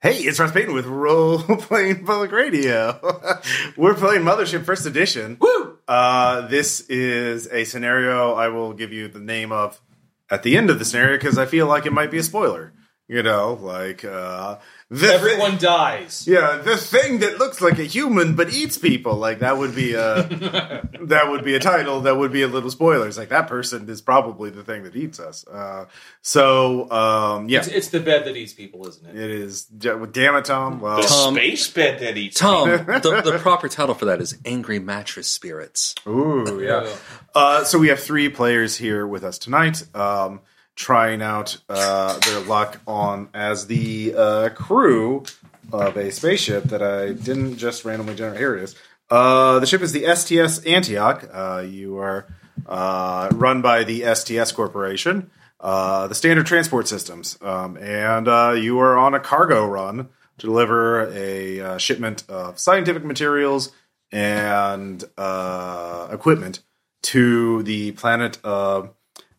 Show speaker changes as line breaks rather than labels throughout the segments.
Hey, it's Ross Payton with Role Playing Public Radio. We're playing Mothership First Edition.
Woo!
Uh, this is a scenario I will give you the name of at the end of the scenario because I feel like it might be a spoiler. You know, like uh, the
Everyone dies.
yeah, the thing that looks like a human but eats people. Like that would be a that would be a title. That would be a little spoiler. It's like that person is probably the thing that eats us. Uh, so um, yeah,
It's, it's the bed that eats people, isn't it?
it is. Damn it, Tom. Well,
The
Tom-
space bed that eats.
Tom, the, the proper title for that is Angry Mattress Spirits.
Ooh, yeah. Uh, so we have three players here with us tonight, um, trying out uh, their luck on as the uh, crew of a spaceship that I didn't just randomly generate. Here it is. Uh, the ship is the STS Antioch. Uh, you are uh, run by the STS Corporation, uh, the Standard Transport Systems, um, and uh, you are on a cargo run to deliver a uh, shipment of scientific materials and uh, equipment to the planet uh,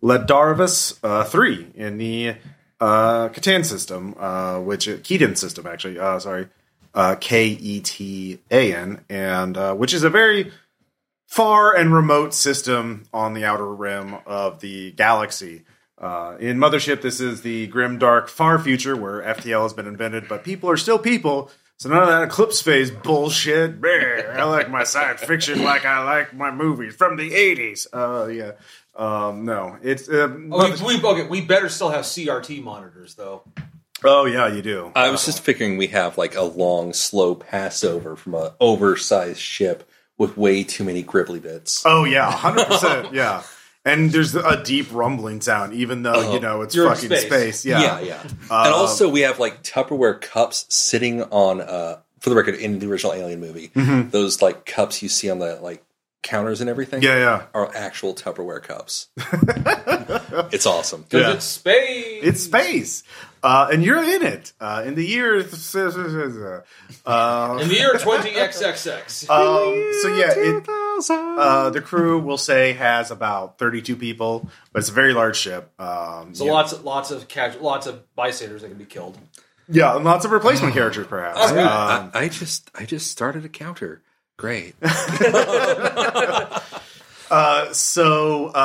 Ledarvis uh, 3 in the uh, Catan system, uh, which Ketan system, actually, uh, sorry, uh, K E T A N, and uh, which is a very far and remote system on the outer rim of the galaxy. Uh, in Mothership, this is the grim, dark, far future where FTL has been invented, but people are still people. So none of that eclipse phase bullshit. Brr, I like my science fiction like I like my movies from the eighties. Uh, yeah, um, no, it's um,
Oh, we, we, okay, we better still have CRT monitors, though.
oh yeah, you do.
I was just figuring we have like a long, slow passover from a oversized ship with way too many gribbly bits.
Oh yeah, hundred percent. Yeah, and there's a deep rumbling sound, even though you know it's
You're in
fucking space.
space.
yeah, yeah.
Uh,
and also, we have like Tupperware cups sitting on, uh, for the record, in the original Alien movie,
Mm-hmm.
those like cups you see on the like counters and everything.
yeah, yeah.
Are actual Tupperware cups. it's awesome.
Because
Yeah.
it's space.
It's space, uh, and you're in it. Uh, in the year, uh,
In the year 20XXX.
um, so yeah, it, uh, the crew will say has about 32 people, but it's a very large ship. Um,
so
yeah.
lots of lots of casual, lots of bystanders that can be killed.
yeah, and lots of replacement characters, perhaps.
Dude,
Um,
I, I just, I just started a counter. Great.
so uh,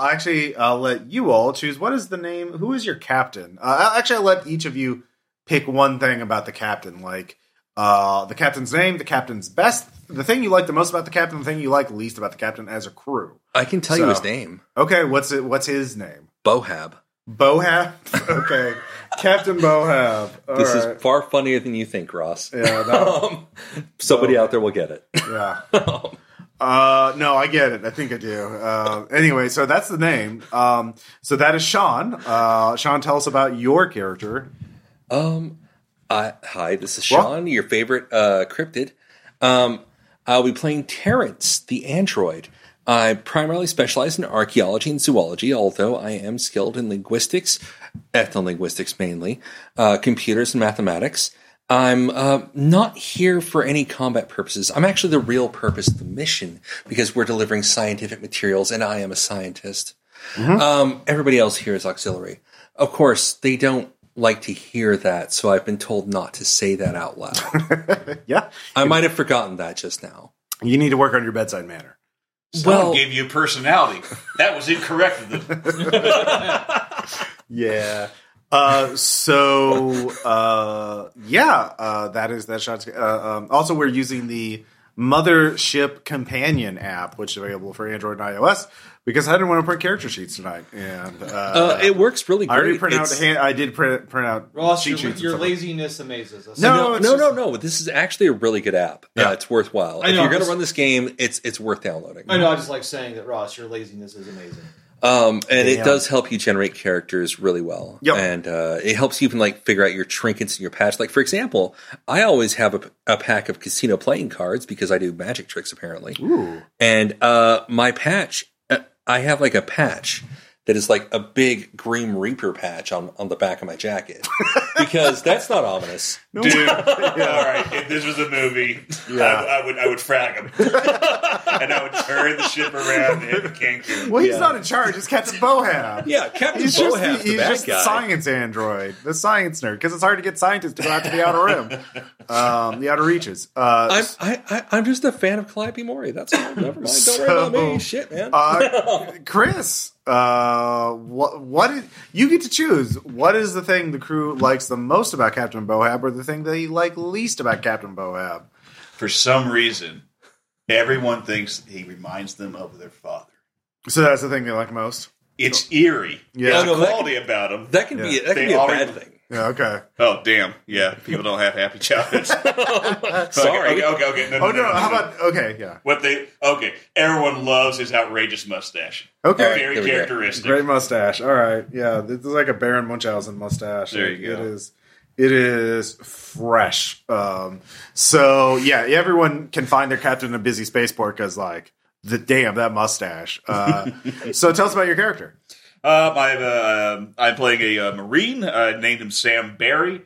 I actually I'll let you all choose what is the name who is your captain uh, I- actually I'll let each of you pick one thing about the captain like uh, the captain's name the captain's best the thing you like the most about the captain the thing you like least about the captain as a crew
I can tell you his
So-
name.
okay what's it what's his name
Bohab.
Bohab okay Captain Bohab All
This
right.
is far funnier than you think, Ross.
yeah, no,
Um, somebody out there will get it.
yeah. Uh, no, I get it. I think I do. Uh, anyway, so that's the name. Um, so that is Sean. Uh, Sean, tell us about your character.
Um, I, hi, this is
Well-
Sean, your favorite uh, cryptid. Um, I'll be playing Terrence, the android. I primarily specialize in archaeology and zoology, although I am skilled in linguistics, ethnolinguistics mainly, uh, computers and mathematics. I'm uh, not here for any combat purposes. I'm actually the real purpose of the mission because we're delivering scientific materials, and I am a scientist. Um, everybody else here is auxiliary. Of course, they don't like to hear that, so I've been told not to say that out loud.
Yeah,
I might have forgotten that just now.
you need to work on your bedside manner.
well,
Gave you a personality. That was incorrect of them.
Yeah. Uh, so uh, yeah, uh, that is that shot. Uh, um, also, we're using the Mothership Companion app, which is available for Android and iOS, because I didn't want to print character sheets tonight, and uh,
uh, it works really
I
great.
already print out.
It's-
Hand, I did print, print out
Ross,
cheat
your,
sheets. and
your
stuff.
laziness amazes us.
No,
no,
it's
no, no,
just-
no. This is actually a really good app.
Yeah.
Uh, it's worthwhile.
I
if
know,
you're going to
it's-
run this game, it's it's worth downloading.
I know. I just like saying that, Ross. Your laziness is amazing.
Um,
Damn.
and it does help you generate characters really well.
Yep.
And uh, it helps you even like figure out your trinkets and your patch. Like for example, I always have a, a pack of casino playing cards because I do magic tricks apparently.
Ooh.
And uh, my patch, uh, I have like a patch that is like a big Grim Reaper patch on, on the back of my jacket because that's not ominous.
Dude, all right. If this was a movie, I, I would I would frag him, and I would turn the ship around and hit Cancun.
Well, he's not in charge. It's Captain Bohab.
Yeah, Captain
He's just,
Bohat's
the,
the
he's
bad
just the
guy.
science android, the science nerd, because it's hard to get scientists to go out to the outer rim, um, the outer reaches. Uh,
I'm I, I, I'm just a fan of Calliope Mori. That's all. Never mind. Don't worry about
So,
me. Shit, man.
uh, Chris, uh, what, what is, you get to choose? What is the thing the crew likes the most about Captain Bohab, or the thing they like least about Captain Bohab?
For some reason, everyone thinks he reminds them of their father.
So that's the thing they like most.
It's eerie.
Yeah.
There's
Oh,
no,
a
that-
quality about him.
that can be
yeah.
that can
They
be a
already-
bad thing.
Yeah. Okay.
oh, damn. Yeah, people don't have happy childhoods.
Sorry.
Okay, okay, okay. No,
Oh no. How about okay? Yeah.
what they? Okay, everyone loves his outrageous mustache.
Okay.
All right,
Very
there we go.
characteristic.
Great mustache. All right. Yeah, this is like a Baron Munchausen mustache.
There
It-
you go.
It is. It is fresh. Um, so yeah, everyone can find their captain in a busy spaceport because like the damn that mustache. Uh, so tell us about your character.
Um, I'm, uh, um, I'm playing a uh, Marine. I named him Sam Barry.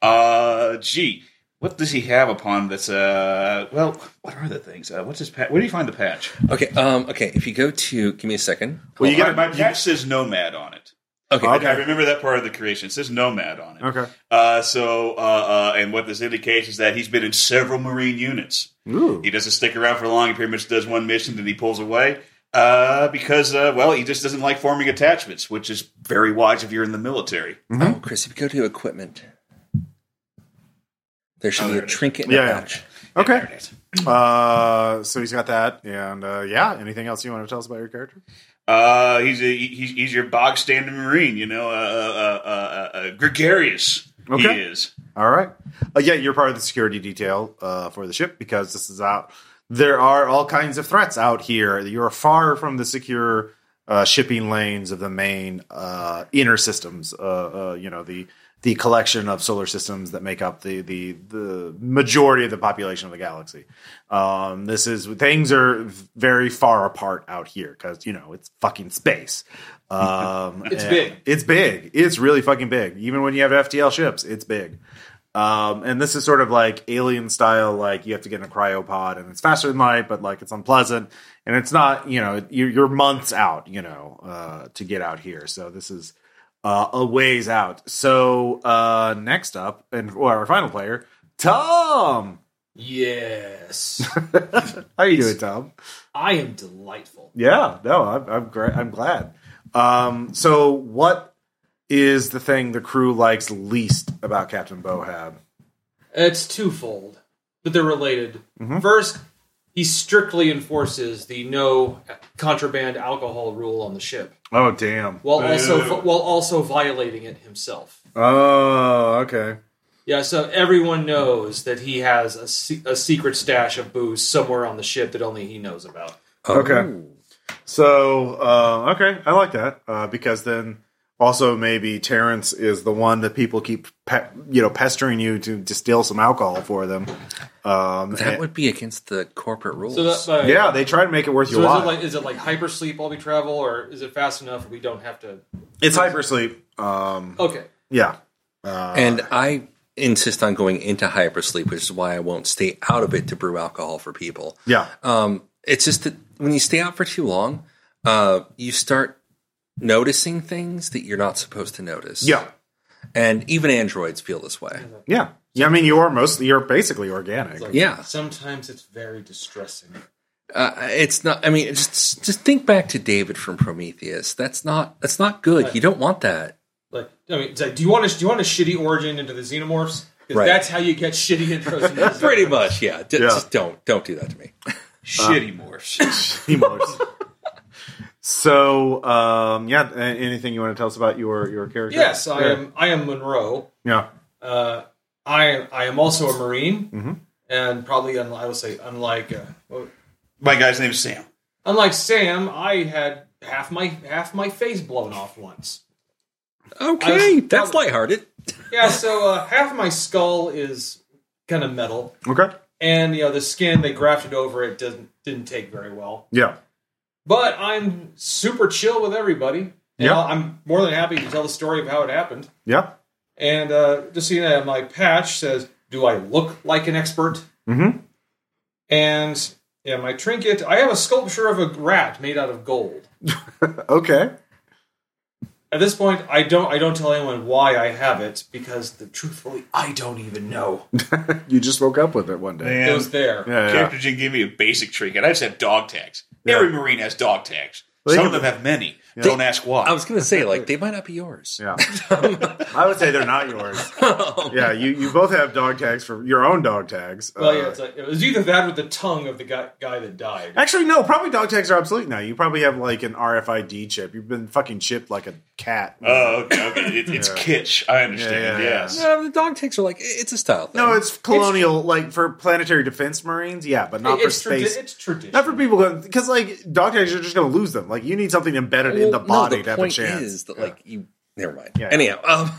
Uh, gee, what does he have upon that's, uh, well, what are the things? Uh, what's his patch? Where do you find the patch? Oh,
Okay. Um. Okay. If you go to, give me a second.
Well, you
My-
get
my,
a,
patch says Nomad on it.
Okay.
Okay.
I remember that part of the creation. It says Nomad on it.
okay.
Uh, so, uh, uh, and what this indicates is that he's been in several Marine units.
Ooh.
He doesn't stick around for long. He pretty much does one mission, then he pulls away uh, because, uh, well, he just doesn't like forming attachments, which is very wise if you're in the military.
mm-hmm.
Oh, Chris, if you go to equipment, there
Oh,
should be a trinket in
Yeah,
a
yeah.
pouch.
Okay.
There it is.
Uh, so he's got that, and uh, yeah. Anything else you want to tell us about your character?
Uh, he's a he's, he's your bog standing marine, you know, uh, uh, uh, uh, uh, gregarious.
Okay.
He is.
All right. Uh, yeah, you're part of the security detail uh, for the ship because this is out. There are all kinds of threats out here. You're far from the secure uh, shipping lanes of the main uh, inner systems. Uh, uh, you know the the collection of solar systems that make up the the the majority of the population of the galaxy. Um, this is things are very far apart out here because you know it's fucking space. Um,
It's
and-
big.
it's big. It's really fucking big. Even when you have FTL ships, it's big. Um, and this is sort of like alien style, like you have to get in a cryopod and it's faster than light, but like it's unpleasant and it's not, you know, you're, you're months out, you know, uh, to get out here. So this is uh, a ways out. So uh, next up, and or our final player, Tom.
Yes.
How you doing, Tom?
I am delightful.
Yeah, no, I'm I'm, gra- I'm glad. Um, so, what is the thing the crew likes least about Captain Bohab?
It's twofold, but they're related. First, he strictly enforces the no contraband alcohol rule on the ship,
Oh, damn.
while also
Boo.
while also violating it himself.
Oh, okay.
Yeah, so everyone knows that he has a, se- a secret stash of booze somewhere on the ship that only he knows about.
Oh.
Okay. So, uh, okay, I like that uh, because then also maybe Terrence is the one that people keep pe- you know pestering you to distill some alcohol for them. Um,
That
and-
would be against the corporate rules.
So that, uh,
yeah, they try to make it worth your
So is
while.
it like is it like hypersleep while we travel, or is it fast enough we don't have to?
it's hypersleep. Um,
Okay,
yeah.
and I insist on going into hypersleep, which is why I won't stay out of it to brew alcohol for people.
Yeah.
Uh,
Um, it's just that when you stay out for too long, uh, you start noticing things that you're not supposed to notice.
Yeah.
And even androids feel this way.
Yeah. Yeah, I mean, you are mostly, you're basically organic.
It's like,
Yeah.
Sometimes it's very distressing.
Uh, it's not. I mean, just just think back to David from Prometheus. That's not. That's not good. You don't want that.
Like I mean, it's like, do you want a, do you want a shitty origin into the xenomorphs? 'Cause
Right.
that's how you get shitty intros. Into the xenomorphs.
Pretty much. Yeah. D-
Yeah.
Just don't. Don't do that to me.
Shitty morphs.
Steamers. so, um, yeah, a- anything you want to tell us about your, your character?
Yes, I
Yeah.
am. I am Monroe.
Yeah.
Uh, I I am also a marine, and probably un- I would say unlike uh, well,
My guy's name is Sam.
unlike Sam, I had half my half my face blown off once.
Okay.
was-
that's lighthearted.
Yeah, so uh, half my skull is kind of metal,
Okay.
and you know the skin they grafted over it doesn't didn't take very well.
Yeah.
But I'm super chill with everybody, and And
Yeah.
I'll- I'm more than happy to tell the story of how it happened.
Yeah.
And uh, just so you know, my patch says, "Do I look like an expert?"
Mhm.
And yeah, my trinket. I have a sculpture of a rat made out of gold.
Okay.
At this point, I don't. I don't tell anyone why I have it because, the, truthfully, I don't even know
You just woke up with it one day.
it
Man,
was there.
Yeah, yeah.
Captain Jim gave me a basic trinket. I just have dog tags. Every Marine has dog tags.
They
Some of
can-
them have many. Don't ask why.
I was going to say, like, they might not be yours.
Yeah. I would say they're not yours. yeah, you, you both have dog tags for your own dog tags.
Well,
Uh,
yeah, it's like, it was either that or the tongue of the guy, guy that died.
Actually, no. Probably dog tags are obsolete now. You probably have like an RFID chip. You've been fucking chipped like a cat.
oh, okay. okay. It, it's kitsch. I
Yeah, yeah,
understand.
yeah.
yes.
No, the dog ticks are like, it's a style thing.
no, it's colonial, like for planetary defense marines. Yeah, but not for
it's, tradi-
space.
it's tradition.
not for people because like dog tags, you're just going to lose them. Like you need something embedded in the
Well,
body
no,
to
the
have
point
a chance.
is that, like, you. Never mind.
yeah.
Anyhow, um,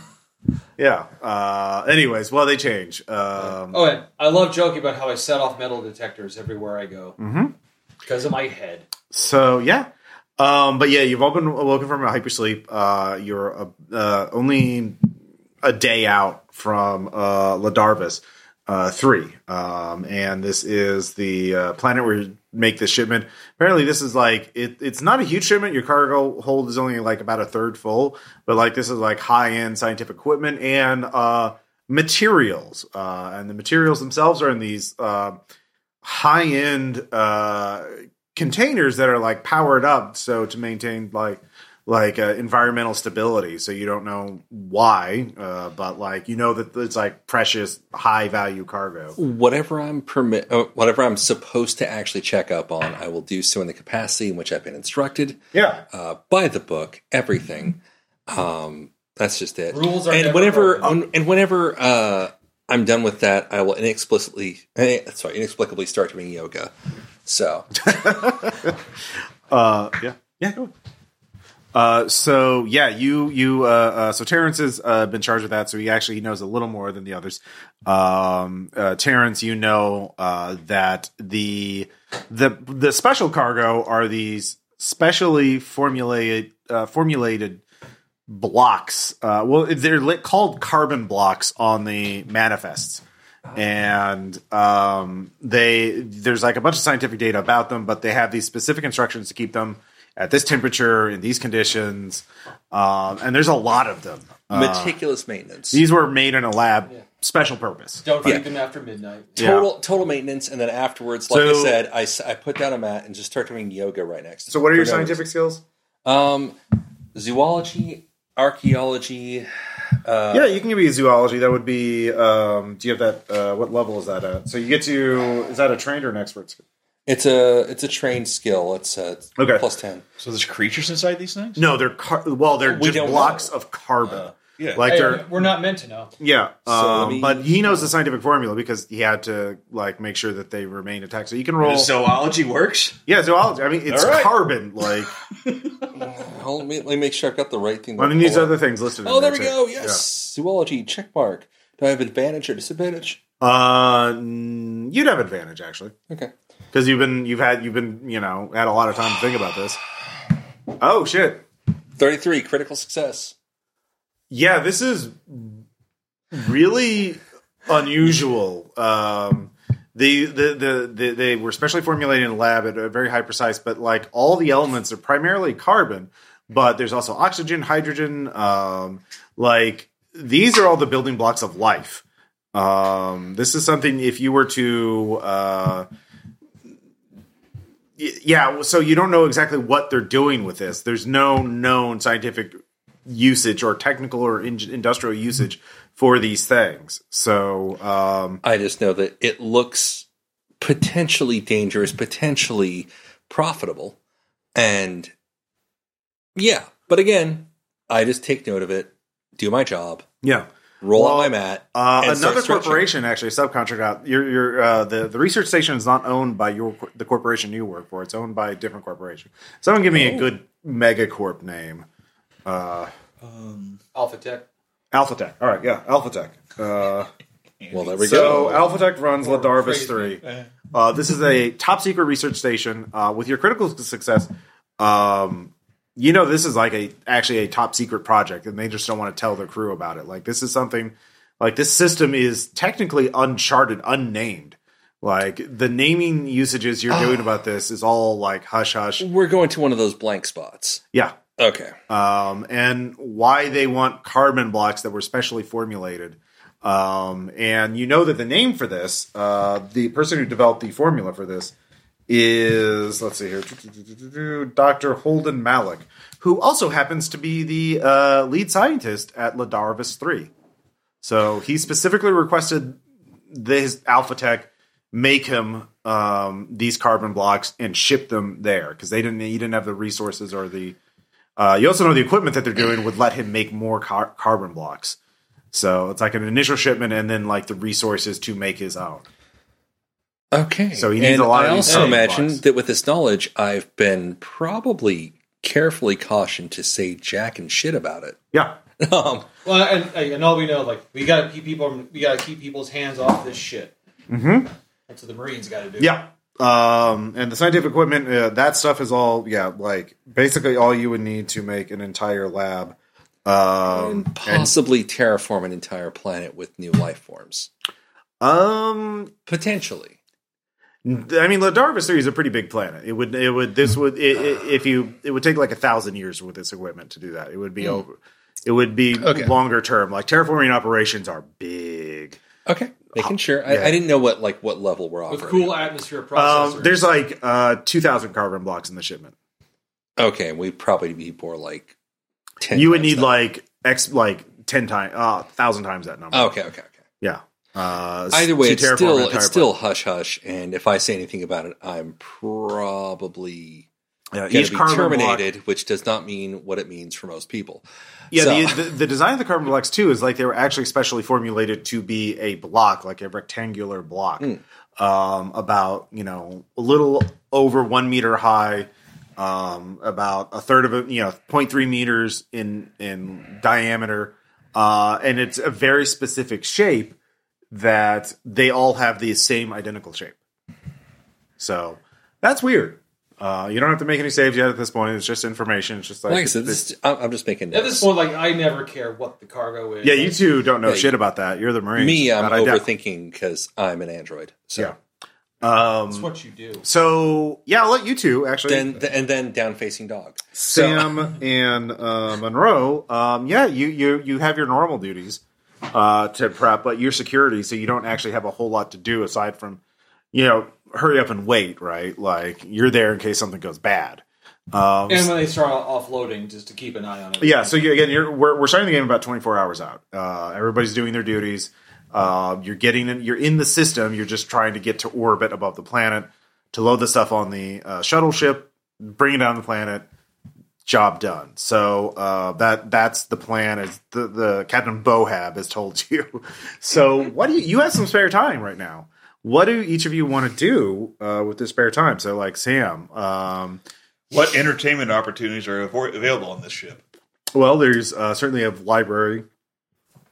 yeah. Uh, anyways, well, they change. Um,
Oh, and I love joking about how I set off metal detectors everywhere I go
Mm-hmm.
because of my head.
So yeah, um, but yeah, you've all been woken from a hypersleep. Uh, you're uh, uh, only a day out from uh, Ladarvis uh, three, um, and this is the uh, planet where you make the shipment. Apparently, this is like it, it's not a huge shipment. Your cargo hold is only like about a third full, but like this is like high end scientific equipment and uh, materials, uh, and the materials themselves are in these. Uh, high end uh, containers that are like powered up so to maintain like like uh, environmental stability so you don't know why uh, but like you know that it's like precious high value cargo
whatever I'm permit, uh, whatever I'm supposed to actually check up on, I will do so in the capacity in which I've been instructed.
yeah
uh, by the book, everything. Um, that's just it.
Rules are
and
never
whenever
broken.
when- and whenever uh, I'm done with that, I will inexplicably eh, sorry inexplicably start doing yoga. So
uh, yeah yeah go ahead. uh, so yeah, you you uh, uh, so Terrence has uh, been charged with that, so he actually knows a little more than the others. Um, uh, Terrence, you know uh, that the the the special cargo are these specially formulated uh, formulated blocks. Uh, well, they're lit, called carbon blocks on the manifests, and um, they there's like a bunch of scientific data about them, but they have these specific instructions to keep them at this temperature in these conditions, um, and there's a lot of them. Uh,
meticulous maintenance,
these were made in a lab, special purpose.
Don't
Yeah.
feed them after midnight.
total total maintenance, and then afterwards, like I
So-
said, I, s- I put down a mat and just start doing yoga right next. to
So, what are
for
your
no
scientific skills?
reason. Um, zoology, archaeology.
yeah, you can give me a zoology. That would be. Um, do you have that? Uh, what level is that at? So you get to. Is that a trained or an expert? skill?
It's a it's a trained skill. It's uh
Okay.
plus ten.
So there's creatures inside these things?
No, they're car- well, they're
We
just
don't
blocks
know. Uh,
of carbon.
yeah.
like
Hey,
they're
we're not meant to know.
yeah.
let
um,
me-
but he knows the scientific formula because he had to like make sure that they remain intact. So you can roll.
Does zoology works?
yeah, zoology. I mean, it's
All right.
carbon. Like
Hold on, let me, let me make sure I've got the right thing. to
I mean, these
pull up.
other things listed. in
Oh, there we
too.
go. Yes, zoology check mark. Do I have advantage or disadvantage?
Yeah. Uh, mm, you'd have advantage actually
Okay.
because you've been you've had you've been you know had a lot of time to think about this. Oh shit.
Thirty-three critical success.
yeah this is really unusual um the, the, the, the they were specially formulated in a lab at a very high precise but like all the elements are primarily carbon but there's also oxygen hydrogen um like these are all the building blocks of life um this is something if you were to uh y- yeah so you don't know exactly what they're doing with this there's no known scientific usage or technical or in- industrial usage for these things. So, um,
I just know that it looks potentially dangerous, potentially profitable, and yeah. But again, I just take note of it, do my job,
yeah.
roll on
Well,
my mat.
Uh,
and start
another
stretching.
corporation actually subcontract out your your uh, the the research station is not owned by your cor- the corporation you work for. It's owned by a different corporation. Someone give
Oh.
me a good megacorp name.
Alpha Tech.
Alpha Tech. All right, yeah, Alpha Tech. Uh,
Well, there we
so
go.
Alpha Tech runs Ladarvis
crazy.
three. Uh, this is a top secret research station. Uh, with your critical success, um, you know this is like a actually a top secret project and they just don't want to tell their crew about it like this is something like this system is technically uncharted unnamed like the naming usages you're doing about this is all like hush hush
We're going to one of those blank spots.
yeah
Okay.
um, and why they want carbon blocks that were specially formulated. Um, and you know that the name for this, uh, the person who developed the formula for this is, let's see here, Dr. Holden Malik, who also happens to be the uh, lead scientist at Ladarvis 3. So he specifically requested this Alpha Tech make him um, these carbon blocks and ship them there because they didn't, he didn't have the resources or the uh, you also know the equipment that they're doing would let him make more car- carbon blocks. So it's like an initial shipment and then like the resources to make his own.
Okay.
So he needs
And
a lot
I
of these
also
saving
imagine
blocks.
that with this knowledge, I've been probably carefully cautioned to say jack and shit about it.
Yeah.
Um,
Well, and, and all we know, like we gotta keep people, we gotta keep people's hands off this shit. Mm-hmm. That's what the Marines got to do.
Yeah. Um, and the scientific equipment, uh, that stuff is all, yeah, like basically all you would need to make an entire lab. Um,
possibly terraform an entire planet with new life forms.
um,
Potentially.
I mean, Ladarvis three is a pretty big planet. It would, it would, this would, it, it, if you, it would take like a thousand years with this equipment to do that. It would be over. It would be
Okay.
longer term. Like terraforming operations are big.
Okay. Making sure. I,
Yeah.
I didn't know what like what level we're
with
offering.
cool atmosphere processors.
Um, there's like uh, 2,000 carbon blocks in the shipment.
Okay, and we'd probably be more like ten.
You would
times
need
that.
like x like 10 times, uh, 1,000 times that number.
Oh, okay, okay, okay.
Yeah. Uh, s-
Either way,
to
it's
terraform an
still it's
entire
still hush hush, and if I say anything about it, I'm probably
planet. Yeah,
going to
each
be
carbon
terminated, which does not mean what it means for most people.
Block, yeah,
So-
the, the, the design of the carbon blocks too is like they were actually specially formulated to be a block, like a rectangular block, um, about you know a little over one meter high. Um, about a third of it, you know, 0.3 meters in in diameter, uh, and it's a very specific shape. that they all have the same identical shape. So that's weird. Uh, you don't have to make any saves yet at this point. It's just information. It's just like,
Like I said, this, I'm I'm just making
at this
notes.
point, like I never care what the cargo is.
yeah, you two don't know
Yeah,
shit about that. You're the Marines.
Me, I'm
That I doubt.
overthinking because I'm an android. So
Yeah.
That's what you do.
So yeah, I'll let you two actually.
then th- and then down facing dog.
Sam and uh, Monroe. Um, yeah, you you you have your normal duties uh, to prep, but you're security, so you don't actually have a whole lot to do aside from you know hurry up and wait. Right, like you're there in case something goes bad. Um,
And when they start off- offloading, just to keep an eye on it.
yeah so you, again you're we're, we're starting the game about 24 hours out uh, everybody's doing their duties uh, you're getting in, you're in the system you're just trying to get to orbit above the planet to load the stuff on the uh, shuttle ship bring it down to the planet job done so uh, that that's the plan as the, the captain bohab has told you so what do you you have some spare time right now what do each of you want to do uh, with this spare time so like sam um,
What entertainment opportunities are avor- available on this ship?
Well, there's uh, certainly a library.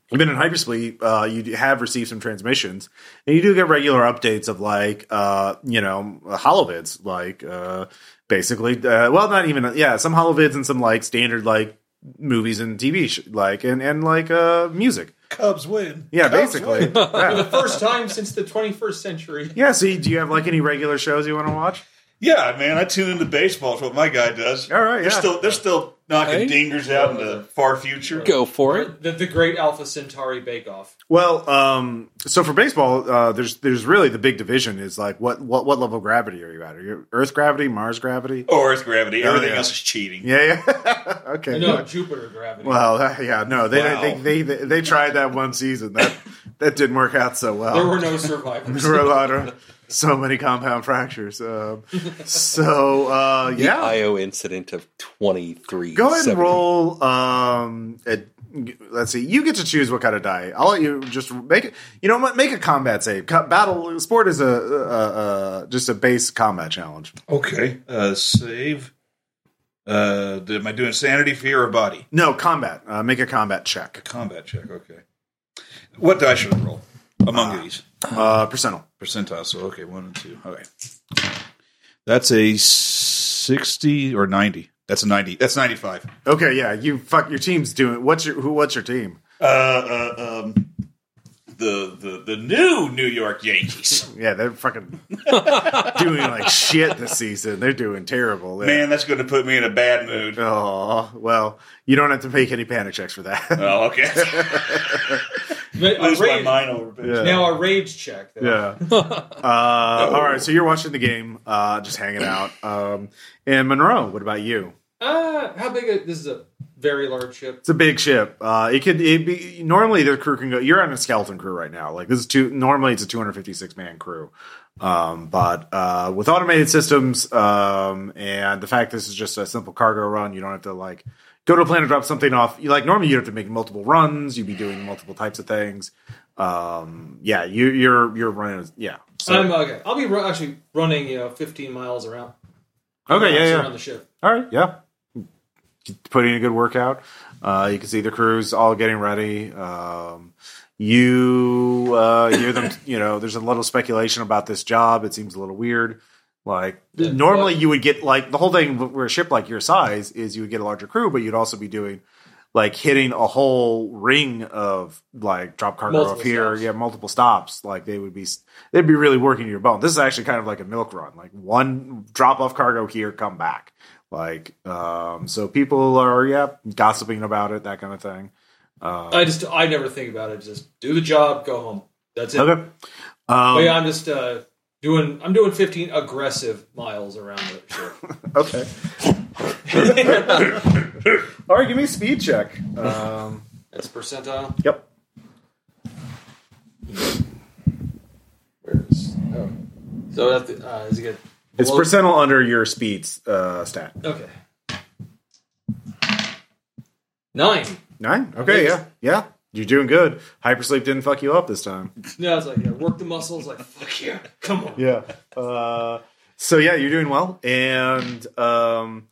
You've been in hypersleep. Uh, you do- have received some transmissions, and you do get regular updates of like, uh, you know, holovids. Like, uh, basically, uh, well, not even yeah, some holovids and some like standard like movies and TV sh- like and and like uh, music.
Cubs win.
Yeah,
Cubs
basically.
win.
For the
Yeah.
first time since the 21st century.
yeah. So, do you have like any regular shows you want to watch?
Yeah, man, I tune into baseball. It's what my guy does.
All right,
they're
yeah.
still they're still knocking
Hey.
dingers out in the far future.
Go for it.
The, the Great Alpha Centauri Bake Off.
Well, um, so for baseball, uh, there's there's really the big division is like what what what level of gravity are you at? Are you Earth gravity, Mars gravity?
Or Earth gravity.
Oh,
Everything
yeah.
else is cheating.
Yeah, yeah. okay.
No,
good.
Jupiter gravity.
Well, uh, yeah, no, they,
Wow.
they, they they they tried that one season that that didn't work out so well.
there were no survivors.
There were a lot of so many compound fractures. Um, so uh,
The
yeah,
IO incident of 23.
go ahead and roll. Um, a- let's see, you get to choose what kind of die. I'll let you just make it. You know what? Make a combat save. Co- battle sport is a, a, a just a base combat challenge.
Okay. Uh, save. Uh, did- am I doing sanity, fear, or body?
No combat. Uh, make a combat check.
Combat check. Okay. What die should I roll among these
Uh, percentile.
percentiles? So okay, one and two. Okay. That's a sixty or ninety. That's a ninety. That's ninety-five.
Okay, yeah, you fuck your team's doing. What's your who? What's your team?
Uh, uh, um, the the the new New York Yankees.
Yeah, they're fucking doing like shit this season. They're doing terrible. Yeah.
Man, that's going to put me in a bad mood.
Oh well, you don't have to make any panic checks for that.
Oh, okay.
But a
Lose my
rage-
mind over bitch.
Yeah.
Now a rage check. though.
Yeah. Uh, All right. So you're watching the game, uh, just hanging out. Um, and Monroe, what about you?
Uh, how big? A, this is a very large ship.
It's a big ship. Uh, it could it be normally the crew can go. You're on a skeleton crew right now. Like this is two. Normally it's a 256 man crew, um, but uh, with automated systems um, and the fact this is just a simple cargo run, you don't have to like go to a planet drop something off. You like normally you would have to make multiple runs. You'd be doing multiple types of things. Um, yeah, you, you're you're running. Yeah. So,
I'm okay. I'll be ru- actually running, you know, 15 miles around.
okay. Yeah.
miles
Yeah.
Around the ship.
All right. Yeah. Put in a good workout. Uh, you can see the crews all getting ready. Um, you uh, hear them, you know, there's a little speculation about this job. It seems a little weird. Like,
Yeah.
normally you would get, like, the whole thing for a ship like your size is you would get a larger crew, but you'd also be doing, like, hitting a whole ring of, like, drop cargo
Multiple
up here.
stops.
Yeah, multiple stops. Like, they would be, they'd be really working your bone. This is actually kind of like a milk run. Like, one drop off cargo here, come back like um so people are yeah gossiping about it that kind of thing
I just, I never think about it. Just do the job, go home. That's it.
okay
But
um
yeah, I'm just uh, doing, I'm doing 15 aggressive miles around the ship.
okay all right give me a speed check um
That's percentile.
yep
Where is? Oh, so that's the, uh, is it good?
it's
Below-
percentile under your speed uh stat
Okay. Nine.
nine okay yeah yeah you're doing good hypersleep didn't fuck you up this time
No, it's like yeah, work the muscles. Like fuck yeah, come on.
yeah uh so yeah you're doing well and um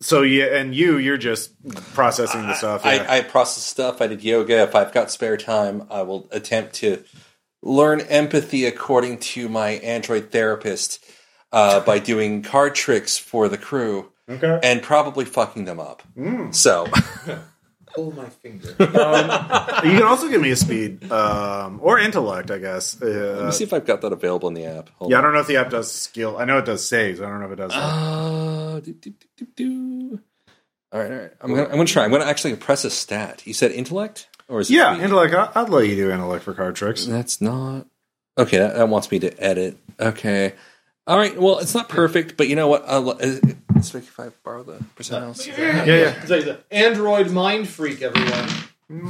so yeah and you you're just processing the stuff yeah.
I, I process stuff. I did yoga. If I've got spare time, I will attempt to learn empathy according to my android therapist uh, by doing card tricks for the crew
okay Mm. Uh,
and probably fucking them up. So
Pull my finger.
you can also give me a speed um, or intellect, I guess.
let me
Uh,
see if I've got that available in the app. Hold
yeah, I
on.
don't know if the app does skill. I know it does saves. I don't know if it does.
Uh, do, do, do, do, do. All right, all right. I'm gonna, I'm gonna try. I'm gonna actually press a stat. You said intellect, or is it
yeah,
speed?
intellect. I- I'd let you do intellect for card tricks.
That's not okay. That, that wants me to edit. Okay. All right. Well, it's not perfect, but you know what? I'll, uh, let's make if I borrow the
Uh,
percentiles.
Yeah, yeah.
It's like the Android mind freak, everyone.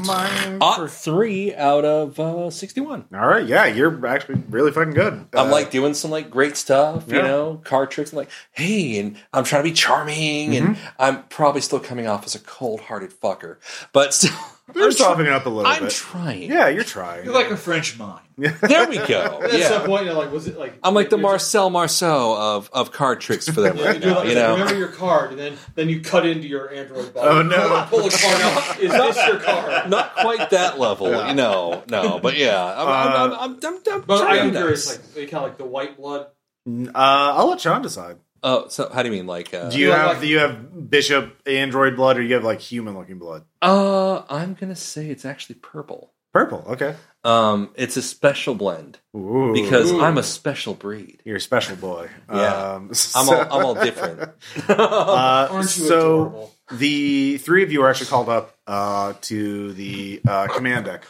Ot three out of uh, sixty-one.
All right. Yeah, you're actually really fucking good.
I'm
Uh,
like doing some like great stuff, you
yeah.
know, card tricks. I'm like, hey, and I'm trying to be charming, and
Mm-hmm.
I'm probably still coming off as a cold-hearted fucker, but still,
you're
I'm, tr-
softening up a little
I'm
bit.
trying.
yeah, you're trying.
You're like a French mime.
There we go.
At
yeah.
some point, you're like, was it like?
I'm like the
you're
Marcel Marceau of of card tricks for them right
just- you're
now.
like,
You know.
remember your card, and then then you cut into your Android body.
Oh, no.
Pull a card out. Is this your card?
not quite that level, you know. No, but yeah, I'm, I'm, I'm, I'm, I'm, I'm
Uh, But I
trying
am
nice.
curious, like they kind of like the white blood.
uh, I'll let Sean decide.
oh, so how do you mean, like? Uh,
Do you
Yeah,
have
like-
do you have bishop android blood or you have like human looking blood?
uh, I'm gonna say it's actually purple.
Purple. Okay.
Um, it's a special blend
Ooh,
because
Ooh.
I'm a special breed.
you're a special boy.
Yeah.
Um,
I'm
so-
all, I'm all different.
uh,
Aren't you
so,
adorable?
The three of you are actually called up uh, to the uh, command deck.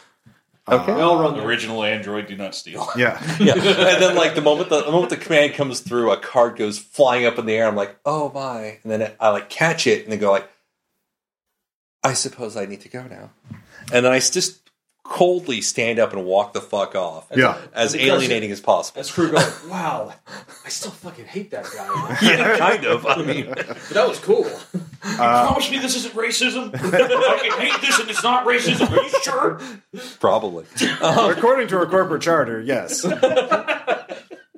Okay.
Uh,
I'll run the
Original Android, do not steal.
yeah.
yeah, and then like the moment the, the moment the command comes through, a card goes flying up in the air. I'm like, oh my! And then I like catch it and then go like, I suppose I need to go now. And then I s- just coldly stand up and walk the fuck off.
Yeah.
as alienating as possible.
As crew going, wow, I still fucking hate that guy.
yeah, kind of. I mean,
But that was cool.
Promise me this isn't racism. I fucking hate this, and it's not racism. Are you sure?
probably.
According to our corporate charter, yes.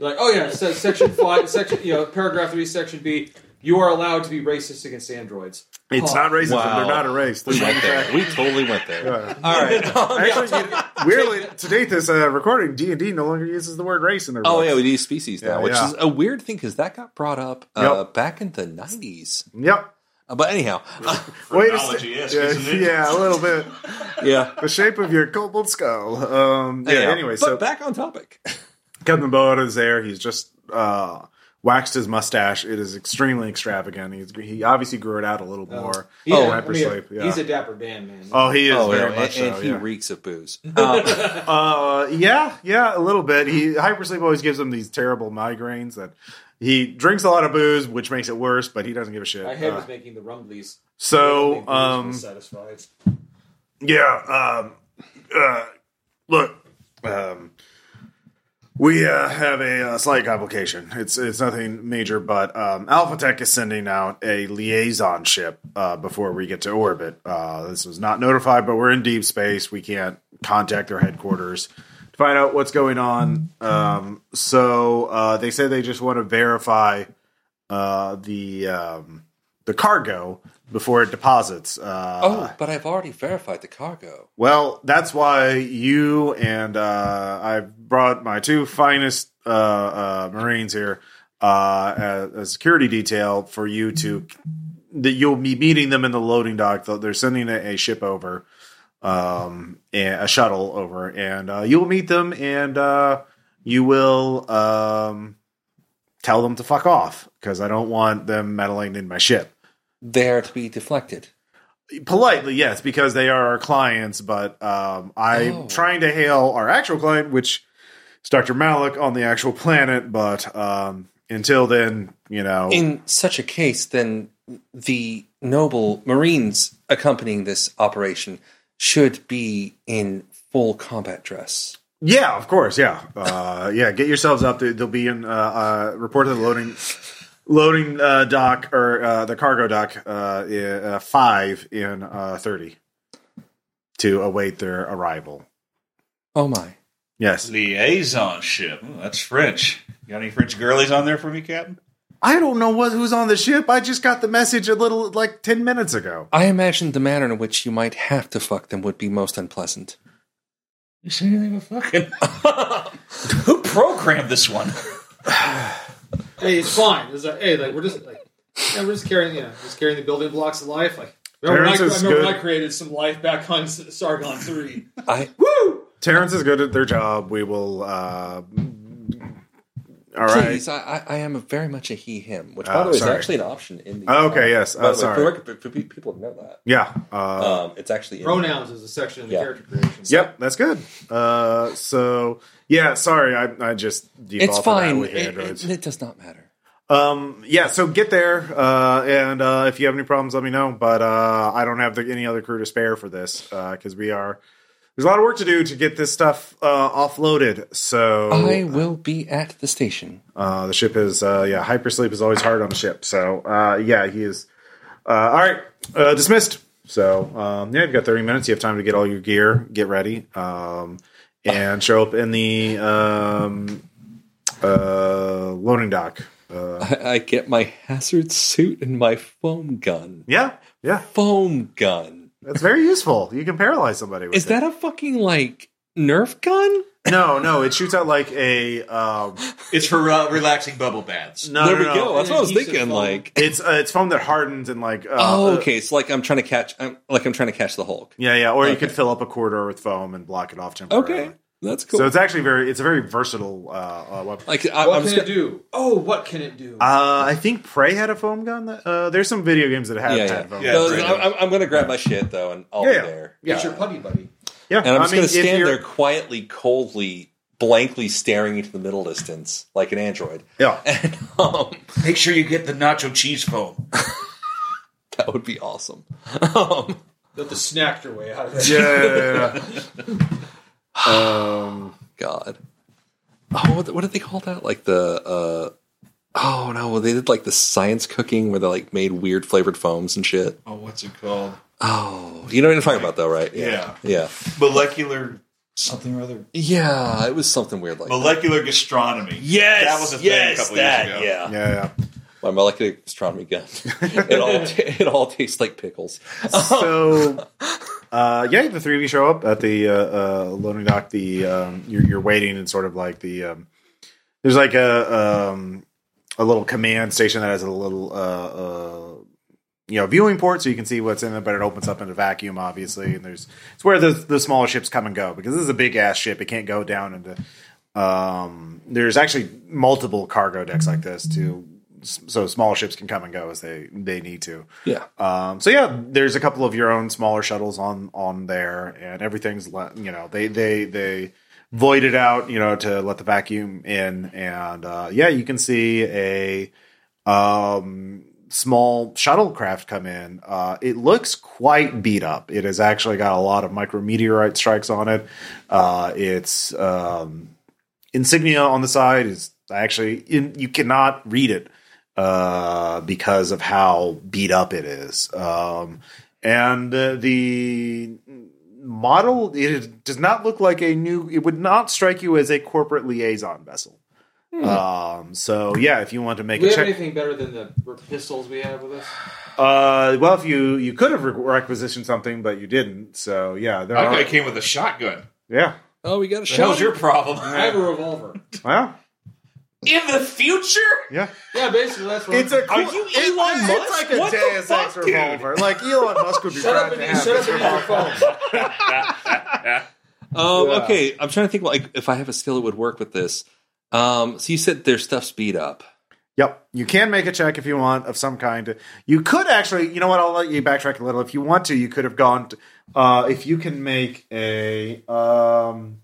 Like, oh yeah, so section five, section you know, paragraph three, section B. You are allowed to be racist against androids.
It's not racism.
Wow.
They're not erased. They're
Went there.
manufactured.
We totally went there. All right.
Actually, you- weirdly, to date this uh, recording, D and D no longer uses the word race in their.
Oh
books.
yeah, we do species now,
Yeah,
which
yeah.
is a weird thing because that got brought up uh,
Yep.
back in the '90s.
Yep.
Uh, but anyhow,
Wait a
Chronology, yes,
yeah,
isn't it?
yeah, a little bit.
yeah.
The shape of your cobalt skull. Um, yeah.
Anyhow,
Anyway,
but
so
back on topic.
Captain Boat is there. He's just uh, waxed his mustache. It is extremely extravagant. He's, he obviously grew it out a little more.
He's
oh,
a-
hyper
I mean,
sleep. Yeah.
He's a dapper Dan, man.
oh, he is
oh,
very
yeah,
much
and,
so.
and he
yeah.
reeks of booze. Um,
Uh, yeah, yeah, a little bit. He hypersleep always gives him these terrible migraines that he drinks a lot of booze, which makes it worse. But he doesn't give a shit.
My head
Uh,
was making the rumblies.
so,
was
um,
satisfied.
yeah, um, uh, look, um, we uh, have a, uh slight complication. It's it's nothing major, but um, Alpha Tech is sending out a liaison ship uh, before we get to orbit. Uh, this was not notified, but we're in deep space. We can't contact their headquarters to find out what's going on. Um, so uh, they say they just want to verify uh, the um, the cargo before it deposits. Uh,
oh, but I've already verified the cargo.
well, that's why you and uh, I brought my two finest uh, uh, Marines here uh, as a security detail for you to that you'll be meeting them in the loading dock. They'll- They're sending a, a ship over, um, and- a shuttle over, and uh, you'll meet them and uh, you will um, tell them to fuck off because I don't want them meddling in my ship
There to be deflected.
politely yes because they are our clients but um, i'm
Oh.
trying to hail our actual client which is dr malik on the actual planet but um, until then you know
In such a case, then the noble Marines accompanying this operation should be in full combat dress.
yeah of course yeah uh, yeah get yourselves up They- they'll be in uh, uh, report to the loading loading uh, dock or uh, the cargo dock uh, i- uh, 5 in uh, 30 to await their arrival
Oh my.
yes
Liaison ship. Ooh, that's French. You got any French girlies on there for me, Captain?
i don't know what who's on the ship i just got the message a little like 10 minutes ago
I imagine the manner in which you might have to fuck them would be most unpleasant.
You say anything about fucking? Who programmed this one?
Hey, it's fine. It's like, hey, like we're just like yeah, we're just carrying, you know, just carrying the building blocks of life. Like remember, when I, I
Terrence is
remember when
good.
I created some life back on S- Sargon Three.
I
Woo!
Terrence is good at their job. We will. Uh, all right.
please, I, I, I am very much a he him, which by
Oh,
the way
sorry.
is actually an option in the. uh,
Oh, okay, yes.
By
Oh,
the way,
sorry.
for, record- for, for pe- people to know that,
Yeah. Uh,
um, it's actually in
Pronouns is a section in the
Yeah.
character creation.
yep. That's good. Uh, so yeah. Sorry, I, I just defaulted
It's
that
fine.
with
It, it-
Androids.
it does not matter.
Um, yeah. So get there, uh, and uh, if you have any problems, let me know. But uh, I don't have the, any other crew to spare for this because we are. There's a lot of work to do to get this stuff uh, offloaded. So
I will be at the station.
Uh, the ship is, uh, yeah, hypersleep is always hard on the ship. So, uh, yeah, he is. Uh, all right, uh, dismissed. So, um, yeah, you've got 30 minutes. You have time to get all your gear, get ready, um, and show up in the um, uh, loading dock. Uh,
I, I get my hazard suit and my foam gun.
yeah, yeah,
Foam gun.
that's very useful. You can paralyze somebody with
Is
it.
that a fucking like Nerf gun?
No, no, it shoots out like a. Um,
It's for uh, relaxing bubble baths.
no,
there
no,
we
no.
go. That's what I was
Adhesive
thinking.
foam.
Like,
It's uh, it's foam that hardens and like. Uh,
oh,
uh,
okay. It's like I'm trying to catch. I'm, like I'm trying to catch the Hulk.
yeah, yeah. Or you
Okay.
could fill up a corridor with foam and block it off temporarily.
Okay, that's cool.
So it's actually very it's a very versatile uh, uh, weapon.
like I,
What
I'm
can
just
it do? Oh, what can it do?
uh, I think Prey had a foam gun. That, uh, there's some video games that have
yeah,
had
yeah.
foam.
Yeah,
No,
guns.
right.
I'm, I'm- I'm going to grab my shit though, and I'll
Yeah,
be
yeah.
there.
It's your putty buddy.
yeah.
And I'm just
I mean,
going to
if
stand
you're-
there quietly, coldly, blankly staring into the middle distance like an android.
Yeah,
And um,
Make sure you get the nacho cheese foam.
that would be awesome. Um,
That the snack your way out of it.
yeah, yeah, yeah, yeah. um,
God. Oh, what, what did they call that? Like the. Uh, oh no, they did like the science cooking where they like made weird flavored foams and shit.
Oh, what's it called?
Oh, you know what I'm talking about though, right?
Yeah.
yeah,
Molecular something or other.
yeah. It was something weird like that.
Molecular gastronomy.
Yes,
that was a thing a
yes,
couple
that,
years ago.
Yeah,
yeah, yeah.
my molecular astronomy gun. it all it all tastes like pickles.
So, uh, yeah, the three of you show up at the uh, uh, loading dock. The um, you're, you're waiting and sort of like the um, there's like a um, a little command station that has a little uh, uh, you know viewing port, so you can see what's in it. But it opens up in a vacuum, obviously. And there's it's where the the smaller ships come and go because this is a big ass ship. It can't go down into. Um, there's actually multiple cargo decks like this too, s- so small ships can come and go as they they need to.
Yeah.
Um, so yeah, there's a couple of your own smaller shuttles on on there, and everything's let you know they they they void it out you know to let the vacuum in, and uh, yeah, you can see a um, small shuttlecraft come in. Uh, it looks quite beat up. It has actually got a lot of micrometeorite strikes on it. Uh, it's um, insignia on the side is actually in, you cannot read it uh, because of how beat up it is. Um, and uh, the model it does not look like a new. It would not strike you as a corporate liaison vessel. Um, so yeah, if you want to make
Do we
a
have
check,
anything better than the pistols we have with us?
uh, well, if you you could have re- requisitioned something, but you didn't. So yeah, there
That guy
are.
came with a shotgun.
Yeah,
Oh, we got a shot.
How's your
Uh,
problem?
I have a revolver.
well,
In the future?
yeah.
Yeah, basically that's what.
It's
I'm-
a cool,
you
it's-
Elon
it's
Musk?
like a
What the
Deus
fuck,
Ex revolver. Like Elon Musk would be
shut
proud
up
to
and
have
shut
this
up and
revolver.
use your phone.
Um,
Yeah.
Okay, I'm trying to think like if I have a skill that would work with this. Um, so you said their stuff's beat up.
Yep, you can make a check if you want of some kind. You could actually, you know what? I'll let you backtrack a little if you want to. You could have gone. To, uh, if you can make a um,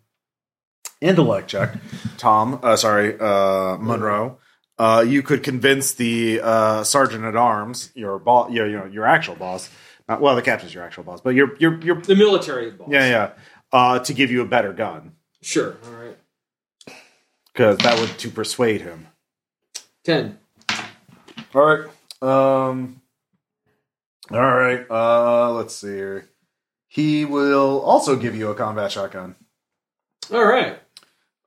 intellect check, Tom. Uh, sorry, uh, Monroe. Uh, you could convince the uh, sergeant at arms, your boss, your, your your actual boss. Not, well, the captain's your actual boss, but your your your
The military boss.
yeah yeah uh, to give you a better gun
Sure. All right.
because that would to persuade him.
Ten.
All right. Um. All right. Uh, let's see here. He will also give you a combat shotgun.
All right.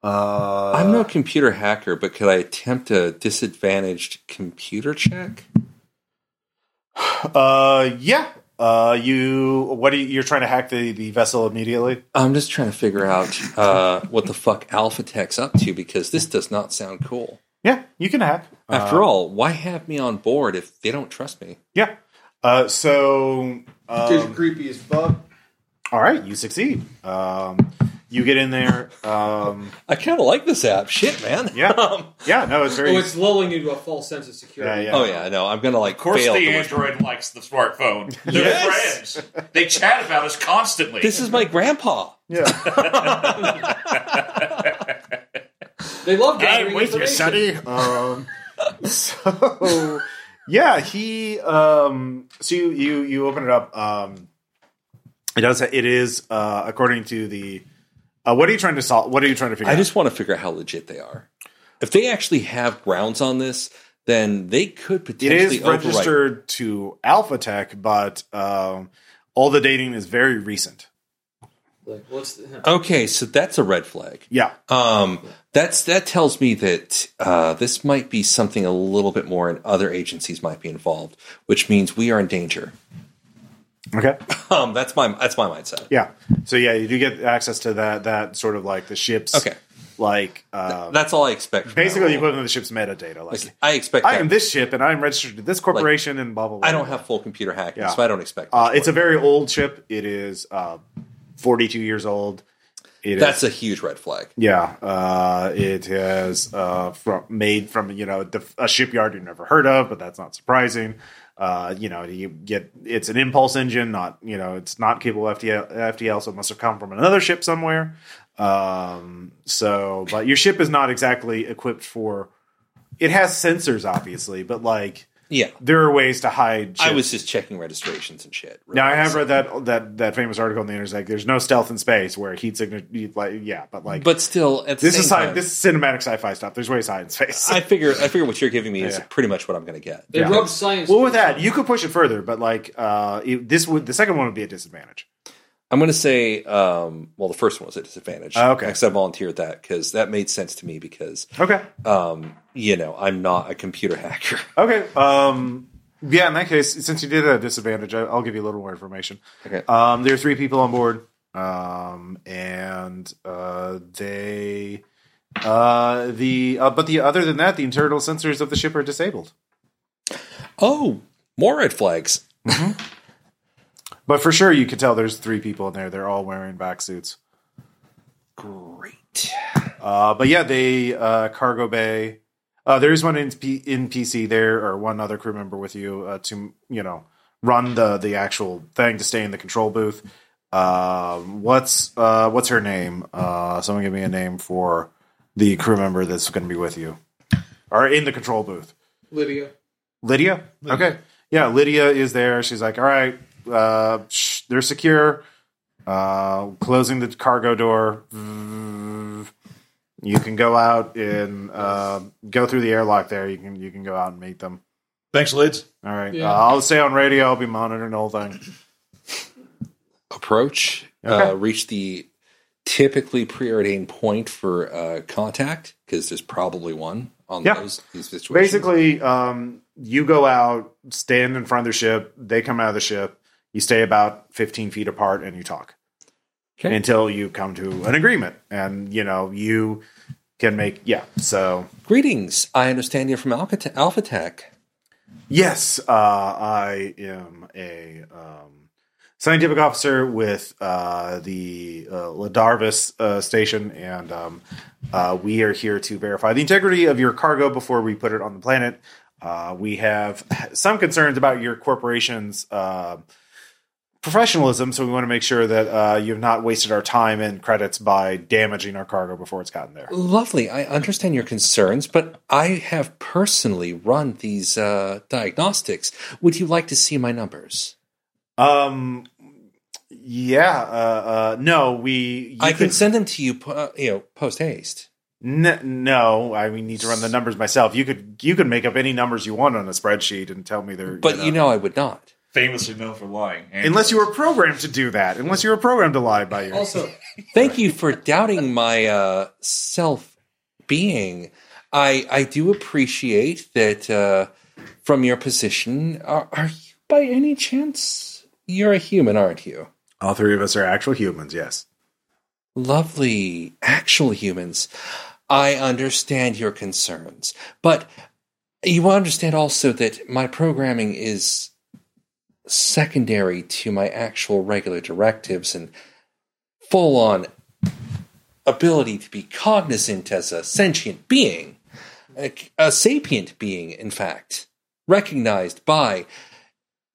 Uh,
I'm no computer hacker, but could I attempt a disadvantaged computer check?
Uh, yeah. Uh, you. What are you? You're trying to hack the the vessel immediately.
I'm just trying to figure out uh, what the fuck Alpha Tech's up to because this does not sound cool.
Yeah, you can hack.
After all, why have me on board if they don't trust me?
Yeah. Uh, so.
Dude's
Um,
creepy as fuck.
all right, you succeed. Um, you get in there. Um,
I kind of like this app. Shit, man.
yeah.
Um,
yeah. No, it's very.
Oh, it's lulling you to a false sense of security.
Yeah,
oh yeah, I know. I'm gonna like
Of course,
fail. at
the
the-
android likes the smartphone. They're
Yes.
friends. They chat about us constantly.
this is my grandpa.
yeah.
They love gathering information.
Um, so yeah, he. Um, so you you you open it up. Um, it does. It is uh, according to the. Uh, what are you trying to solve? What are you trying to figure
I
out?
just want to figure out how legit they are. If they actually have grounds on this, then they could
it
potentially
is
overwrite-
registered to AlphaTech, but um, all the dating is very recent.
Like, what's the,
Okay, so that's a red flag.
Yeah,
Um, that's that tells me that uh, this might be something a little bit more, and other agencies might be involved, which means we are in danger.
Okay.
Um, that's my that's my mindset.
Yeah. So yeah, you do get access to that that sort of like the ships.
Okay.
Like um,
That's all I expect. from
basically the
that role.
equivalent of the ship's metadata. Like
I expect.
I
that.
am this ship and I am registered to this corporation and blah blah. blah
I don't have full computer hacking,
Yeah.
so I don't expect.
Uh,
much
it's a
more.
very old ship. It is uh, 42 years old. It is
that's a huge red flag.
yeah. Uh, it has uh, from, made from you know the, a shipyard you've never heard of, but that's not surprising. Uh, you know, you get it's an impulse engine, not you know, it's not capable FTL, FTL, so it must have come from another ship somewhere. Um, so, but your ship is not exactly equipped for. It has sensors, obviously, but like
Yeah,
there are ways to hide. Ships.
I was just checking registrations and shit.
Now I have
realized.
read that that that famous article on the internet. Like, there's no stealth in space where heat signature. Like, yeah, but like,
but still, at the
this
same
is sci-
time,
this is cinematic sci-fi stuff. There's ways to hide in space.
I figure I figure what you're giving me is
Yeah.
pretty much what I'm going to get.
they
Yeah.
rub science.
well, with that, you could push it further, but like, uh, it, this would the second one would be a disadvantage.
I'm going to say, um, well, the first one was a disadvantage.
Oh, okay.
because I volunteered that because that made sense to me because
Okay,
um, you know I'm not a computer hacker.
okay. Um, yeah, in that case, since you did have a disadvantage, I, I'll give you a little more information.
Okay.
Um, there are three people on board, um, and uh, they. Uh, the uh, but the other than that, the internal sensors of the ship are disabled.
Oh, more red flags.
But for sure, you could tell there's three people in there. They're all wearing back suits.
Great.
Uh, but yeah, they uh, cargo bay. Uh, there is one in, P- in PC there, or one other crew member with you uh, to you know run the the actual thing to stay in the control booth. Um what's uh, what's her name? Uh, someone give me a name for the crew member that's going to be with you, or in the control booth.
Lydia.
Lydia? Okay. Yeah, Lydia is there. She's like, all right, uh, shh, they're secure. Uh, closing the cargo door. You can go out and uh, go through the airlock there. You can you can go out and meet them.
Thanks, lids.
All right.
Yeah.
Uh, I'll stay on radio. I'll be monitoring the whole thing.
Approach. Uh, reach the typically preordained point for uh, contact because there's probably one on
Yeah.
those these situations.
Basically, um, you go out, stand in front of the ship. They come out of the ship. You stay about 15 feet apart and you talk
Okay.
until you come to an agreement. And, you know, you can make, yeah. So,
greetings. I understand you're from Alcata- Alpha Tech.
yes, uh, I am a um, scientific officer with uh, the uh, Ladarvis uh, station, and um, uh, we are here to verify the integrity of your cargo before we put it on the planet. Uh, we have some concerns about your corporation's uh, professionalism, so we want to make sure that uh, you have not wasted our time and credits by damaging our cargo before it's gotten there.
Lovely. I understand your concerns, but I have personally run these uh, diagnostics. Would you like to see my numbers?
Um. Yeah. Uh. uh no. We. you
I can
could-
send them to you, po- uh, you know, post haste.
N- no. I mean, need to run the numbers myself. You could. You could make up any numbers you want on a spreadsheet and tell me they're.
But you know, I would not.
Famously known for lying. And
unless you were programmed to do that. Unless you were programmed to lie by your.
Also,
Thank you for doubting my uh, self being. I I do appreciate that uh, from your position. Are, are you by any chance? You're a human, aren't you?
all three of us are actual humans. Yes.
Lovely, actual humans. I understand your concerns, but you understand also that my programming is secondary to my actual regular directives and full on ability to be cognizant as a sentient being, a, a sapient being, in fact, recognized by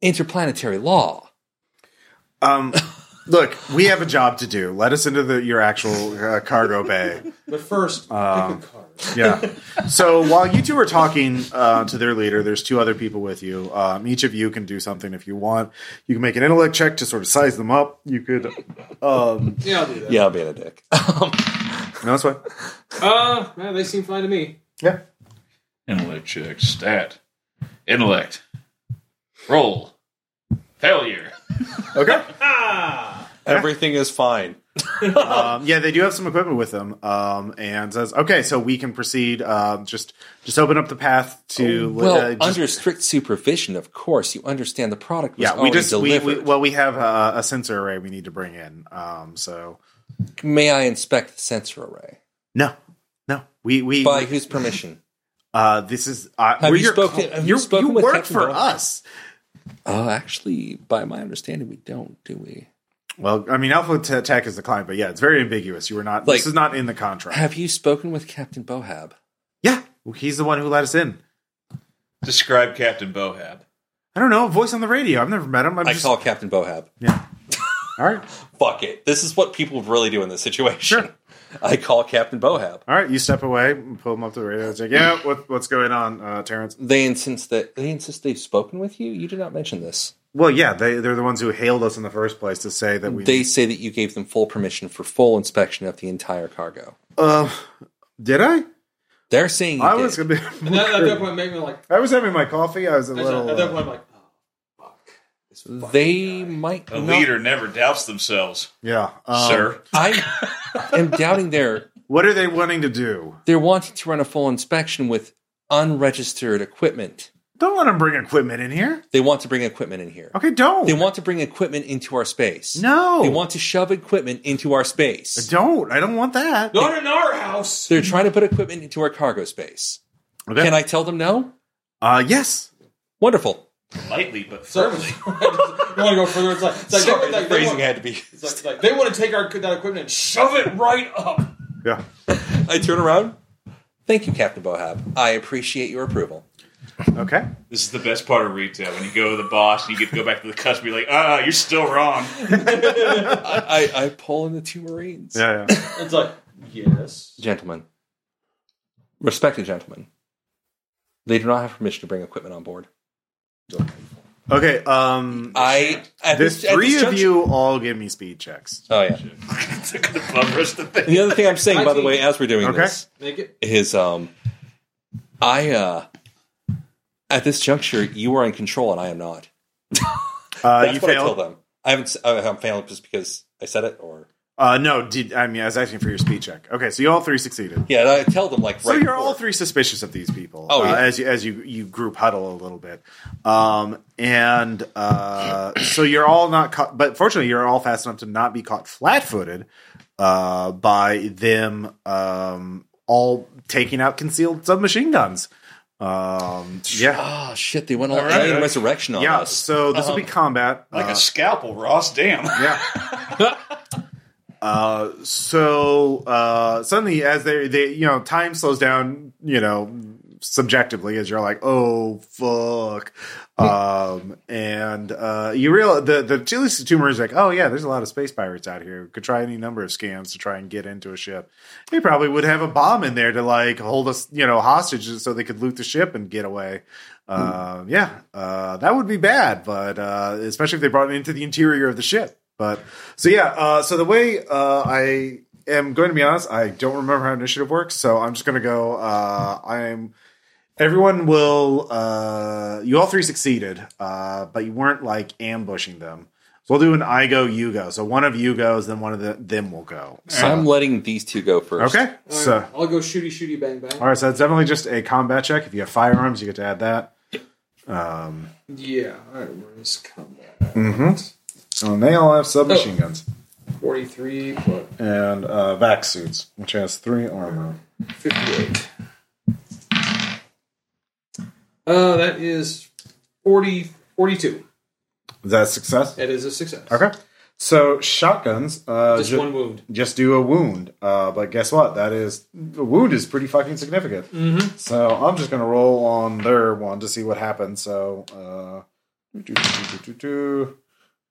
interplanetary law.
Um. Look, we have a job to do. Let us into the, your actual uh, cargo bay.
but first, pick a card.
Yeah. So while you two are talking uh, to their leader, there's two other people with you. Um, each of you can do something if you want. You can make an intellect check to sort of size them up. You could. Um,
Yeah, I'll do that.
Yeah, I'll be a dick.
no, that's fine.
Uh, man, they seem fine to me.
Yeah.
Intellect check. Stat. Intellect. Roll. Failure.
Okay.
Everything is fine.
Um, yeah, they do have some equipment with them, um, and says, "Okay, so we can proceed. Um, just, just open up the path to
Oh, Well,
uh, just-
under strict supervision, of course. You understand the product was
yeah, we
already
just we,
delivered.
we well we have a, a sensor array we need to bring in. Um, so
May I inspect the sensor array?
no, no, we we
By whose permission?
uh, this is uh,
Have
we're
you
your
spoken-
co-
have you
you're-
spoken
you
with
work
Captain
for
Bob?
us.
Oh, actually, by my understanding, we don't, do we?
Well, I mean, Alpha Te- Tech is the client, but yeah, it's very ambiguous. You were not.
Like-
this is not in the contract.
Have you spoken with Captain Bohab?
Yeah, he's the one who let us in.
Describe Captain Bohab.
I don't know. Voice on the radio. I've never met him. I'm
I
just,
call Captain Bohab.
all right.
Fuck it. This is what people really do in this situation.
Sure.
I call Captain Bohab.
All right. You step away, and pull him up to the radio. It's like, yeah, what, what's going on, uh, Terrence?
They insist that they insist they've spoken with you. You did not mention this.
Well, yeah, they they're the ones who hailed us in the first place to say that we.
They say that you gave them full permission for full inspection of the entire cargo.
uh, did I?
They're saying you
I
did.
was gonna be.
And that, at that point, make me like.
I was having my coffee. I was a
At that-
little.
at that
uh,
point, I'm like, oh, fuck. This fucking
They
guy.
might
A
not
leader never doubts themselves,
yeah, um,
sir.
I am doubting they're
What are they wanting to do?
they're wanting to run a full inspection with unregistered equipment.
Don't let them bring equipment in here.
They want to bring equipment in here.
Okay, don't.
They want to bring equipment into our space.
Oh. no.
They want to shove equipment into our space.
Don't. I don't want that.
Not in our house.
They're trying to put equipment into our cargo space.
Okay.
Can I tell them no?
uh, yes.
Wonderful.
lightly but
So
firmly.
you want to go further? It's like, it's like,
Sorry,
they,
the
like, they
phrasing
want,
had to be.
it's like, it's like they want to take our that equipment and shove it right up.
Yeah.
I turn around. Thank you, Captain Bohab. I appreciate your approval.
Okay.
This is the best part of retail when you go to the boss and you get to go back to the customer. You're like, ah, you're still wrong.
I, I, I pull in the two Marines.
Yeah. yeah.
It's like yes.
Gentlemen, respected gentlemen, they do not have permission to bring equipment on board.
Okay. Um,
I Uh, at
the
this- at
three
this
of
juncture-
you all give me speed checks.
Oh yeah.
It's like the bum rush the thing.
And the other thing I'm saying, by the way, as we're doing
Okay.
this,
Make it.
is um, I uh, at this juncture you are in control and I am not.
Uh,
That's
you
what I tell
failed.
them. I haven't. s- I- I'm failing just because I said it, or
Uh, no, did, I mean, I was asking for your speed check. Okay, so you all three succeeded.
yeah, and I tell them like right.
So you're
before.
all three suspicious of these people.
Oh,
uh,
yeah.
as you as you you group huddle a little bit, um, and uh, so you're all not caught. But fortunately, you're all fast enough to not be caught flat-footed uh, by them um, all taking out concealed submachine guns. Um, yeah,
Oh shit! They went all,
right.
alien resurrection on
yeah.
us.
So this will be combat.
Like
uh,
a scalpel, Ross. Damn.
yeah. uh, so uh, suddenly, as they they you know time slows down, you know subjectively as you're like oh fuck um and uh you real the the Chile's tumor is like oh yeah there's a lot of space pirates out here who could try any number of scams to try and get into a ship they probably would have a bomb in there to like hold us you know hostages so they could loot the ship and get away um yeah uh that would be bad but uh especially if they brought it into the interior of the ship but so yeah, uh, so the way uh, I am going to be honest, I don't remember how initiative works, so I'm just going to go. Uh, I'm everyone will. Uh, you all three succeeded, uh, but you weren't like ambushing them. So we'll do an I go, you go. So one of you goes, then one of the, them will go.
So I'm letting these two go first.
Okay, so
I'll go shooty shooty bang bang.
all right, so it's definitely just a combat check. If you have firearms, you get to add that.
Yeah. All right. Where's combat?
And they all have submachine guns
Forty three plus
and uh, vac suits, which has three armor.
fifty eight. Uh, that is 40, 42.
Is that a success?
That is a success.
Okay. So shotguns, uh,
Just
ju-
one wound.
just do a wound. Uh, but guess what? That is a wound is pretty fucking significant. So I'm just gonna roll on their one to see what happens. So, uh, do, do, do, do, do,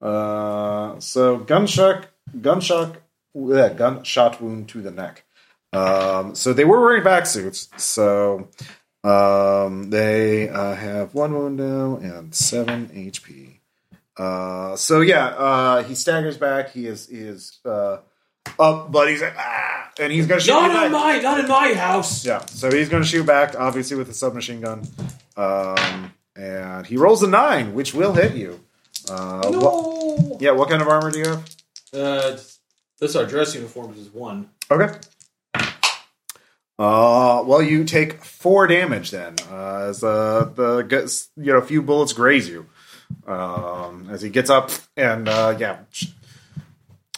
do. Uh, so gunshot, gunshot, yeah, gunshot wound to the neck. Um, so they were wearing back suits. So um, they uh, have one wound now and seven HP. Uh, so yeah, uh, he staggers back. He is he is uh, up, but he's like ah, and he's gonna shoot. you
Not
back.
in my, not in my house.
Yeah, so he's going to shoot back, obviously with a submachine gun, um, and he rolls a nine, which will hit you. Uh, what-
No.
yeah, what kind of armor do you have?
Uh, that's our dress uniforms is one.
Okay. Uh, well, you take four damage then, uh, as uh, the gets, you know a few bullets graze you. Um, as he gets up and uh, yeah.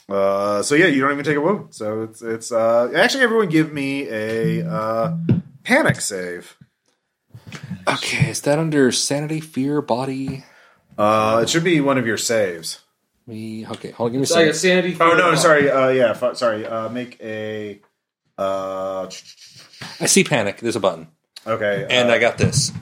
Uh, so yeah, you don't even take a wound. So it's it's uh, actually everyone give me a uh, panic save.
Okay. Is that under sanity, fear, body?
Uh, it should be one of your saves.
Me. Okay. Hold on. Give me a
It's like a sanity.
second.
Oh no, sorry. Uh, yeah, f- sorry. Uh, make a. Uh,
I see panic. There's a button,
okay,
and
uh,
I got this.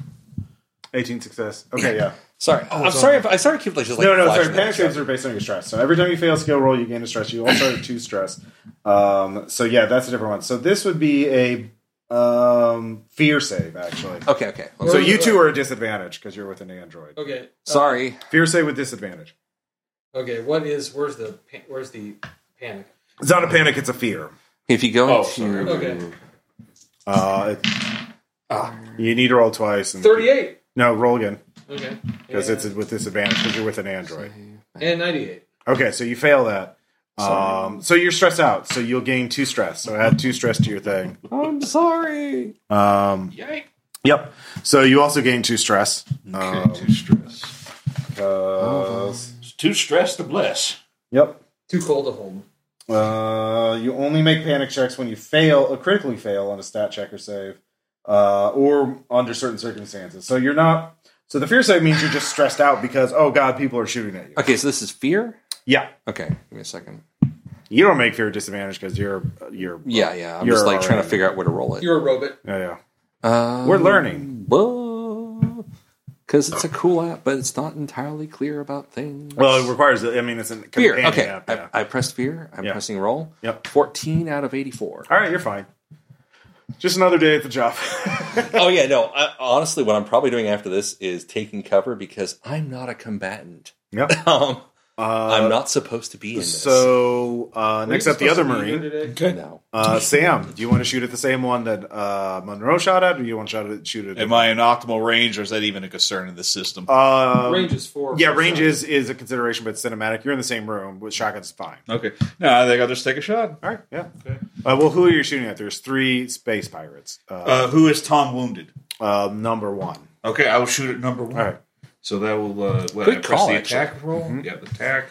eighteen success. Okay, yeah.
Sorry. Oh, I'm sorry. If, I sorry. Keep like just like
No, no, sorry.
flashing
Panic
at
saves
each
are based on your stress. So every time you fail a skill roll, you gain a stress. You also have two stress. Um, so yeah, that's a different one. So this would be a um, fear save actually.
other. Okay. Okay.
So you two are a disadvantage because you're with an android.
Okay.
Sorry.
Fear save with disadvantage.
Okay. What is? Where's the? pa- Where's the panic?
It's not a panic. It's a fear.
If you go
Oh,
into
Okay.
Mm. Uh, it, ah, you need to roll twice. And,
Thirty-eight.
No, roll again
Okay.
because
and,
it's with disadvantage because you're with an android.
and ninety-eight.
Okay, so you fail that. Um, so you're stressed out. So you'll gain two stress. So add two stress to your thing.
I'm sorry.
Um,
Yikes.
yep. So you also gain two stress. Um,
Oh, Too stressed.
Uh, 'cause-
It's too stressed Uh-huh. to bless.
Yep.
Too cold to hold.
Uh, you only make panic checks when you fail, a critically uh, fail on a stat check or save, uh, or under certain circumstances. So you're not So the fear side means you're just stressed out because oh god, people are shooting at you.
Okay, so this is fear.
Yeah,
Okay, give me a second.
you don't make fear a disadvantage because you're you're
Yeah, yeah. I'm
You're
just like trying
alright.
to figure out where to roll it.
You're a robot.
yeah yeah.
Um,
We're learning.
because it's a cool app, but it's not entirely clear about things.
Well, it requires. I mean, it's a
fear.
companion
Okay,
app, yeah.
I, I pressed fear. I'm
Yeah.
pressing roll.
Yep.
Fourteen out of eighty-four.
All right, you're fine. Just another day at the job.
oh yeah, no. I, honestly, what I'm probably doing after this is taking cover because I'm not a combatant.
yep.
Um,
Uh,
I'm not supposed to be in this.
so uh, next up, the other marine,
no.
uh, Sam. Do you want to shoot at the same one that uh, Monroe shot at, or do you want to shot at, shoot at? a
Am I in optimal range, or is that even a concern in this system?
different- Um,
range is four.
Yeah, range is, is a consideration, but it's cinematic. You're in the same room with shotguns, fine.
okay, no, I think I'll just take a shot.
All right, yeah. Uh, well, who are you shooting at? There's three space pirates. Uh,
Uh, who is Tom wounded?
uh, number one.
Okay, I will shoot at number one.
All right.
So that will uh, what,
Good
I press
call,
the
actually.
attack roll. Yeah, the attack.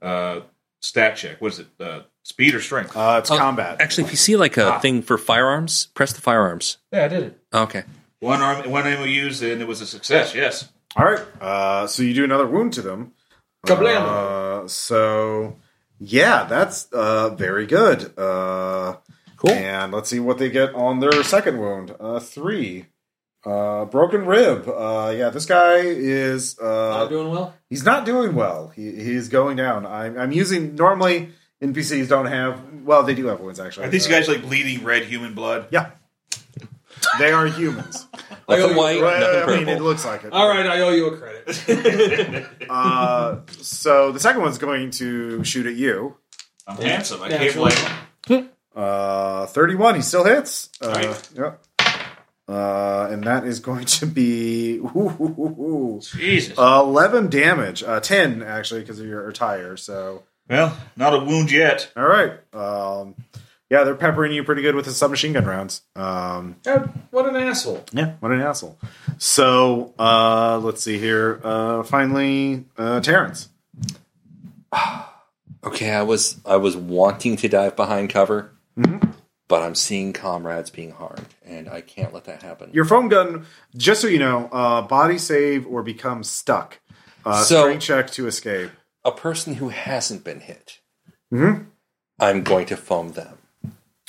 Uh, stat check. What is it? Uh, speed or strength?
Uh, it's combat.
Actually, if you see like a thing for firearms, press the firearms.
yeah, I did it.
Okay.
One arm, one ammo used, and it was a success. Yes.
All right. Uh, so you do another wound to them.
Kablam.
Uh, so, yeah, that's uh, very good. Uh,
Cool.
And let's see what they get on their second wound. Uh, three. Uh, broken rib. Uh, yeah, this guy is. uh,
Not doing well.
He's not doing well. He, he's going down. I'm, I'm using normally NPCs don't have. Well, they do have wounds actually.
Are these
Uh,
guys like bleeding red human blood?
Yeah, they are humans.
Nothing white,
Well,
nothing
I mean, it
purple.
looks like it.
All right, I owe you a credit.
Uh, so the second one's going to shoot at you.
I'm handsome. I can't
Naturally.
blame.
Uh, Thirty-one. He still hits. Uh,
Right.
yeah. Uh, and that is going to be ooh, ooh, ooh, ooh.
Jesus.
Uh, eleven damage. Uh, Ten actually because of your attire. So
well, not a wound yet.
All right. Um, yeah, they're peppering you pretty good with the submachine gun rounds. Um,
God, what an asshole.
yeah, what an asshole. So uh, let's see here. Uh, finally, uh, Terrence.
Okay, I was I was wanting to dive behind cover,
Mm-hmm.
but I'm seeing comrades being harmed, and I can't let that happen.
Your foam gun, just so you know, uh, body save or become stuck. Uh,
So-
strength check to escape.
a person who hasn't been hit.
Mm-hmm.
I'm going to foam them.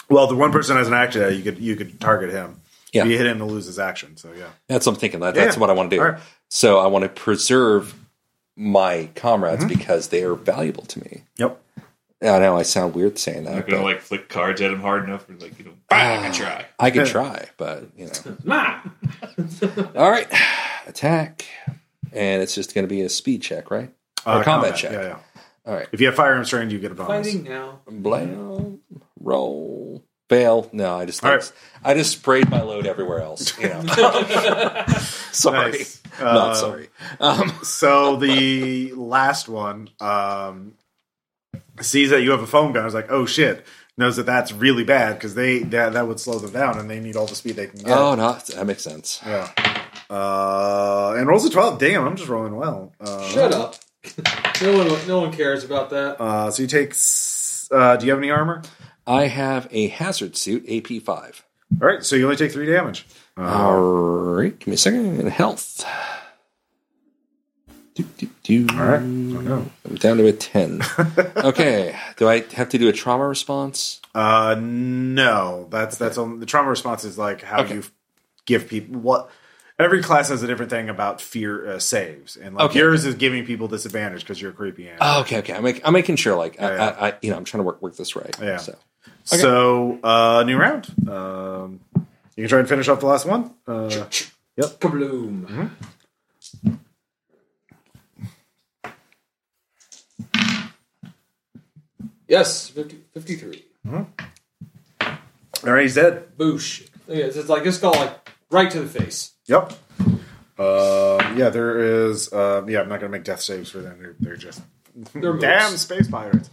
Well, the one person has an action that you could you could target him.
Yeah.
If you hit him, to lose his action. So yeah.
That's what I'm thinking. That,
Yeah,
That's what I want to do.
all right.
So I want to preserve my comrades
Mm-hmm.
because they are valuable to me.
Yep.
I know I sound weird saying that.
I'm gonna
But
like flick cards at him hard enough for like you know, bang, I try.
I could try, but you know.
Ma.
All right, attack, and it's just going to be a speed check, right? Or combat check.
Uh, Yeah, yeah.
All right.
If you have firearms trained, you get a bonus.
Fighting now.
Blam, roll, fail. No, I just
All right.
I just sprayed my load everywhere else. You know, sorry,
Nice. Uh,
not sorry. Um,
so the last one um, sees that you have a foam gun. Is like, oh shit! Knows that that's really bad because they that, that would slow them down, and they need all the speed they can get.
Oh no, that makes sense.
Yeah. Uh, and rolls a twelve. Damn, I'm just rolling well. Uh,
Shut up. No one, no one cares about that.
Uh, so you take. s- Uh, do you have any armor?
I have a hazard suit, AP five.
All right, so you only take three damage. Uh-huh.
All right, give me a second. Health. Do, do, do.
All right.
Mm.
Oh, no.
I'm down to a ten. okay, do I have to do a trauma response?
Uh, no, that's that's on the trauma response is like how
Okay.
you give people what. Every class has a different thing about fear uh, saves, and like
Okay.
yours is giving people disadvantage because you're creepy. And
Oh, okay, okay. I'm, make, I'm making sure. Like, I,
Yeah,
I, I, you know, I'm trying to work work this right.
Yeah.
So.
So uh, new round. Um, you can try and finish off the last one. Uh,
Kabloom.
mm-hmm.
Yes, 50, 53.
all right, he's dead.
Boosh. Oh, Yeah, it's it's like this call, like right to the face.
Yep. Uh, yeah, there is. Uh, yeah, I'm not gonna make death saves for them. They're, they're just
They're
damn
moves.
space pirates.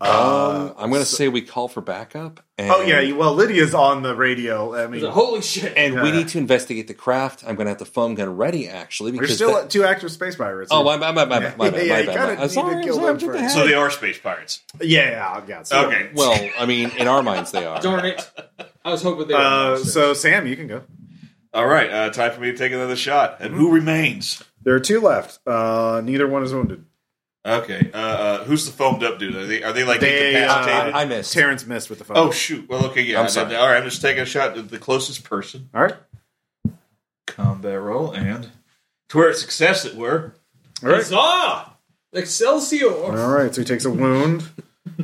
Um, I'm going to say we call for backup. And,
Oh yeah. you- Well, Lydia's on the radio. I mean, uh,
It's like, Holy shit!
and we
Yeah.
need to investigate the craft. I'm going to have the foam gun ready, actually,
there's
because
still
that-
two active space pirates.
oh, my bad, my bad, my bad, my
Yeah, you kinda
bad. my bad. I'm
need to
sorry,
kill
I'm sorry,
them
what the
first.
heck?
So they are space pirates.
yeah, yeah, yeah. so-
Okay.
Well, I mean, in our minds, they are.
Darn it! I was hoping they. Were
Uh,
monsters.
so Sam, you can go.
All right, uh, time for me to take another shot. And who remains?
There are two left. Uh, neither one is wounded.
Okay, uh, uh, who's the foamed up dude? Are they are they like
They,
incapacitated?
uh,
I missed.
Terrence missed with the phone.
oh shoot! Well, okay, yeah.
I'm sorry.
All right, I'm just taking a shot at the closest person.
all right.
Combat roll um, and to where it's success it were.
All right.
Huzzah! Excelsior!
All right, so he takes a wound.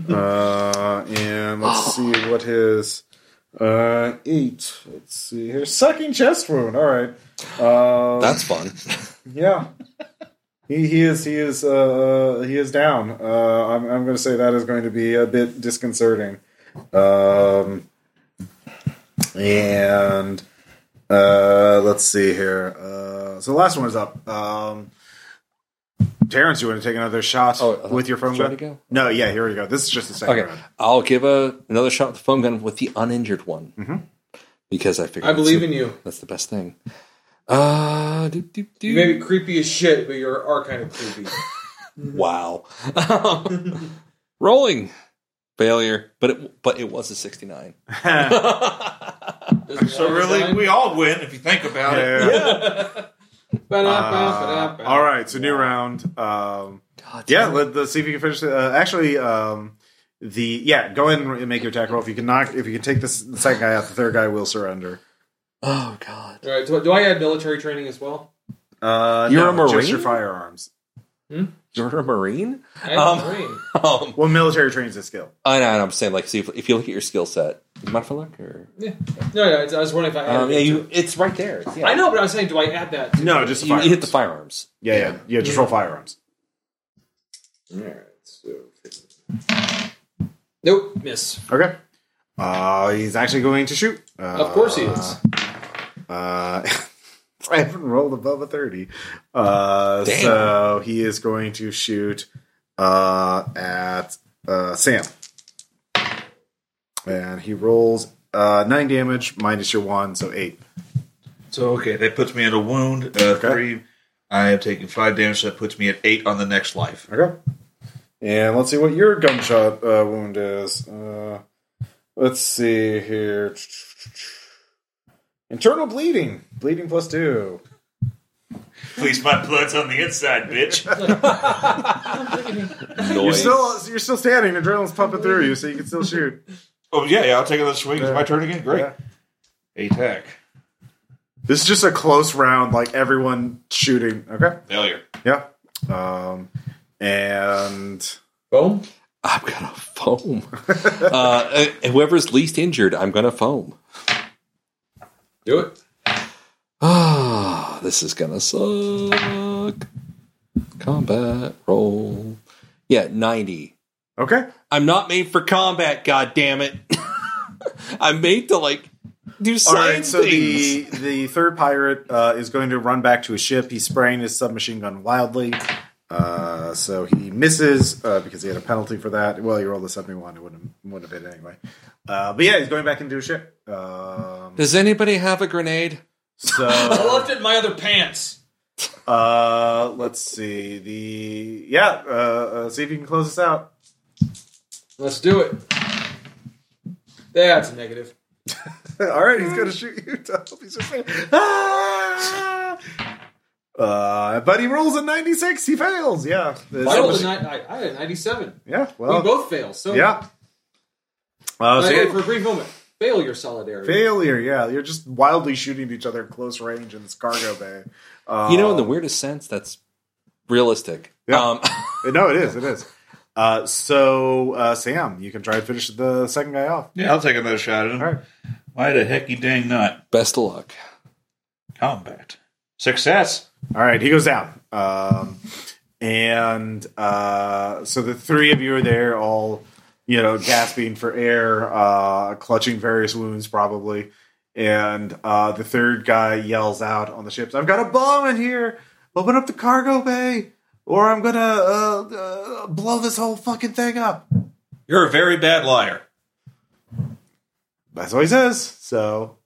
Uh, and let's see what his uh, eight. Let's see here. Sucking chest wound. All right. Uh,
That's fun.
yeah. He, he is he is uh, he is down. Uh, I'm I'm going to say that is going to be a bit disconcerting. Um, and uh, let's see here. Uh, so the last one is up. Um, Terrence, you want to take another shot
Oh, I thought-
with your phone
should I
gun?
go?
No, yeah, here we go. This is just the second
Okay,
round.
I'll give a another shot with the foam gun with the uninjured one
Mm-hmm.
because I figured
I believe
that's
in
the-
you.
That's the best thing. Uh, do, do, do.
You may be creepy as shit, but you are kind of creepy.
Wow. Rolling failure, but it but it was a sixty nine.
So really, we all win if you think about it.
Yeah. Uh,
Ba-da-ba-ba-da-ba.
all right, so new round. Um,
God,
Yeah, let, let's see if you can finish. it. Uh, actually, um, the yeah, go ahead and make your attack roll. If you can knock, if you can take this the second guy out, the third guy will surrender.
Oh God.
All right, do, do I have military training as well?
Uh,
You're
no,
a
Just
Marine?
your firearms.
You're a marine.
I have
Um,
training.
Um,
Well, military trains a skill.
I know. and I'm saying like, see if, if you look at your skill set. You mind if I look? Or
Yeah. No, no, it's- I was wondering if I added
um, yeah,
it
you.
to-
It's right there. It's- yeah.
I know, but I was saying, do I add that? To
No, just
You,
firearms.
you hit the firearms.
Yeah, yeah, yeah. Just roll firearms.
All right, so. Nope, miss.
Okay. Uh, he's actually going to shoot. Uh,
Of course he is.
Uh, I haven't rolled above a 30. Uh,
Damn.
so he is going to shoot uh, at uh, Sam. And he rolls uh, 9 damage minus your 1, so 8.
So okay, that puts me in a wound. Uh, Three. I am taking five damage. So that puts me at eight on the next life.
Okay. And let's see what your gunshot uh, wound is. Uh, let's see here. Internal bleeding. Bleeding plus 2.
Please, my blood's on the inside, bitch.
You're
Noise.
still you're still standing. Adrenaline's pumping through you, so you can still shoot.
Oh yeah, yeah. I'll take another swing. It's my turn again. Great.
Yeah.
Attack.
This is just a close round, like everyone shooting. Okay,
Failure.
yeah. Um, and
Boom.
I'm gonna foam. uh, whoever's least injured, I'm gonna foam.
Do it.
Ah, this is gonna suck. Combat roll. Yeah, 90.
okay,
I'm not made for combat, god damn it. I'm made to like do
all right.
science
So the
things.
the third pirate uh, is going to run back to his ship. He's spraying his submachine gun wildly. Uh, so he misses uh, because he had a penalty for that. Well, you rolled a seventy-one; it wouldn't wouldn't have hit anyway. Uh, but yeah, he's going back into his ship. Um,
Does anybody have a grenade?
I
so
left it in my other pants.
uh, let's see the yeah. Uh, uh, see if you can close this out.
Let's do it. That's a negative.
All right, he's gonna shoot you, Tom. He's just saying, ah! Uh, but he rolls a 96. He fails. Yeah.
I, rolled a
Somebody-
ni- I, I had a 97.
yeah.
we
Well,
both fail. So
yeah. Uh, so
I-
yeah,
for a brief moment, fail your solidarity.
failure. Yeah. You're just wildly shooting at each other at close range in this cargo bay. Uh,
You know, in the weirdest sense, that's realistic.
Yeah.
Um,
no, it is. It is. Uh, so, uh, Sam, you can try and finish the second guy off.
Yeah, I'll take another shot at him.
All right.
Why the heck you dang not?
best of luck.
Combat. Success.
All right, he goes down. Um, and uh, so the three of you are there, all you know, gasping for air, uh, clutching various wounds, probably. And uh, the third guy yells out on the ships, "I've got a bomb in here! Open up the cargo bay, or I'm gonna uh, uh, blow this whole fucking thing up."
You're a very bad liar.
That's what he says. So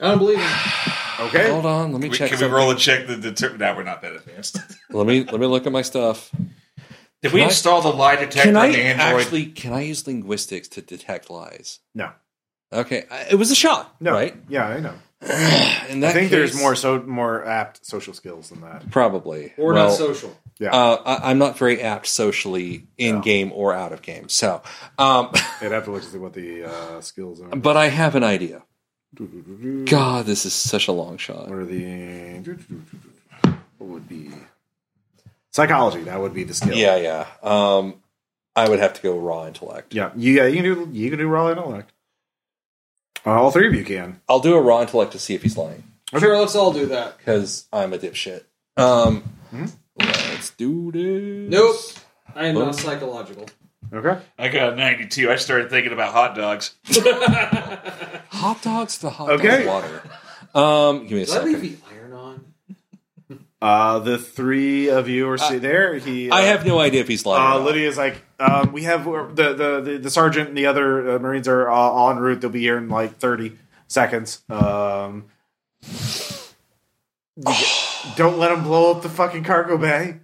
I don't believe it.
okay,
Hold on, let me
We,
check.
can we
something.
roll a check that determine? Now we're not that advanced.
Let me let me look at my stuff.
Did we
I-
install the lie detector
Can
on
I
the Android?
actually? Can I use linguistics to detect lies?
no,
Okay, I, it was a shot,
no,
right?
yeah, I know.
In that
I think there's
case-
more so more apt social skills than that.
Probably.
Or
Well,
not social.
Yeah,
Uh, I, I'm not very apt socially in game or out of game. So, um,
I'd have to look to see what the uh, skills are.
but I have an idea. God, this is such a long shot.
What are the what would be psychology? That would be the skill.
Yeah, yeah. Um, I would have to go raw intellect.
yeah, you, yeah. You can do you can do raw intellect. Uh, all three of you can.
I'll do a raw intellect to see if he's lying
Sure, let's all do that.
because I'm a dipshit. Um, Let's do this.
Nope. I am not psychological.
Okay.
I got a 92. I started thinking about hot dogs.
Hot dogs to hot
Okay.
dog water. Um, give me a
Did I
second.
leave the iron on?
Uh, the three of you are sitting there. He.
I
uh,
have no idea if he's lying. or
Uh,
not.
Lydia's like, um, we have the, the the the sergeant and the other uh, Marines are uh, en route. They'll be here in like thirty seconds. Um, don't let them blow up the fucking cargo bay.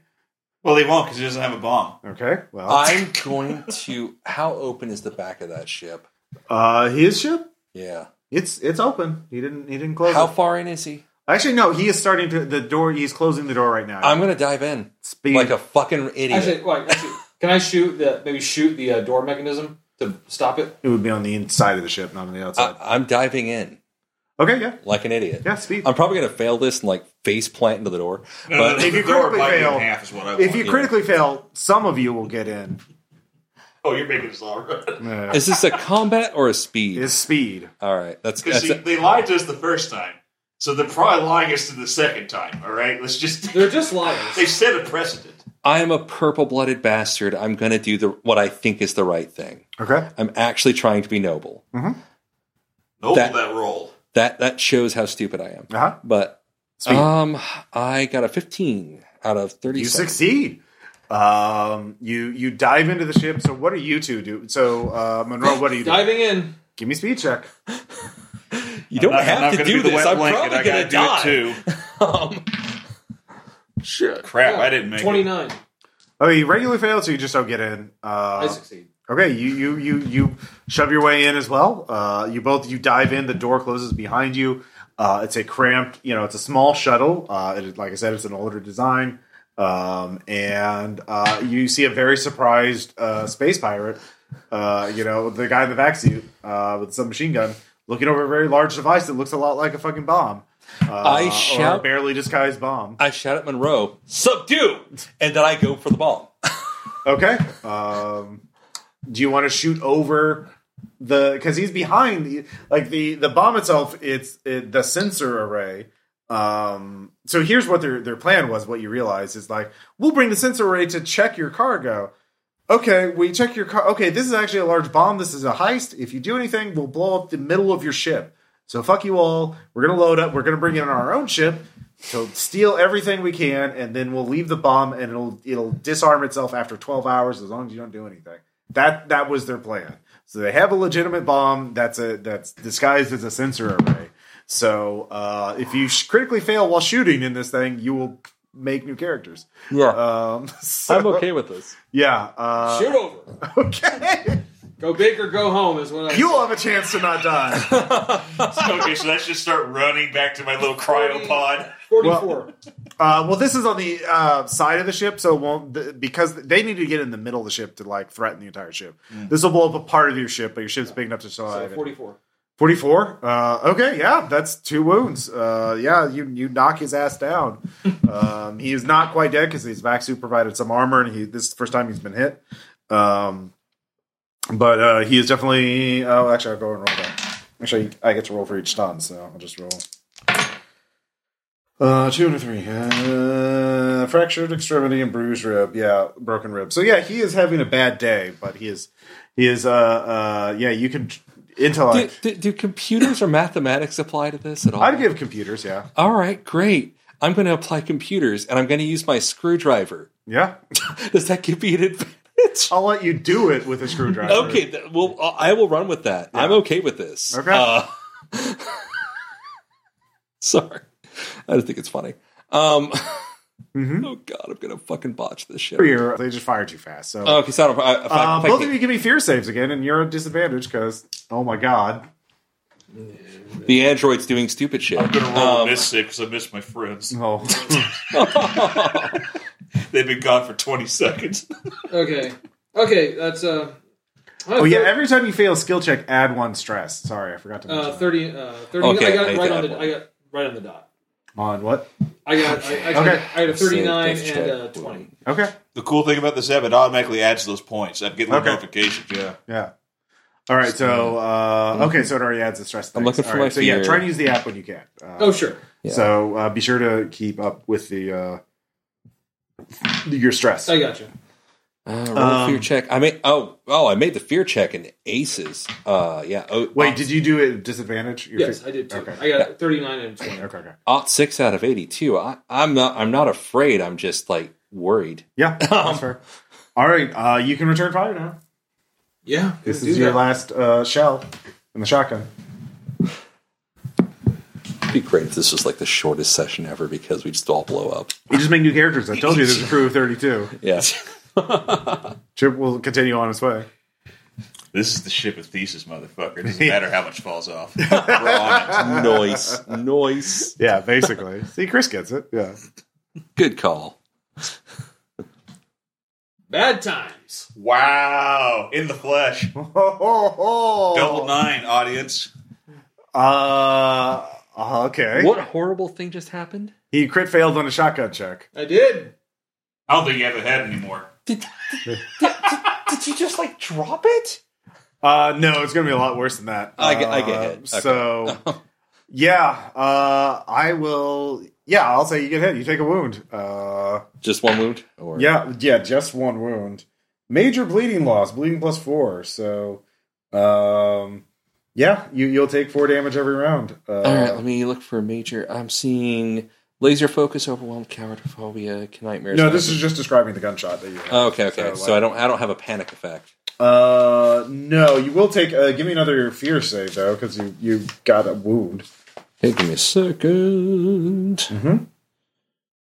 Well, they won't because he doesn't have a bomb.
Okay. Well,
I'm going to. How open is the back of that ship?
uh, his ship.
Yeah.
It's it's open. He didn't he didn't close
How
it.
far in is he?
Actually, no. He is starting to the door. He's closing the door right now.
I'm going to dive in
Speed.
like a fucking idiot.
Actually, wait, actually, can I shoot the maybe shoot the uh, door mechanism to stop it?
it would be on the inside of the ship, not on the outside.
I, am diving in
okay. Yeah.
like an idiot.
Yeah. Speed.
I'm probably going to fail this and like face plant into the door.
No, no,
But
Uh.
the,
If you
the door
critically
bite you
fail-
in half is what I want.
if you critically fail, some of you will get in.
oh, you're making this all right.
Uh,
is this a combat or a speed?
is speed.
All right. That's,
Because
that's
see,
it.
they lied to us the first time, so they're probably lying us to the second time. All right, let's just
They're just liars.
they've set a precedent.
I am a purple blooded bastard. I'm going to do the what I think is the right thing.
Okay.
I'm actually trying to be noble.
Noble
That-
that, roll.
That that shows how stupid I am.
Uh huh.
But
Speed.
um, I got a 15 out of 30.
you succeed. Um, you you dive into the ship. So what do you two do? So uh, Monroe, what do you do?
Diving in.
Give me speed check.
You don't
I'm
have
not
to
gonna
do
be the
this.
wet
I'm
blanket.
probably
I gotta
going to die.
do it too.
Um,
Shit.
Crap, I didn't make
Twenty
it.
nine.
Oh, you regularly fail, so you just don't get in.
I
Uh,
succeed.
okay, you you you you shove your way in as well. Uh, you both you dive in. The door closes behind you. Uh, it's a cramped, you know, it's a small shuttle. Uh, it, is- like I said, it's an older design, um, and uh, you see a very surprised uh, space pirate. Uh, you know, the guy in the backseat uh, with some machine gun looking over a very large device that looks a lot like a fucking bomb. Uh,
I
or a
shout-
barely disguised bomb.
I shout at Monroe, subdue, and then I go for the bomb.
Okay. Um, do you want to shoot over the? Because he's behind. The, like the the bomb itself, it's it, the sensor array. Um, so here's what their their plan was. What you realize is like we'll bring the sensor array to check your cargo. Okay, we check your car. Okay, this is actually a large bomb. This is a heist. If you do anything, we'll blow up the middle of your ship. So fuck you all. We're gonna load up. We're gonna bring in our own ship. So steal everything we can, and then we'll leave the bomb, and it'll it'll disarm itself after twelve hours as long as you don't do anything. That that was their plan. So they have a legitimate bomb that's a that's disguised as a sensor array. So uh, if you sh- critically fail while shooting in this thing, you will make new characters.
Yeah.
Um, so-
I'm okay with this.
Yeah. Uh,
Shoot over.
Okay.
Go big or go home is what I.
You'll have a chance to not die.
okay, so let's just start running back to my little cryopod.
Forty
Well-
four.
Uh, well, this is on the uh, side of the ship, so it won't th- because they need to get in the middle of the ship to like threaten the entire ship. This will blow up a part of your ship, but your ship's big enough to survive.
forty four.
Forty-four. Uh, okay, yeah, that's two wounds. Uh, yeah, you you knock his ass down. um, he is not quite dead because his vac suit provided some armor, and he this is the first time he's been hit. Um, but uh, he is definitely. Oh, actually, I'll go and roll that. Actually, I get to roll for each stun, so I'll just roll. Uh, two and a three. Uh, fractured extremity and bruised rib. Yeah, broken rib. So yeah, he is having a bad day, but he is, he is. Uh, uh, yeah, you can
Do,
intellect.
do, do computers or mathematics apply to this at all?
I'd give computers. Yeah,
all right, great. I'm going to apply computers, and I'm going to use my screwdriver.
yeah.
Does that give me an advantage?
I'll let you do it with a screwdriver.
Okay, that, well, uh, I will run with that. I'm okay with this.
Okay.
Uh, sorry, I just think it's funny. Um,
Mm-hmm.
Oh God, I'm gonna fucking botch this shit.
Here, They just fired you fast. So
Okay, so I don't. I, if I-
um,
if
both
I can't-
of you give me fear saves again, and you're at disadvantage because oh my god.
The android's doing stupid shit.
I'm gonna roll
Um,
a miss because I miss my friends.
Oh,
They've been gone for 20 seconds.
Okay. Okay, that's uh.
oh yeah. Every time you fail a skill check, add one stress. Sorry, I forgot to mention.
uh,
that.
thirty. Uh, thirty.
Okay,
I got
I
it right
got
on
one.
the. I got right on the dot.
On what?
I got. I,
Okay.
I, I had a
Let's see,
thirty-nine
let's
and
check.
a twenty.
Okay.
The cool thing about this app, it automatically adds those points. I'm getting
Okay.
notifications. Yeah.
Yeah. All right. So uh, okay. So it already adds the stress.
I'm
things.
looking for
All right,
my
So yeah,
fear.
try and use the app when you can. Uh,
Oh sure.
Yeah.
So uh, be sure to keep up with the uh, your stress.
I got you.
Uh, roll
Um,
fear check. I made oh oh I made the fear check in aces. Uh yeah. Oh,
Wait,
ot-
did you do it at disadvantage? Your
Yes,
fi-
I did too.
Okay.
I got thirty-nine and a twenty.
Okay. Okay.
ot six out of eighty two. I I'm not I'm not afraid. I'm just like worried.
Yeah. That's fair. All right. Uh, you can return fire now.
Yeah.
This
do
is your
that.
last uh, shell in the shotgun.
It'd be great if this was like the shortest session ever because we just all blow up.
You just make new characters. I told you there's a crew of 32.
Yeah.
Chip will continue on his way.
This is the ship of thesis, motherfucker. It doesn't matter how much falls off. We're on it.
noise. Noise.
Yeah, basically. See, Chris gets it. Yeah.
Good call.
Bad times.
Wow. In the flesh. Oh. Double nine, audience.
Uh, okay.
What horrible thing just happened?
He crit failed on a shotgun check.
I did.
I don't think you have a head anymore.
Did you just like drop it?
Uh, no, it's going to be a lot worse than that.
I get- I get
Uh,
hit. Okay.
So, yeah, uh, I will. Yeah, I'll say you get hit. You take a wound. Uh,
Just one wound? Or
Yeah, yeah, just one wound. Major bleeding loss, bleeding plus four. So, um, yeah, you you'll take four damage every round. Uh,
All right, let me look for a major. I'm seeing laser focus, overwhelmed, cowardophobia, nightmares.
no, this is just describing the gunshot that you. Had.
Oh, okay, okay. So,
So,
I don't, I don't have a panic effect.
Uh, no, you will take. Uh, give me another fear save though, because you you got a wound.
Hey, give me a second. Mm-hmm.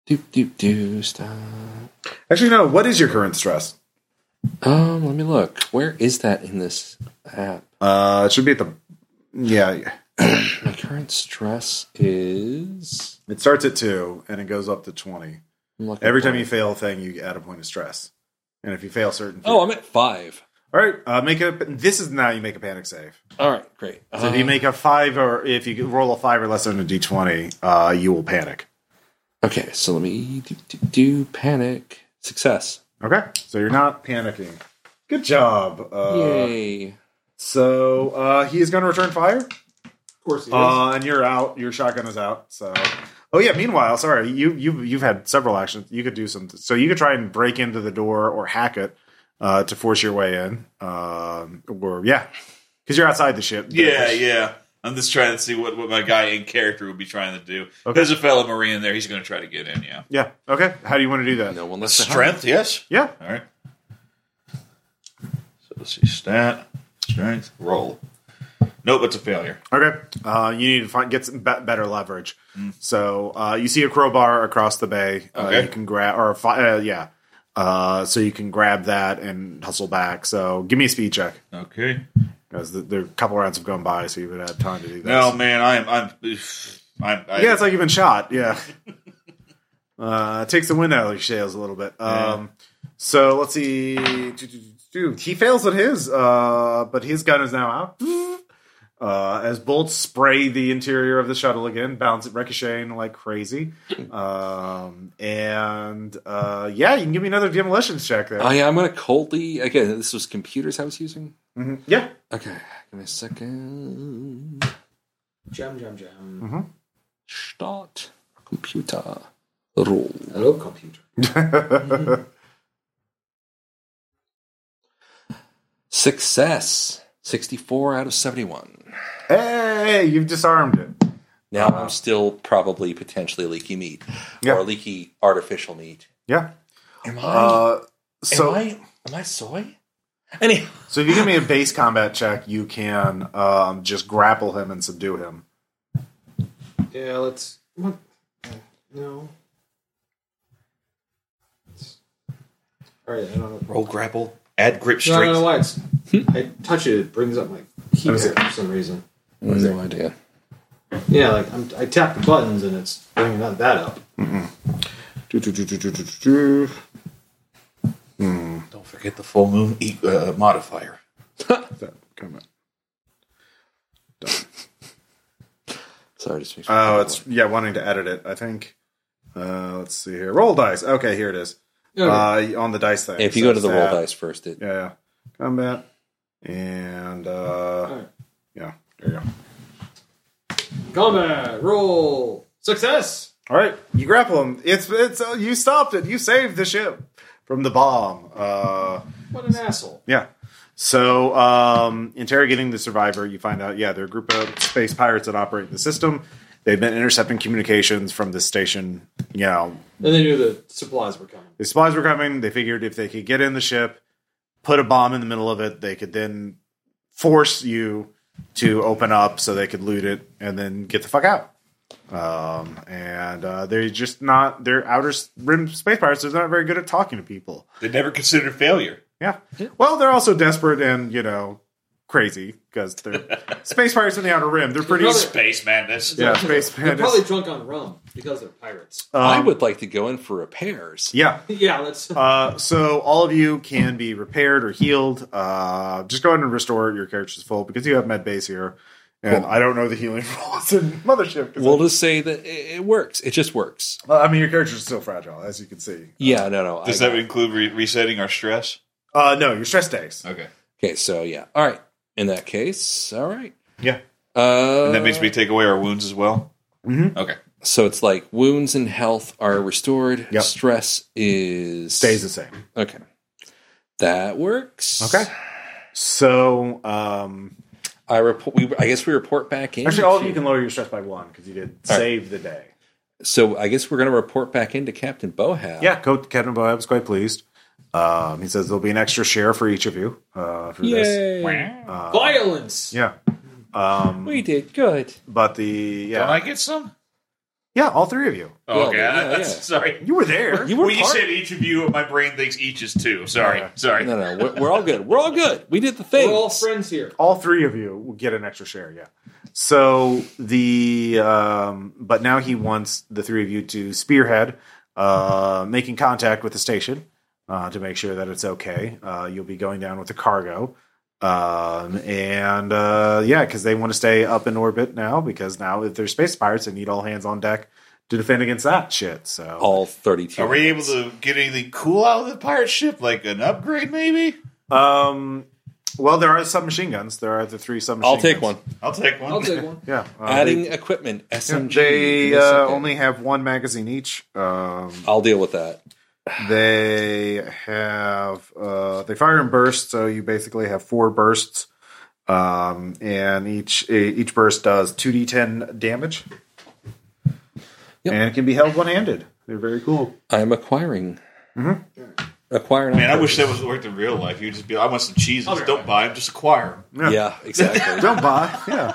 Doop doop doo stop.
Actually, no. What is your current stress?
Um, let me look. Where is that in this app?
Uh, it should be at the. Yeah, yeah.
My current stress is.
it starts at two and it goes up to twenty.
I'm looking
Every
for
time
it.
you fail a thing, you add a point of stress, and if you fail certain.
Oh, I'm at five.
All right, uh, make a. This is now you make a panic save.
All right, great.
So if you make a five or if you roll a five or less on a d twenty, uh, you will panic.
Uh, Okay, so let me do, do, do panic success.
Okay, so you're not panicking. Good job. Uh,
Yay!
so uh, he is going to return fire,
Of course he is.
uh, and you're out. Your shotgun is out. So, oh yeah. Meanwhile, sorry, you you you've had several actions. You could do some. So you could try and break into the door or hack it uh, to force your way in. Um, or yeah, because you're outside the ship.
Yeah, yeah. I'm just trying to see what, what my guy in character would be trying to do.
Okay.
There's a fellow Marine there. He's going to try to get in, yeah.
yeah. Okay. How do you want to do that?
No one left behind.
Strength, yes.
Yeah.
All right. So let's see. Stat, strength, roll. Nope, it's a failure.
Okay. Uh, you need to find get some be- better leverage. So uh, you see a crowbar across the bay. Uh,
Okay.
you can grab or fi- uh, yeah. Uh, so you can grab that and hustle back. So give me a speed check
Okay.
because the, the couple rounds have gone by, so you would have time to do that.
No, Oh, man, I'm, I'm, oof. I'm, I,
yeah, it's like you've been shot. Yeah. uh, it takes the wind out of your sails a little bit. Um, So let's see. He fails at his, uh, but his gun is now out. Uh, as bolts spray the interior of the shuttle again, bounce it ricocheting like crazy. Um, and uh, yeah, you can give me another demolitions check there.
Oh yeah, I'm gonna coldly again. This was computers I was using.
Mhm. Yeah,
Okay, give me a second.
jam jam jam.
mm-hmm.
Start computer roll.
Hello, computer.
Success. Sixty-four out of seventy-one.
hey, you've disarmed it.
Now I'm still probably potentially leaky meat
Yeah.
or leaky artificial meat.
Yeah.
Am I?
Uh, so
am I? Am I soy? Anyhow.
So if you give me a base combat check, you can um, just grapple him and subdue him.
Yeah, let's. What? Uh, No. All right, I don't know.
roll grapple, add grip
No, I
strength.
Hmm?
don't know why it's. I touch it, it brings up my keypad for some reason.
No idea.
Yeah, like I'm, I tap the buttons and it's bringing that, that up.
Do-do-do-do-do-do-do.
Don't forget the full moon e- uh, modifier.
That comment.
Sorry, just makes me
Oh, it's yeah, wanting to edit it. I think. Uh, let's see here. Roll dice. Okay, here it is. Uh, on the dice thing.
if you
So
go to the
it's
roll
that.
dice first, it
Yeah, yeah. combat, and uh, yeah, there you go.
Combat roll success.
All right, you grapple him. It's it's uh, you stopped it. You saved the ship from the bomb. Uh,
What an asshole!
yeah. So, um, interrogating the survivor, you find out, yeah, they're a group of space pirates that operate the system. They've been intercepting communications from this station. You know,
And they knew the supplies were coming.
the supplies were coming. They figured if they could get in the ship, put a bomb in the middle of it, they could then force you to open up so they could loot it and then get the fuck out. Um, and uh, they're just not, they're outer s- rim space pirates. They're not very good at talking to people.
They never considered failure.
Yeah. Well, they're also desperate and, you know, crazy because they're space pirates in the outer rim. They're
Oh,
pretty.
Brother-
Space madness.
Yeah, space
They're probably
pirates.
drunk on rum because they're pirates.
I would like to go in for repairs.
Um, Yeah.
yeah, let's.
Uh, so all of you can be repaired or healed. Uh, just go ahead and restore your character's full because you have med base here, and I don't know the healing rules in Mothership. 'cause
We'll just say that it, it works. It just works.
I, I mean, your character's still fragile, as you can see.
Yeah, no, no.
Does
I-
that include re- resetting our stress?
Uh, no, your stress days.
Okay.
okay, so yeah. All right. In that case, all right.
Yeah,
Uh,
And that means we take away our wounds as well? Mm-hmm. Okay.
so it's like wounds and health are restored.
Yep.
Stress is
stays the same.
Okay, that works.
Okay. So um,
I report. We I guess we report back in.
actually, all of you can lower your stress by one because you did save the day.
So I guess we're going to report back into Captain Bohab.
Yeah, Co- Captain Boy was quite pleased. Um, he says there'll be an extra share for each of you uh, for this.
Yay!
Violence.
Yeah,
We did good.
but the yeah,
Can I get some?
yeah, all three of you.
Oh,
Well,
okay.
yeah,
that's-
yeah.
Sorry.
You were there.
You were
Well, you
part-
said each of you, my brain thinks each is two. Sorry. Sorry.
No, no, we're, we're all good. We're all good. We did the thing.
We're all friends here.
all three of you will get an extra share. Yeah. So the um, but now he wants the three of you to spearhead, uh, making contact with the station uh, to make sure that it's okay. Uh, you'll be going down with the cargo, um, and uh, yeah, because they want to stay up in orbit now because now if they're space pirates, they need all hands on deck to defend against that shit. So
all thirty-two.
Are we able to get anything cool out of the pirate ship? Like an upgrade, maybe?
Oh.
um, well, there are submachine guns. There are the three submachine.
I'll take
guns.
one.
I'll take one.
I'll take one.
Yeah, uh,
Adding equipment. SMG.
They
Give me a
uh,
second.
only have one magazine each. Um,
I'll deal with that.
they have uh, they fire in bursts, so you basically have four bursts, um, and each e- each burst does two d10 damage,
Yep.
and it can be held one handed. They're very cool.
I'm acquiring.
Mm-hmm.
Acquiring.
Man, I wish that was worked in real life. You'd just be like, I want some cheeses.
Oh,
be right
Don't
back.
buy them, just acquire them.
Yeah, exactly.
Don't buy, yeah,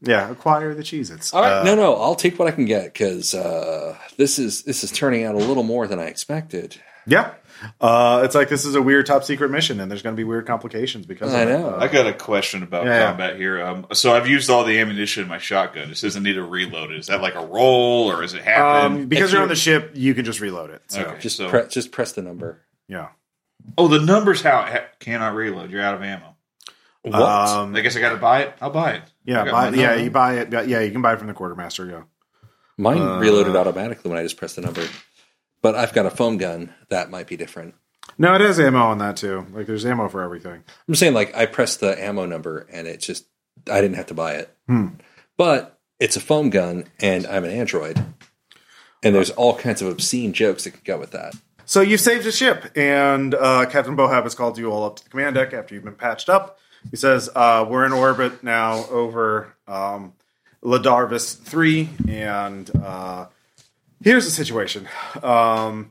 yeah. Acquire the Cheez-Its.
All right,
Uh,
no, no, I'll take what I can get because uh, this is this is turning out a little more than I expected.
yeah. Uh, it's like this is a weird top secret mission, and there's going to be weird complications because
I
of it.
know.
Uh,
I got a question about
Yeah, yeah.
combat here. Um, so I've used all the ammunition in my shotgun. It says I need to reload it. Is that like a roll or is it happen?
um, because
If
you're on
you-
the ship, you can just reload it. So,
Okay.
Just
So-
pre- just press the number.
yeah.
oh, the number's how it ha- cannot reload. You're out of ammo.
What?
Um,
I guess I got to buy it. I'll buy it. I
Yeah,
got
buy,
my
yeah,
number.
you buy it. Yeah, you can buy it from the quartermaster. Yeah,
Mine reloaded
Uh.
automatically when I just pressed the number, but I've got a foam gun that might be different.
no, it has ammo on that too. Like, there's ammo for everything.
I'm saying like I pressed the ammo number and it just I didn't have to buy it,
Hmm.
but it's a foam gun and I'm an android, and there's all kinds of obscene jokes that could go with that.
So you've saved a ship, and uh, Captain Bohab has called you all up to the command deck after you've been patched up. He says, uh, "We're in orbit now over um, Ladarvis three, and uh, here's the situation." Um,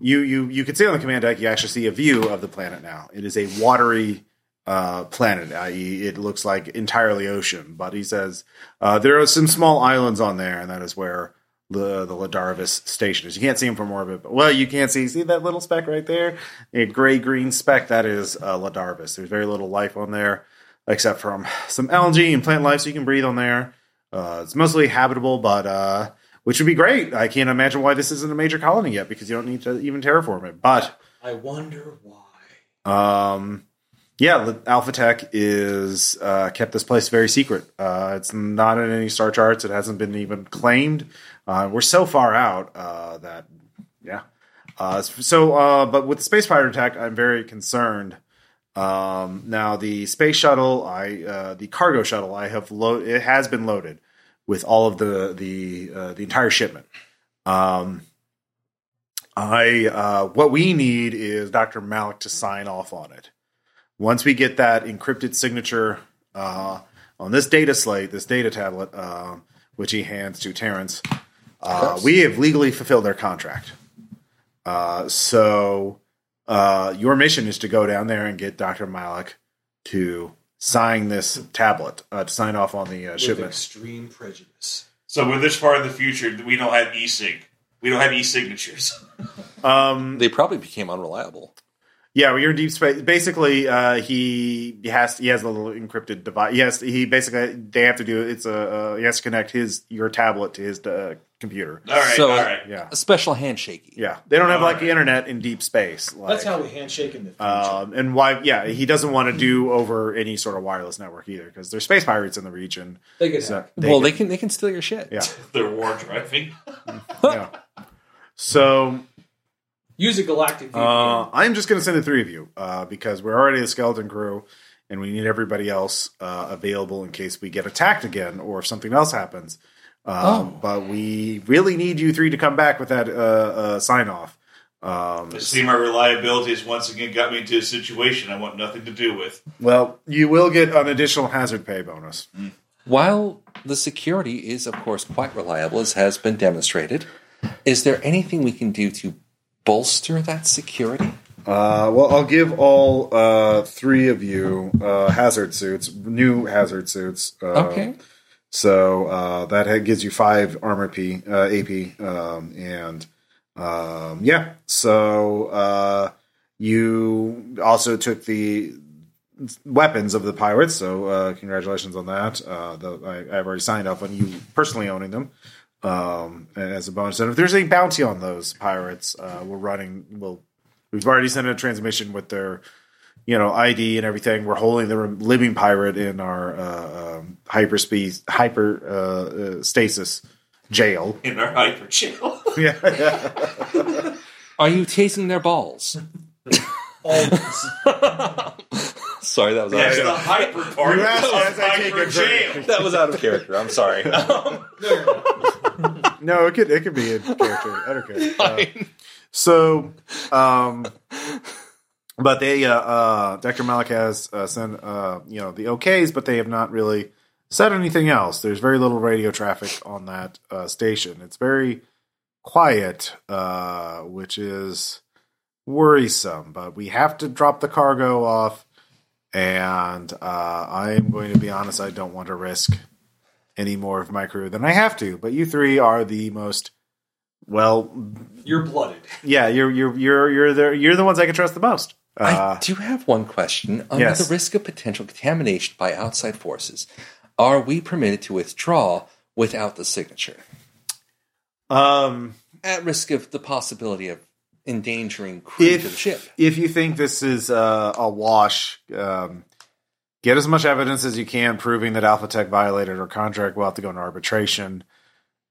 you you you can see on the command deck. You actually see a view of the planet now. It is a watery uh, planet, i.e., it looks like entirely ocean. But he says uh, there are some small islands on there, and that is where the the Ladarvis station is. You can't see them from orbit, but well, you can see see that little speck right there, a gray green speck. That is uh, Ladarvis. There's very little life on there. except from some algae and plant life, so you can breathe on there. Uh, it's mostly habitable, but uh, which would be great. I can't imagine why this isn't a major colony yet because you don't need to even terraform it. But
I wonder why.
um, yeah, Alpha Tech is uh, kept this place very secret. Uh, it's not in any star charts. It hasn't been even claimed. Uh, we're so far out uh, that yeah. Uh, so, uh, but with the space pirate attack, I'm very concerned. Um, now the space shuttle, I uh, the cargo shuttle, I have load. It has been loaded with all of the the uh, the entire shipment. Um, I uh, what we need is Dr. Malik to sign off on it. Once we get that encrypted signature uh, on this data slate, this data tablet, um, which he hands to Terrence, uh, we have legally fulfilled their contract. Uh, so uh, your mission is to go down there and get Dr. Malik to sign this tablet, uh, to sign off on the uh,
With
shipment.
extreme prejudice.
So we're this far in the future. We don't have e-sig. We don't have e-signatures.
Um,
They probably became unreliable.
Yeah, well, you're in deep space. Basically, uh, he has he has a little encrypted device. Yes, he basically they have to do it's a uh, he has to connect his your tablet to his uh, computer.
All right,
So-
all right.
Yeah,
A special handshake.
yeah. They don't have like the internet in deep space. Like,
That's how we handshake in the future.
Um, and why? Yeah, he doesn't want to do over any sort of wireless network either because there's space pirates in the region.
they get
So
hacked.
they
well,
can-
they can they can steal your shit.
Yeah.
They're war driving.
yeah. So
Use a galactic
Uh,
VPN.
I'm just going to send the three of you uh, because we're already a skeleton crew, and we need everybody else uh, available in case we get attacked again or if something else happens. Uh, But we really need you three to come back with that uh, uh, sign off. Um,
See, my reliability has once again got me into a situation I want nothing to do with.
well, you will get an additional hazard pay bonus.
While the security is, of course, quite reliable, as has been demonstrated, is there anything we can do to bolster that security?
Uh, well, I'll give all uh, three of you uh, hazard suits, new hazard suits. Uh,
Okay.
So uh, that ha- gives you five armor P, uh, AP, um, and um, yeah. So uh, you also took the weapons of the pirates. So uh, congratulations on that. Uh, the, I, I've already signed off on you personally owning them um, as a bonus. And if there's any bounty on those pirates, uh, we're running. We'll we've already sent a transmission with their you know ID and everything. We're holding the living pirate in our uh, um, hyperspace hyper uh, uh, stasis jail.
In our hyper chill.
Yeah.
Are you tasing their balls?
Always.
Sorry, that was
That's
yeah.
the hyper part.
You asked
That was
as I take a
hyper
drink.
jail.
that was out of character. I'm sorry.
no, it could it could be a character. I don't care. Uh, so, um, but they uh, uh, Dr. Malik has uh, sent uh, you know the OKs, but they have not really said anything else. There's very little radio traffic on that uh, station. It's very quiet, uh, which is worrisome. But we have to drop the cargo off. And uh, I am going to be honest. I don't want to risk any more of my crew than I have to. But you three are the most well,
You're blooded.
yeah, you're you're you're you're the you're the ones I can trust the most. Uh,
I do have one question. Under
yes.
the risk of potential contamination by outside forces, are we permitted to withdraw without the signature?
um,
At risk of the possibility of endangering crew to the
if
ship.
if you think this is uh, a wash, um, get as much evidence as you can proving that Alpha Tech violated our contract. We'll have to go into arbitration.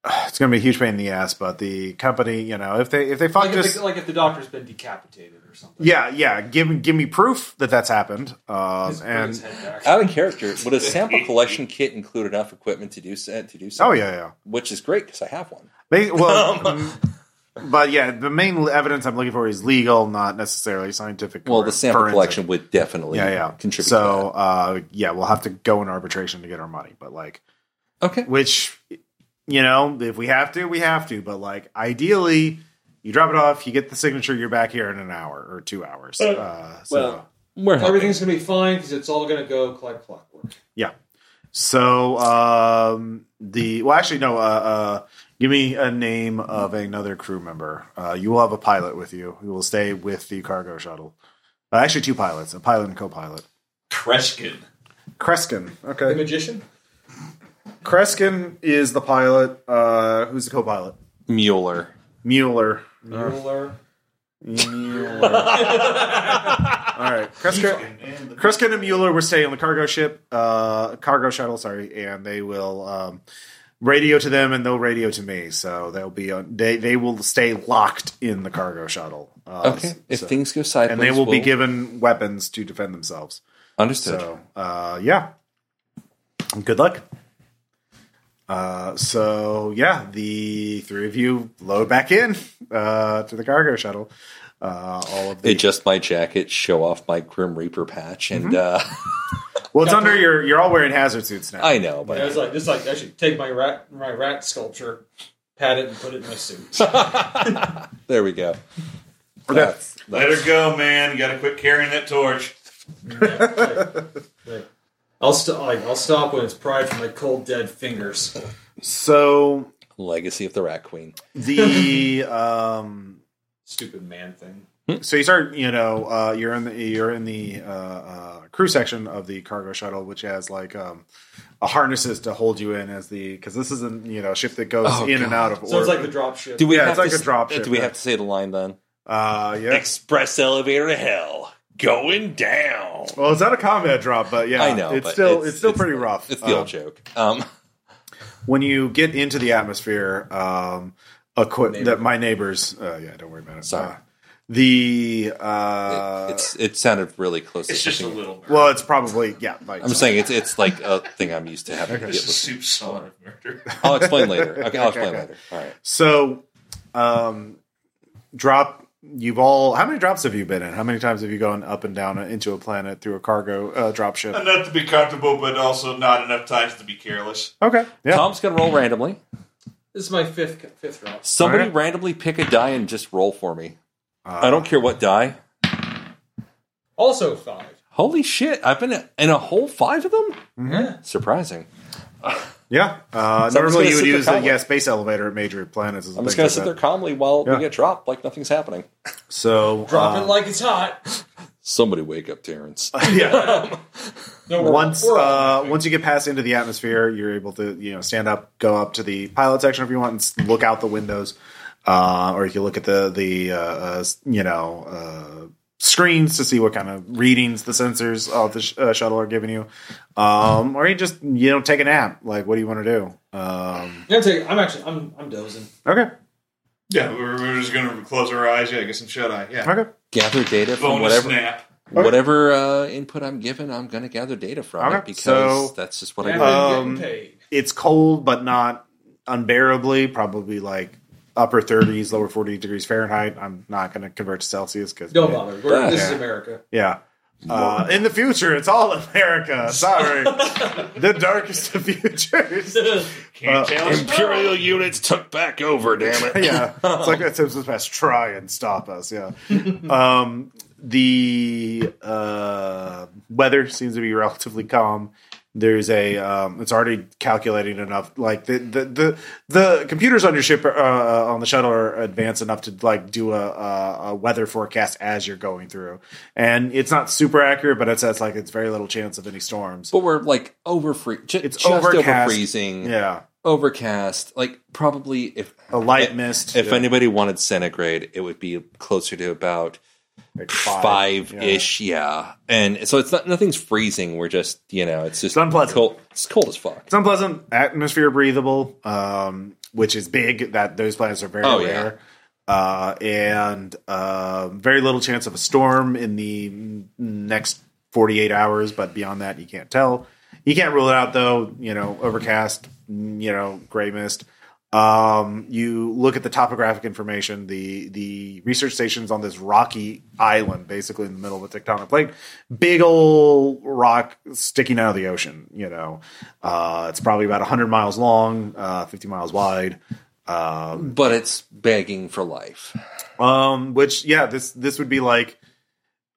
It's going to be a huge pain in the ass, but the company, you know, if they if they
Like,
fuck
if
just
the, like if the doctor's been decapitated or something.
yeah yeah give give me proof that that's happened. Um,
Just bring his
and
head back.
Out of character, would a sample collection kit include enough equipment to do so, to do so?
oh yeah yeah.
which is great because I have one.
Ba- well,
Um,
mm, but yeah, the main evidence I'm looking for is legal, not necessarily scientific.
Well,
or
the sample
forensic.
collection would definitely
Yeah, yeah.
contribute.
so, uh, yeah, we'll have to go in arbitration to get our money. But like,
to that. okay,
which you know, if we have to, we have to. But like, ideally, you drop it off, you get the signature, you're back here in an hour or two hours. Uh, so,
well-
we're helping.
Everything's going to be fine because it's all going to go like clockwork.
yeah. So um, the well, actually, no. Uh, uh, give me a name of another crew member. Uh, you will have a pilot with you. who will stay with the cargo shuttle. Uh, actually, two pilots, a pilot and co-pilot.
Kreskin.
Kreskin.
The
Okay.
magician?
Kreskin is the pilot. Uh, who's the co pilot?
Mueller.
Mueller.
Uh, Ruler.
All right. Kreskin, Kreskin and Mueller were staying on the cargo ship, uh, cargo shuttle, sorry, and they will um, radio to them and they'll radio to me. So they'll be on, they, they will stay locked in the cargo shuttle. Uh,
Okay. If
so-
things go sideways,
and they will be
we'll-
given weapons to defend themselves.
Understood.
So, uh, yeah. Good luck. Uh, so yeah, the three of you load back in uh, to the cargo shuttle. Uh, all of the
Adjust my jacket, show off my Grim Reaper patch, and uh,
Mm-hmm. well, it's under your. You're all wearing hazard suits now.
I know, but
I was like, just like, I should take my rat, my rat sculpture, pat it, and put it in my suit.
there we go.
That's-
Let her go, man. You gotta quit carrying that torch.
Like, I'll st- like, I'll stop when it's pried from my cold dead fingers.
so
Legacy of the Rat Queen.
the um,
Stupid man thing.
so you start you know uh, you're in the you're in the uh, uh, crew section of the cargo shuttle which has like um, a harnesses to hold you in as the because this is a you know ship that goes
Oh,
in
God.
and out of
Sounds like
orbit.
the drop ship.
Do we
Yeah,
have
it's like
to,
a drop ship,
Do we
yeah.
have to say the line then?
uh, yeah.
Express elevator to hell going down.
well, it's not a combat drop, but yeah,
I know.
it's
but
still it's, still pretty rough.
It's the
Uh,
old joke. Um,
when you get into the atmosphere, um, equi- that my neighbors, uh, yeah, don't worry about it.
Sorry.
Uh, the uh,
it's it sounded really close.
It's
to
just a
something-
little.
well, it's probably yeah. Like,
I'm saying it's it's like a thing I'm used to having. to
It's
deal
a
with.
soup salad of murder.
I'll explain later. Okay, I'll explain
okay.
later. All right.
So, um, drop. You've all. How many drops have you been in? How many times have you gone up and down into a planet through a cargo uh, drop ship?
Enough to be comfortable, but also not enough times to be careless.
Okay. Yeah.
Tom's gonna roll randomly.
This is my fifth fifth drop.
Somebody
All right.
randomly pick a die and just roll for me. I
Uh,
don't care what die.
Also five.
Holy shit! I've been in a whole five of them.
Yeah.
Mm-hmm.
Surprising.
Yeah. Uh,
So I'm just gonna
normally you
sit
would
there
use the
calmly.
yeah space elevator at major planets. and
I'm just gonna
things
sit
like
there
that.
calmly while
Yeah.
we get dropped like nothing's happening.
So
Drop
uh,
it like it's hot.
Somebody wake up, Terrence.
yeah.
No, we're-
Once
we're
uh,
all-
once you get past into the atmosphere, you're able to you know stand up, go up to the pilot section if you want, and s- look out the windows, uh, or you can look at the the uh, uh, s- you know uh, screens to see what kind of readings the sensors of the sh- uh, shuttle are giving you, um, or you just you know take a nap. Like, what do you want to do? Um,
I'm, gonna tell you, I'm actually I'm I'm dozing.
okay,
Yeah, we're, we're just gonna close our eyes. Yeah, get some shut eye. Yeah,
okay,
gather data from
bonus
whatever
nap.
whatever uh, input I'm given. I'm gonna gather data from
Okay,
it because
so-
that's just what I
And
do.
Um,
I'm getting paid.
it's cold but not unbearably probably like upper 30s lower 40 degrees fahrenheit i'm not going to convert to celsius because
Don't bother. We're, this is
Yeah.
America.
Yeah. Uh, in the future, it's all America. Sorry. the darkest of futures.
Can't tell us.
Imperial units took back over. Damn it!
yeah. It's like that Simpsons Pass. Try and stop us. Yeah. Um, the uh, weather seems to be relatively calm. There's a. Um, it's already calculating enough. Like the the the, the computers on your ship are, uh, on the shuttle are advanced enough to like do a, a, a weather forecast as you're going through, and it's not super accurate, but it says like it's very little chance of any storms.
But we're like over free. Ju-
It's
just over
overcast.
freezing.
Yeah,
Overcast. Like probably if
a light mist.
if
yeah,
anybody wanted centigrade, it would be closer to about
like
five
yeah.
ish. Yeah. and so it's not nothing's freezing. We're just you know it's just
unpleasant.
Cold, it's cold as fuck.
It's unpleasant. Atmosphere breathable, um, which is big. That those planets are very
Oh, yeah.
rare, uh, and uh, very little chance of a storm in the next forty-eight hours. But beyond that, you can't tell. You can't rule it out, though. You know, overcast. You know, gray mist. Um, you look at the topographic information. The the research station's on this rocky island, basically in the middle of a tectonic plate. Big old rock sticking out of the ocean. You know, uh, it's probably about 100 miles long, uh, 50 miles wide. Um,
But it's begging for life.
um, which yeah, this this would be like,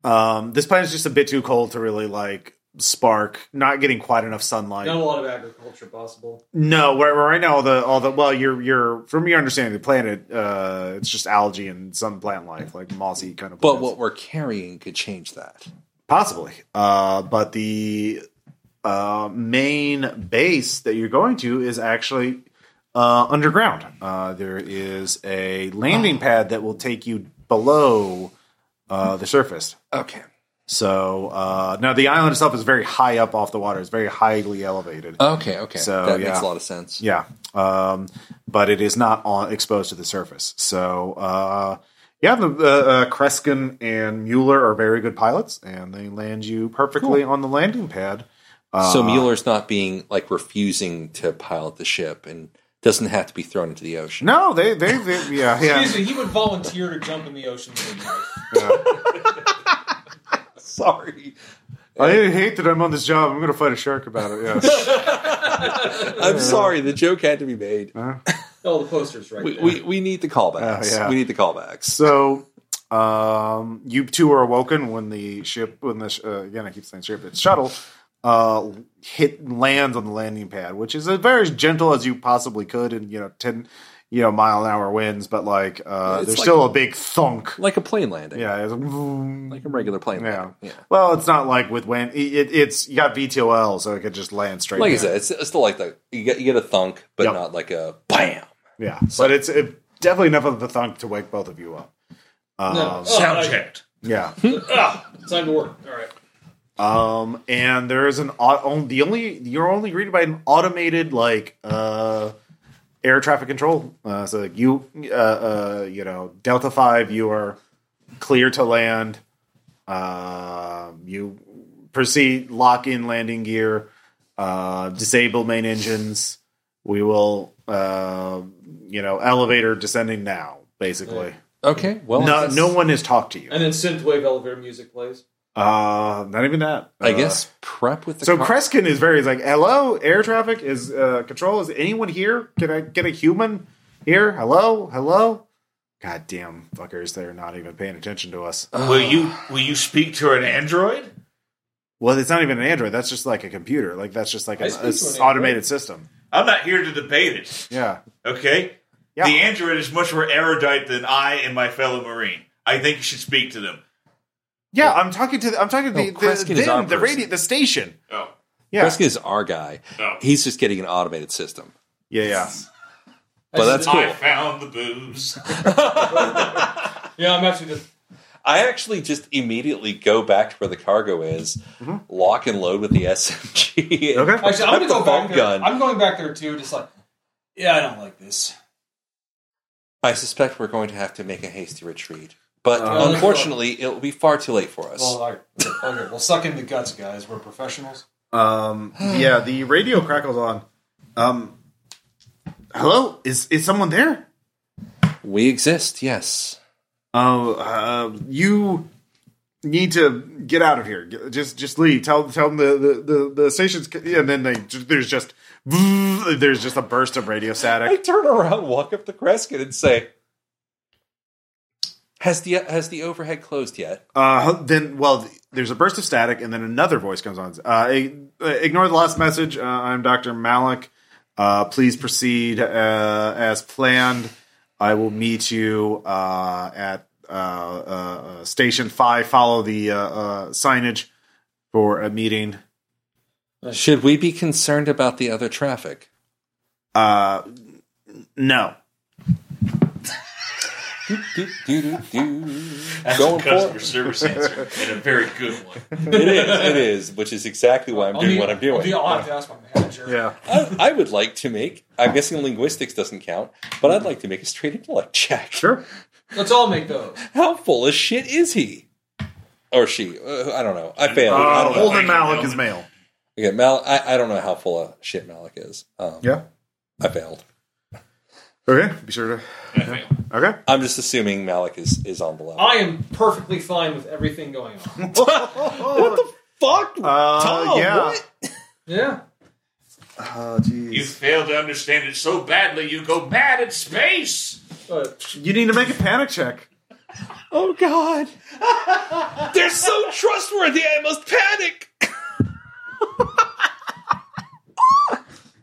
um, this planet's just a bit too cold to really like spark. Not getting quite enough sunlight.
Not a lot of agriculture possible.
No, right, right now all the all the well, you're you're from your understanding of the planet, uh, it's just algae and some plant life, like mossy kind of.
But
plants.
what we're carrying could change that.
possibly? Uh, but the uh, main base that you're going to is actually uh, underground. Uh, there is a landing pad that will take you below uh, the surface.
Okay.
So uh, now the island itself is very high up off the water. It's very highly elevated.
Oh.
Okay. Okay.
So,
that
yeah.
makes a lot of sense.
Yeah, um, but it is not on, exposed to the surface. So uh, yeah, the uh, uh, Kreskin and Mueller are very good pilots, and they land you perfectly on the landing pad.
so Mueller's not being like refusing to pilot the ship and doesn't have to be thrown into the ocean.
No, they they, they yeah yeah.
Excuse me, he would volunteer to jump in the ocean. with his wife.
Sorry.
I hate that I'm on this job. I'm going to fight a shark about it. Yeah,
I'm sorry. The joke had to be made.
Oh, the poster's right
We,
there.
we, we need the callbacks.
Oh, yeah.
We need the callbacks.
so. Um, you two are awoken when the ship, when the sh- uh, again I keep saying ship, it's shuttle, uh, hit lands on the landing pad, which is as very as gentle as you possibly could, and you know ten, you know mile an hour winds, but like uh,
It's
there's
like-
still a big thunk.
Like a plane landing.
Yeah, it's a-
Like a regular plane
yeah.
landing. Yeah.
Well, it's not like with when it, it, it's you got VTOL, so it could just land straight.
Like I
there.
said, it's, it's still like the you get you get a thunk, but
Yep.
not like a bam.
Yeah, but it's it, definitely enough of the thunk to wake both of you up. Um,
No. Oh,
Sound
I-
checked.
Yeah,
Ah, time to work. All right.
um, and there is an au- on- the only you're only greeted by an automated like uh, air traffic control. Uh, so like you uh, uh, you know Delta Five, you are clear to land. Uh, you proceed, lock in landing gear, uh, disable main engines. We will uh, you know elevator descending now. Basically,
Okay. Well,
no,
that's-
no one has talked to you.
And then synthwave elevator music plays.
Uh, not even that.
I
Uh,
guess prep with the
So
car-
Kreskin is very like, hello, air traffic is uh, control. Is anyone here? Can I get a human here? Hello, hello. Goddamn fuckers, they're not even paying attention to us.
Will you will you speak to an android?
Well, it's not even an android. That's just like a computer. Like that's just like
I
an,
speak to
a s-
an android.
automated system.
I'm not here to debate it.
Yeah,
Okay.
yeah.
The android is much more erudite than I and my fellow marine. I think you should speak to them.
yeah, Oh, I'm talking to the, I'm talking to
No,
the
Kreskin
the,
is
them,
our
the
person.
radio the station.
Oh,
Yeah,
Kreskin is our guy.
Oh.
He's just getting an automated system.
yeah, yeah.
But that's
I
cool.
found the booze.
Yeah, I'm actually just.
I actually just immediately go back to where the cargo is, lock and load with the SMG.
Mm-hmm. Okay.
Actually, I'm gonna
Put the
go back
bomb
there.
gun.
I'm going back there too. Just like, yeah, I don't like this.
I suspect we're going to have to make a hasty retreat, but
Uh,
unfortunately, it'll be far too late for us.
Well, all right. okay, well, suck in the guts, guys. We're professionals.
Um, yeah, the radio crackles on. Um, hello, is is someone there?
we exist, yes.
Oh, uh, you need to get out of here. Get- Just, just leave. Tell, tell them the the the, the stations. And then they there's just there's just a burst of radio
I
static.
turn around, walk up to Kreskin, and say, "Has the has the overhead closed yet?"
Uh, then, well, there's a burst of static, and then another voice comes on. Uh, ig- ignore the last message. Uh, I'm Doctor Malik. Uh, please proceed uh, as planned. I will meet you uh, at uh, uh, uh, station five. Follow the uh, uh, signage for a meeting.
Should we be concerned about the other traffic?
Uh, no.
Do, do, do, do.
That's
Going
a customer
for it.
service answer and a very good one.
It is. It is, which is exactly why I'm doing what I'm doing.
I'll, be, I'll have to ask my manager.
Yeah.
I, I would like to make. I'm guessing linguistics doesn't count, but I'd like to make a straight intellect check.
Sure.
Let's all make those.
How full of shit is he? Or she? Uh, I don't know. I failed. I
Uh,
don't know.
Holden Malik is male.
Okay, Mal. I, I don't know how full of shit Malik is. Um,
Yeah.
I failed.
Okay. Be sure to. Okay.
I'm just assuming Malik is is on the level.
I am perfectly fine with everything going on.
Oh, what the fuck?
Uh,
Tom,
yeah.
what?
Yeah.
Oh, jeez.
You fail to understand it so badly you go mad at space.
But
You need to make a panic check.
Oh god. They're so trustworthy. I must panic.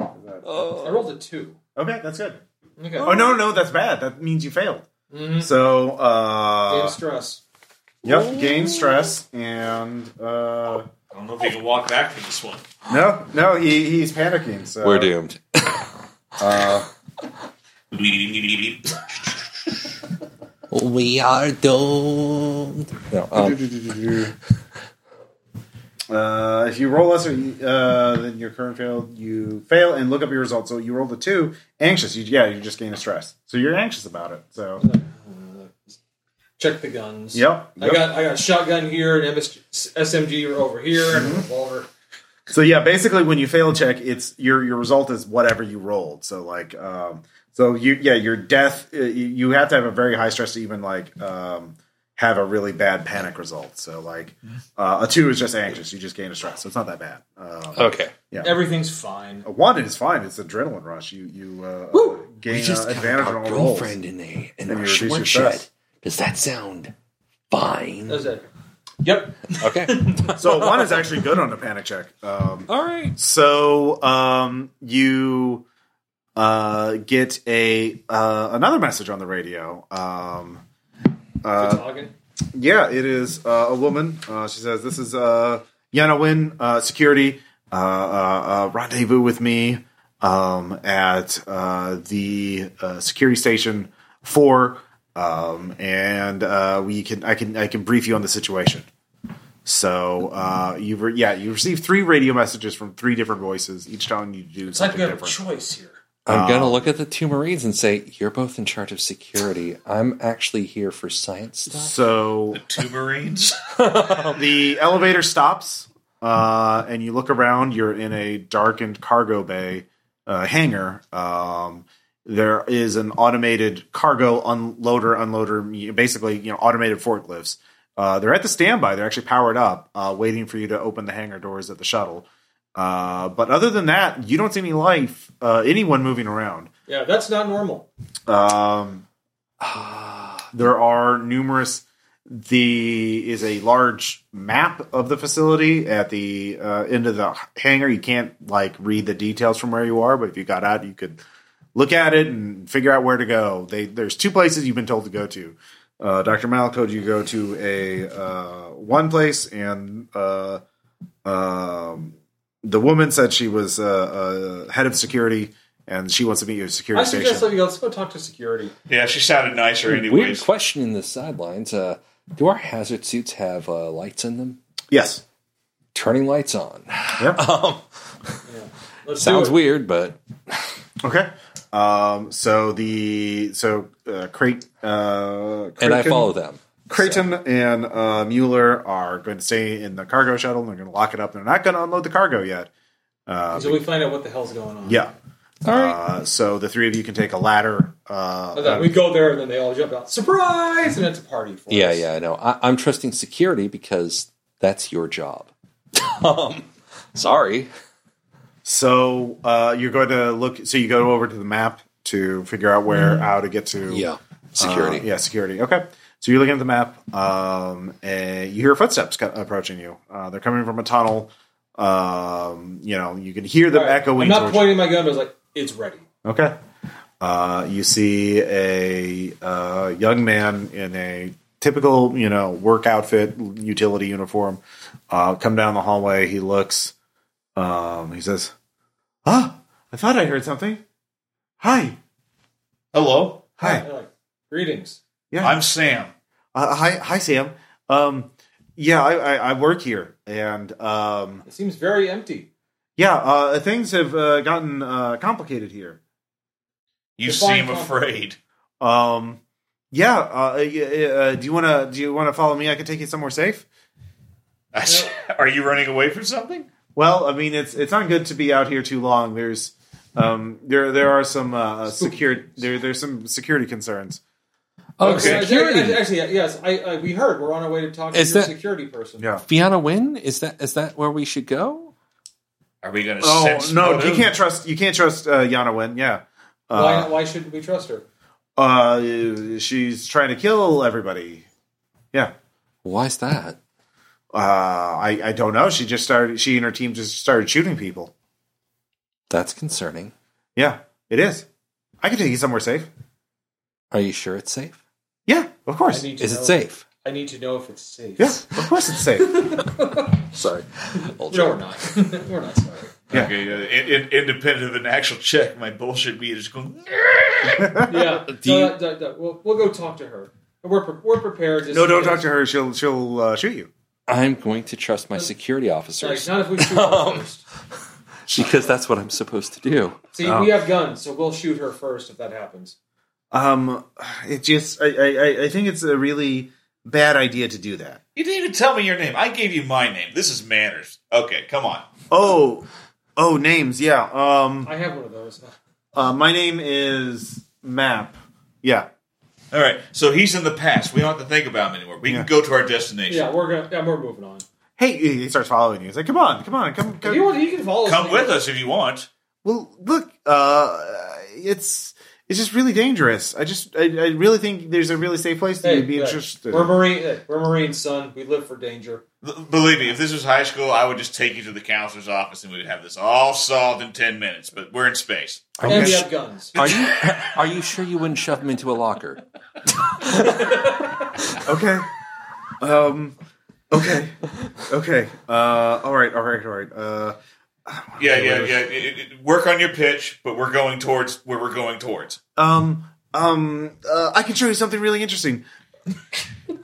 I rolled a two.
Okay, that's good.
Okay.
Oh no, no, that's bad. That means you failed.
Mm-hmm.
So,
Game
uh,
stress.
yep, gain stress and uh,
I don't know if you can walk back from this one.
No, no, he, he's panicking. So
We're doomed. We are doomed. No, um,
Uh, if you roll lesser uh, than your current fail, you fail and look up your results. So you rolled a two, anxious. You, yeah, you just gain a stress, so you're anxious about it. So
Check the guns.
yep,
I
yep.
got I got a shotgun here, an MS, SMG over here, and a revolver.
So yeah, basically when you fail check, it's your your result is whatever you rolled. So like, um, so you yeah, your death. uh, You you have to have a very high stress to even like um, have a really bad panic result. So like, uh, a two is just anxious. You just gain a stress. So it's not that bad. Um,
okay.
Everything's fine.
a one is fine. It's adrenaline rush. You you uh, uh, gain uh, advantage on all rolls.
in a in
Then you reduce your stress.
Does that sound fine?
That's it. Yep.
Okay.
So one is actually good on a panic check. Um,
All right.
so um, you uh, get a uh, another message on the radio. Um,
We're talking.
yeah, it is uh, a woman. Uh, she says, "This is uh, Yana Win, uh, security. Uh, uh, uh, rendezvous with me um, at uh, the uh, security station four, um, and uh, we can I can I can brief you on the situation." So uh, you re- yeah you received three radio messages from three different voices, each telling you to do
It's like
something
we have
different.
a choice here.
I'm gonna look at the two Marines and say, "You're both in charge of security. I'm actually here for science stuff."
So
Two Marines.
the elevator stops, uh, and you look around. You're in a darkened cargo bay uh, hangar. Um, there is an automated cargo unloader, unloader, basically, you know, automated forklifts. Uh, they're at the standby. They're actually powered up, uh, waiting for you to open the hangar doors at the shuttle. Uh, but other than that, you don't see any life, uh, anyone moving around.
Yeah, that's not normal.
Um, there are numerous. The is a large map of the facility at the uh, end of the hangar. You can't like read the details from where you are, but if you got out, you could look at it and figure out where to go. They there's two places you've been told to go to. Uh, Dr. Malik told you to go to a uh, one place, and uh, um, the woman said she was uh, uh, head of security, and she wants to meet you at a
I
security station.
suggest something else. Let's go talk to security.
yeah, she sounded nicer
Weird
anyways.
question in the sidelines. Uh, do our hazard suits have uh, lights in them?
Yes.
Turning lights on.
Yep.
Um,
Let's
sounds
do it.
weird, but
Okay. Um, so the so uh, Crate uh, Kraken,
and I follow them.
Creighton and uh, Mueller are going to stay in the cargo shuttle. and They're going to lock it up. They're not going to unload the cargo yet.
Until we find out what the hell's going on.
Yeah.
All right.
Uh, so the three of you can take a ladder. Uh,
And then we go there, and then they all jump out. Surprise! And it's a party for
Yeah,
us.
yeah, I know. I, I'm trusting security because that's your job. um, sorry.
so uh, you're going to look. So you go over to the map to figure out where
Mm-hmm.
how to get to.
security.
Uh, yeah, security. Okay. So you're looking at the map, um, and you hear footsteps co- approaching you. Uh, they're coming from a tunnel. Um, you know, you can hear them
All right.
echoing.
I'm not
towards you.
pointing my gun, but it's like, it's ready.
Okay. Uh, you see a uh, young man in a typical, you know, work outfit, utility uniform, uh, come down the hallway. He looks. Um, he says, "Ah, I thought I heard something. Hi,
Hello,
hi."
They're like, Greetings.
I'm Sam.
Uh, hi, hi, Sam. Um, yeah, I, I, I work here, and um,
It seems very empty.
yeah, uh, things have uh, gotten uh, complicated here.
You
Define
seem
confidence.
afraid.
Um, yeah, uh, y- y- uh, do you want to do you want to follow me? I can take you somewhere safe.
I s- Are you running away from something?
Well, I mean, it's it's not good to be out here too long. There's um, there there are some uh, secure there there's some security concerns.
Oh,
Okay.
Actually,
security.
actually, yes. I, I we heard we're on our way to talk
Is
to your
that-
security person.
Yeah.
Fiona Wynn? Is that is that where we should go?
Are we going to?
Oh no, you
motive?
can't trust you can't trust uh, Yana Wynn. Yeah.
Why,
Uh,
why shouldn't we trust her?
uh, she's trying to kill everybody. Yeah.
Why's that?
uh, I, I don't know. She just started. She and her team just started shooting people.
That's concerning.
Yeah, it is. I can take you somewhere safe.
Are you sure it's safe?
Yeah, of
I
course.
need to
Is
know.
it safe?
I need to know if it's safe.
Yeah, of course it's safe.
Sorry. Old
No,
joke.
we're not. we're not sorry.
Yeah.
Okay, uh, in, in, independent of an actual check, my bullshit meter is going.
Yeah.
Do you-
no, no, no, we'll, we'll go talk to her. We're, pre- we're prepared. just
No,
in
don't
case.
talk to her. She'll she'll uh, shoot you.
I'm going to trust my security
Like,
officers
not if we shoot
Um,
her first.
because that's what I'm supposed to do.
See, we have guns, so we'll shoot her first if that happens.
Um, it just I, I I- I think it's a really bad idea to do that.
You didn't even tell me your name. I gave you my name. This is manners. Okay, come on.
Oh, oh, names. Yeah. Um,
I have one of those.
uh, my name is Map. Yeah.
All right, so he's in the past. We don't have to think about him anymore. We
Yeah.
can go to our destination.
Yeah, we're gonna. Yeah, we're moving on.
Hey, he he starts following you. He's like, "Come on, come on, come,
If you
come."
want, you can follow.
Come
me.
with us if you want.
Well, look, uh, it's it's just really dangerous. I just I, I really think there's a really safe place that
Hey,
you'd be
hey,
interested.
We're
in.
marine. hey, We're marine, son. We live for danger.
B- Believe me, if this was high school, I would just take you to the counselor's office and we'd have this all solved in 10 minutes. But we're in space.
And we
Okay.
have guns.
Are you are you sure you wouldn't shove him into a locker?
Okay. Um. Okay. Okay. Uh. All right. All right. All right. Uh.
Yeah, yeah, yeah. It- it- it- work on your pitch, but we're going towards where we're going towards.
Um. Um. Uh, I can show you something really interesting.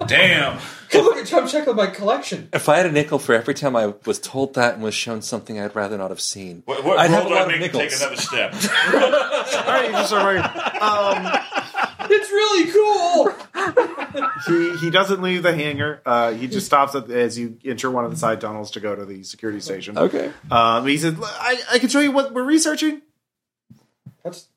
Damn.
Come look at come check out my collection.
If I had a nickel for every time I was told that and was shown something I'd rather not have seen,
What, what
I'd
roll
have a
do I
lot of
make to take
nickels.
another step?
All right. Just all right. Um.
It's really cool.
Um, He he doesn't leave the hangar. Uh. He just stops at, as you enter one of the side tunnels to go to the security station.
Okay.
Um. He said, "I I can show you what we're researching."
That's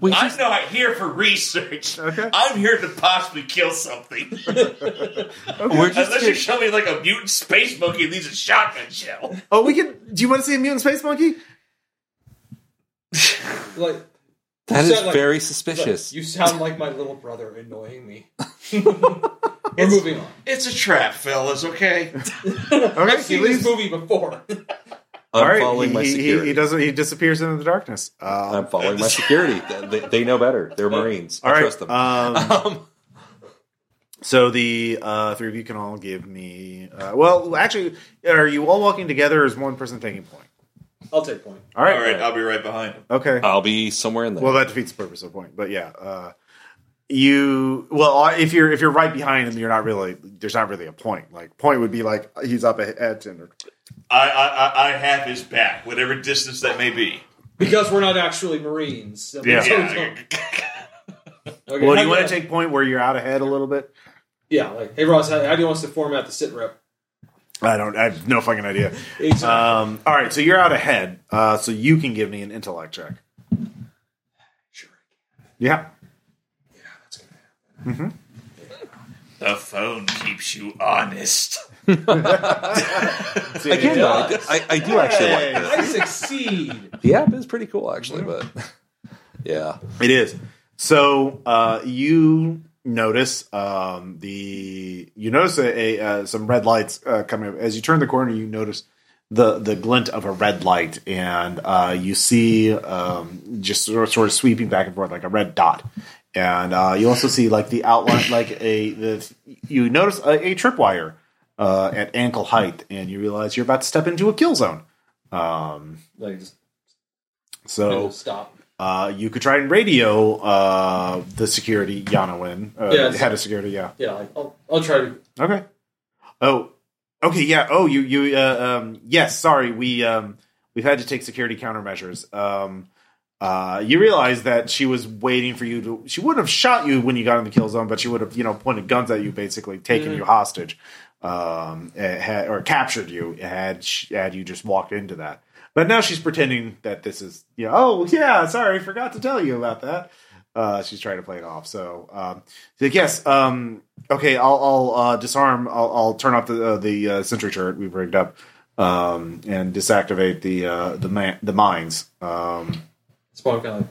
We
I'm
just,
not here for research.
Okay.
I'm here to possibly kill something.
we're just
Unless you
here.
show me like a mutant space monkey and leaves a shotgun shell.
Oh, we can. Do you want to see a mutant space monkey?
like
That
You
is
sound like-
very
look,
suspicious.
you sound like my little brother annoying me. we're moving on.
It's a trap, fellas, okay?
Okay.
I've seen this movie before.
I'm
All right,
following
he,
my
he-
security.
He, he doesn't. He disappears into the darkness. Um,
I'm following my security. They, they know better. They're Marines. I
all right.
trust them.
Um,
Um,
so the uh, three of you can all give me. Uh, well, actually, are you all walking together? Or is one person taking point?
I'll take point.
All right.
All right, I'll be right behind him.
Okay.
I'll be somewhere in there.
Well, that defeats the purpose of the point. But yeah, uh, you. Well, uh, if you're if you're right behind him, you're not really. There's not really a point. Like point would be like he's up at, at ten.
I, I, I- I have his back, whatever distance that may be.
Because we're not actually Marines. I mean,
Yeah.
so-
Yeah.
so- okay,
Well, do
how
you want
I-
to take point where you're out ahead a little bit?
Yeah, like, hey, Ross, how, how do you want us to format the sit rep?
I don't. I have no fucking idea.
Exactly.
Um, all right, so you're out ahead. Uh, so you can give me an intellect check.
sure.
Yeah.
the phone keeps you honest.
Again, though, I, do, I, I do actually like this.
I succeed.
The app is pretty cool, actually, but yeah.
It is. So uh, you notice um, the you notice a, a uh, some red lights uh, coming up as you turn the corner. You notice the the glint of a red light, and uh, you see um, just sort of, sort of sweeping back and forth like a red dot. And uh, you also see like the outline, like a the you notice a, a tripwire uh, at ankle height, and you realize you're about to step into a kill zone. Um,
Like, just
so
stop.
uh, you could try and radio uh, the security Yanowin. Uh,
Yes.
Head of security, yeah.
Yeah, like, I'll, I'll try to.
Okay. Oh, okay, yeah. Oh, you, you, uh, um, yes. Sorry, we, um, we've had to take security countermeasures. Um, uh, you realize that she was waiting for you to. She wouldn't have shot you when you got in the kill zone, but she would have, you know, pointed guns at you, basically taken you hostage, um, eh, had, or captured you had sh- had you just walked into that. But now she's pretending that this is, you know, oh yeah, sorry, forgot to tell you about that. Uh, she's trying to play it off. So, um, she's like, yes, um, okay, I'll, I'll uh, disarm. I'll, I'll turn off the uh, the uh, sentry turret we rigged up um, and disactivate the uh, the ma- the mines. Um,
Spawn kind of like.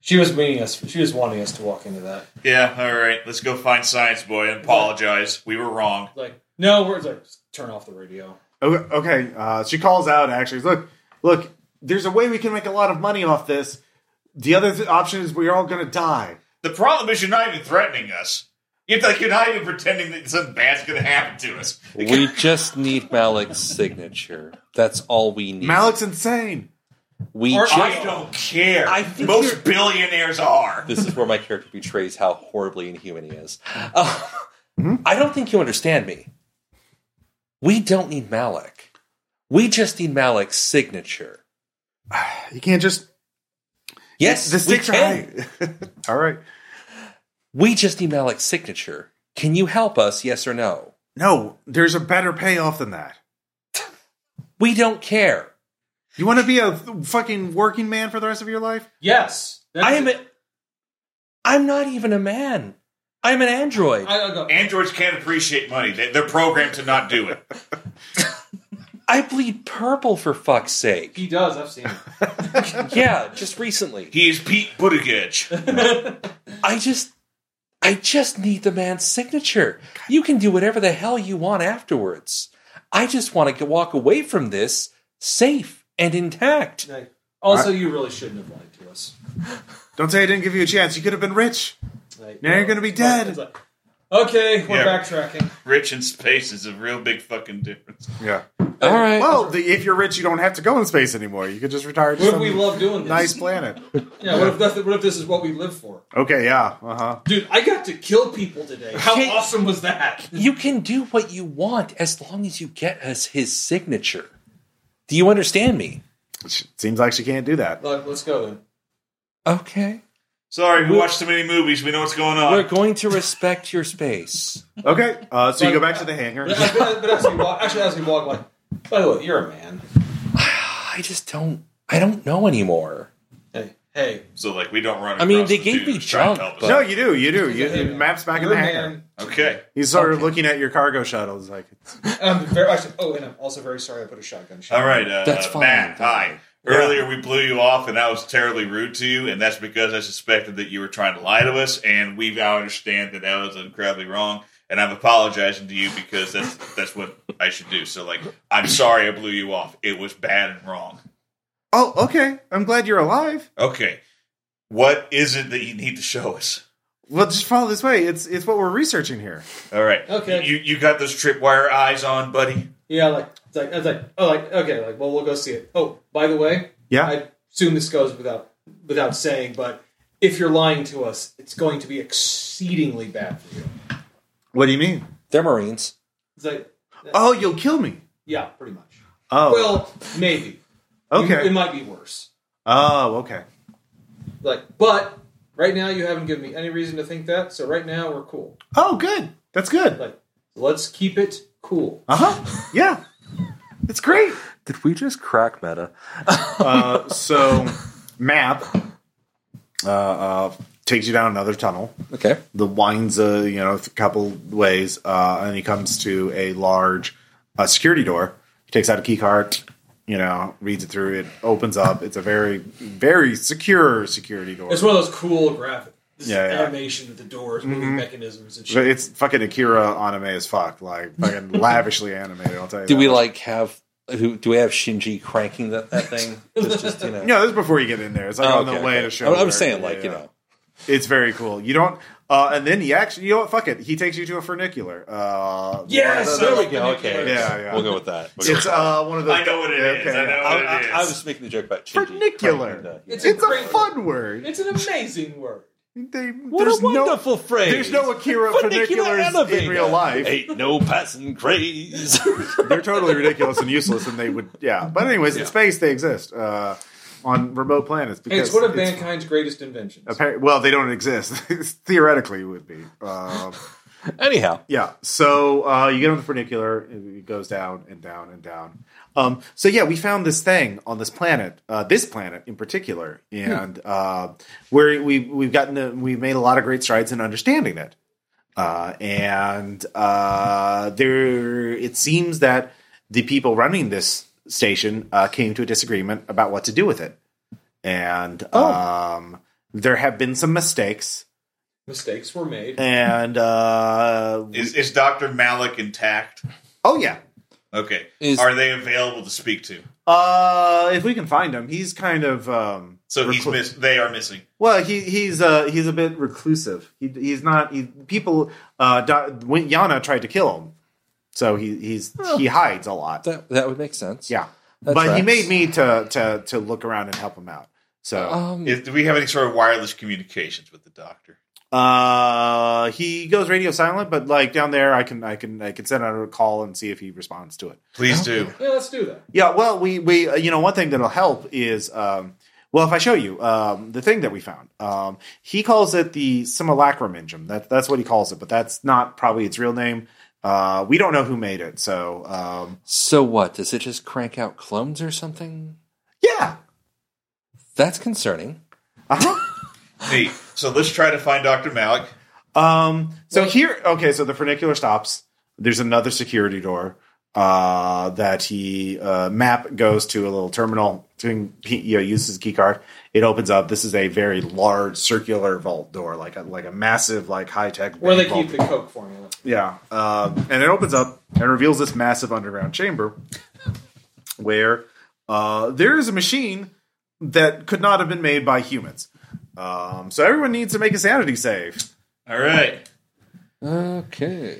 She was meaning us. She was wanting us to walk into that.
Yeah, all right. Let's go find Science Boy and apologize. We were wrong.
Like, no, we're like, just turn off the radio.
Okay, okay, Uh, she calls out. Actually, look, look. There's a way we can make a lot of money off this. The other th- option is we're all going to die.
The problem is you're not even threatening us.
You're like you're not even pretending that something bad's going to happen to us.
We just need Malik's signature. That's all we need.
Malik's insane.
we
Or
just.
I don't care.
I think you're-
Most billionaires are.
this is where my character betrays how horribly inhuman he is. Uh, I don't think you understand me. We don't need Malik. We just need Malik's signature.
You can't just
Yes,
the
we
stakes are
can.
high. All right.
We just need Malik's signature. Can you help us? Yes or no?
No, there's a better payoff than that.
We don't care.
You want to be a fucking working man for the rest of your life?
Yes,
I am. A, I'm not even a man. I'm an android.
I, I go,
Androids can't appreciate money. They, they're programmed to not do it.
I bleed purple for fuck's sake.
he does. I've seen it.
Yeah, just recently.
He is Pete Buttigieg.
I just I just need the man's signature. You can do whatever the hell you want afterwards. I just want to walk away from this safe and intact.
Like, Also, you really shouldn't have lied to us.
Don't say I didn't give you a chance. You could have been rich.
Like,
Now you're gonna be dead.
It's like, okay, we're
Yeah.
backtracking.
Rich in space is a real big fucking difference.
Yeah.
All right.
Well, the, if you're rich, you don't have to go in space anymore. You could just retire to
What if
some
we love doing this?
nice planet.
Yeah. What if that, what if this is what we live for?
Okay. Yeah. Uh huh.
Dude, I got to kill people today. How
Okay.
awesome was that?
you can do what you want as long as you get us his signature. Do you understand me?
Seems like she can't do that.
Look, let's go then.
Okay.
Sorry, we watched too many movies. We know what's going on.
We're going to respect your space.
Okay. Uh, so you go back to the hangar.
But, but, but as we walk, actually, as we walk, like, by the way, you're a man.
I just don't I don't know anymore.
Hey, hey,
So like we don't run.
I mean,
across
they
the
gave me
dudes trying
junk,
to help us.
but-
No, you do. You do. You,
Hey,
it maps back in the
you're a
hangar.
man.
Okay.
He's sort of looking at your cargo shuttle. He's like,
Um, very, actually, oh, and I'm also very sorry I put a shotgun shot.
All right. Uh,
That's fine.
Matt, hi. Earlier we blew you off, and I was terribly rude to you, and that's because I suspected that you were trying to lie to us, and we now understand that that was incredibly wrong. And I'm apologizing to you because that's that's what I should do. So like, I'm sorry I blew you off. It was bad and wrong.
"Oh, okay. I'm glad you're alive.
Okay. What is it that you need to show us?
Well, just follow this way. It's it's what we're researching here.
All right.
Okay.
You you got those tripwire eyes on, buddy.
Yeah, like, it's like, it's like, oh, like, okay, like, well, we'll go see it. Oh, by the way,
Yeah.
I assume this goes without without saying, but if you're lying to us, it's going to be exceedingly bad for you.
What do you mean?
They're Marines.
It's like,
Oh, you'll kill me.
yeah, pretty much.
Oh,
Well, maybe.
okay.
It might be worse.
oh, okay.
Like, but right now you haven't given me any reason to think that, so right now we're cool.
Oh, good. That's good.
Like, let's keep it cool.
Uh huh. Yeah. It's great.
Did we just crack meta?
Uh, so, map uh, uh, takes you down another tunnel.
Okay.
the winds a you know a couple ways, uh, and he comes to a large uh, security door. He takes out a key card, you know, reads it through. It opens up. It's a very very secure security door.
It's one of those cool graphic this
Yeah, yeah.
animation of the doors, moving mechanisms, and
But
shit.
it's fucking Akira anime as fuck, like fucking lavishly animated. I'll tell you.
Do
that.
we like have who? Do we have Shinji cranking that, that thing? It's just you know.
No, this is before you get in there. It's like
Oh,
on
okay,
the way
okay.
to show.
I'm, I'm
where-
saying
yeah,
like you
yeah.
know.
it's very cool. You don't. Uh, and then he actually, you know what? Fuck it. He takes you to a funicular. Uh,
Yes,
one of
there
those-
we go. Okay,
Yeah, yeah.
We'll go with that. We'll go
It's
with that.
uh, one of those.
I know what it is. I know
I,
what
I,
it is.
I was making the joke about Shinji.
Funicular.
cranking the-
It's
It's a
great-
fun word.
It's an amazing word.
They,
what
there's
a wonderful
No,
phrase.
there's no Akira
Funicular
funiculars in
elevator.
real life.
Ain't no passing craze.
They're totally ridiculous and useless, and they would yeah. But anyways, in space they exist uh, on remote planets
Hey,
because
it's one of mankind's greatest inventions.
appar- well, they don't exist. Theoretically, would be. Um,
Anyhow,
yeah. So uh, you get on the funicular, it goes down and down and down. Um, so yeah, we found this thing on this planet, uh, this planet in particular, and uh, where we we've gotten to, we've made a lot of great strides in understanding it. Uh, and uh, there, it seems that the people running this station uh, came to a disagreement about what to do with it, and um, there have been some mistakes.
Mistakes were made.
And uh,
Is is Doctor Malik intact?
oh yeah,
Okay.
Is-
Are they available to speak to?
Uh, if we can find him, he's kind of um,
So he's
Reclu-
miss. They are missing.
Well, he he's uh he's a bit reclusive. He, he's not. He, people uh di- when Yana tried to kill him, so he he's he hides a lot.
That that would make sense.
yeah,
that
but he
tracks.
made me to to to look around and help him out. So
Um,
If, do we have any sort of wireless communications with the doctor?
uh he goes radio silent, but like down there, I can I can I can send out a call and see if he responds to it.
Please do.
Yeah, let's do that.
Yeah, well, we we uh, you know one thing that'll help is um, well if I show you um, the thing that we found. Um, he calls it the simulacrum engine. That that's what he calls it, but that's not probably its real name. Uh, we don't know who made it, so um,
so what? Does it just crank out clones or something?
yeah. Uh-huh.
That's concerning.
Neat. So let's try to find Doctor Malik.
Um, so
Well-
here, okay, so the funicular stops. There's another security door uh, that he uh, map goes to a little terminal. To, he you know, uses his key card. It opens up. This is a very large circular vault door, like a like a massive, like high tech.
Where they keep the Coke formula.
Yeah, um, and it opens up and reveals this massive underground chamber where uh, there is a machine that could not have been made by humans. Um, so everyone needs to make a sanity save.
All right.
Okay.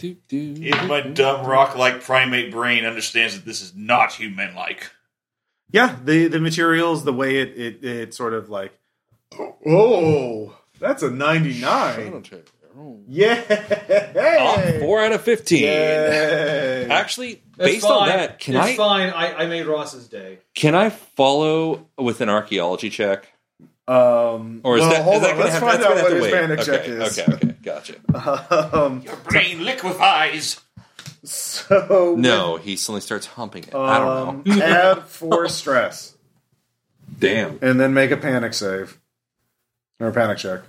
Do, do,
If my dumb rock-like primate brain understands that this is not human-like,
Yeah, the the materials, the way it it, it sort of like oh, that's a ninety nine.
Oh,
Yeah.
Four out of fifteen.
Yay.
Actually,
That's
based
fine.
on that, can
it's
I
fine. I, I made Ross's day.
can I follow with an archaeology check?
Um,
Or is
well,
that,
hold
is that
on,
gonna
let's
have,
find
that's
out
gonna have
what
to
his
wait.
panic
okay,
check is.
Okay, okay, gotcha.
Um,
brain liquefies.
so
No, he suddenly starts humping it. I don't know.
Um, add four stress
Damn.
and then make a panic save or a panic check.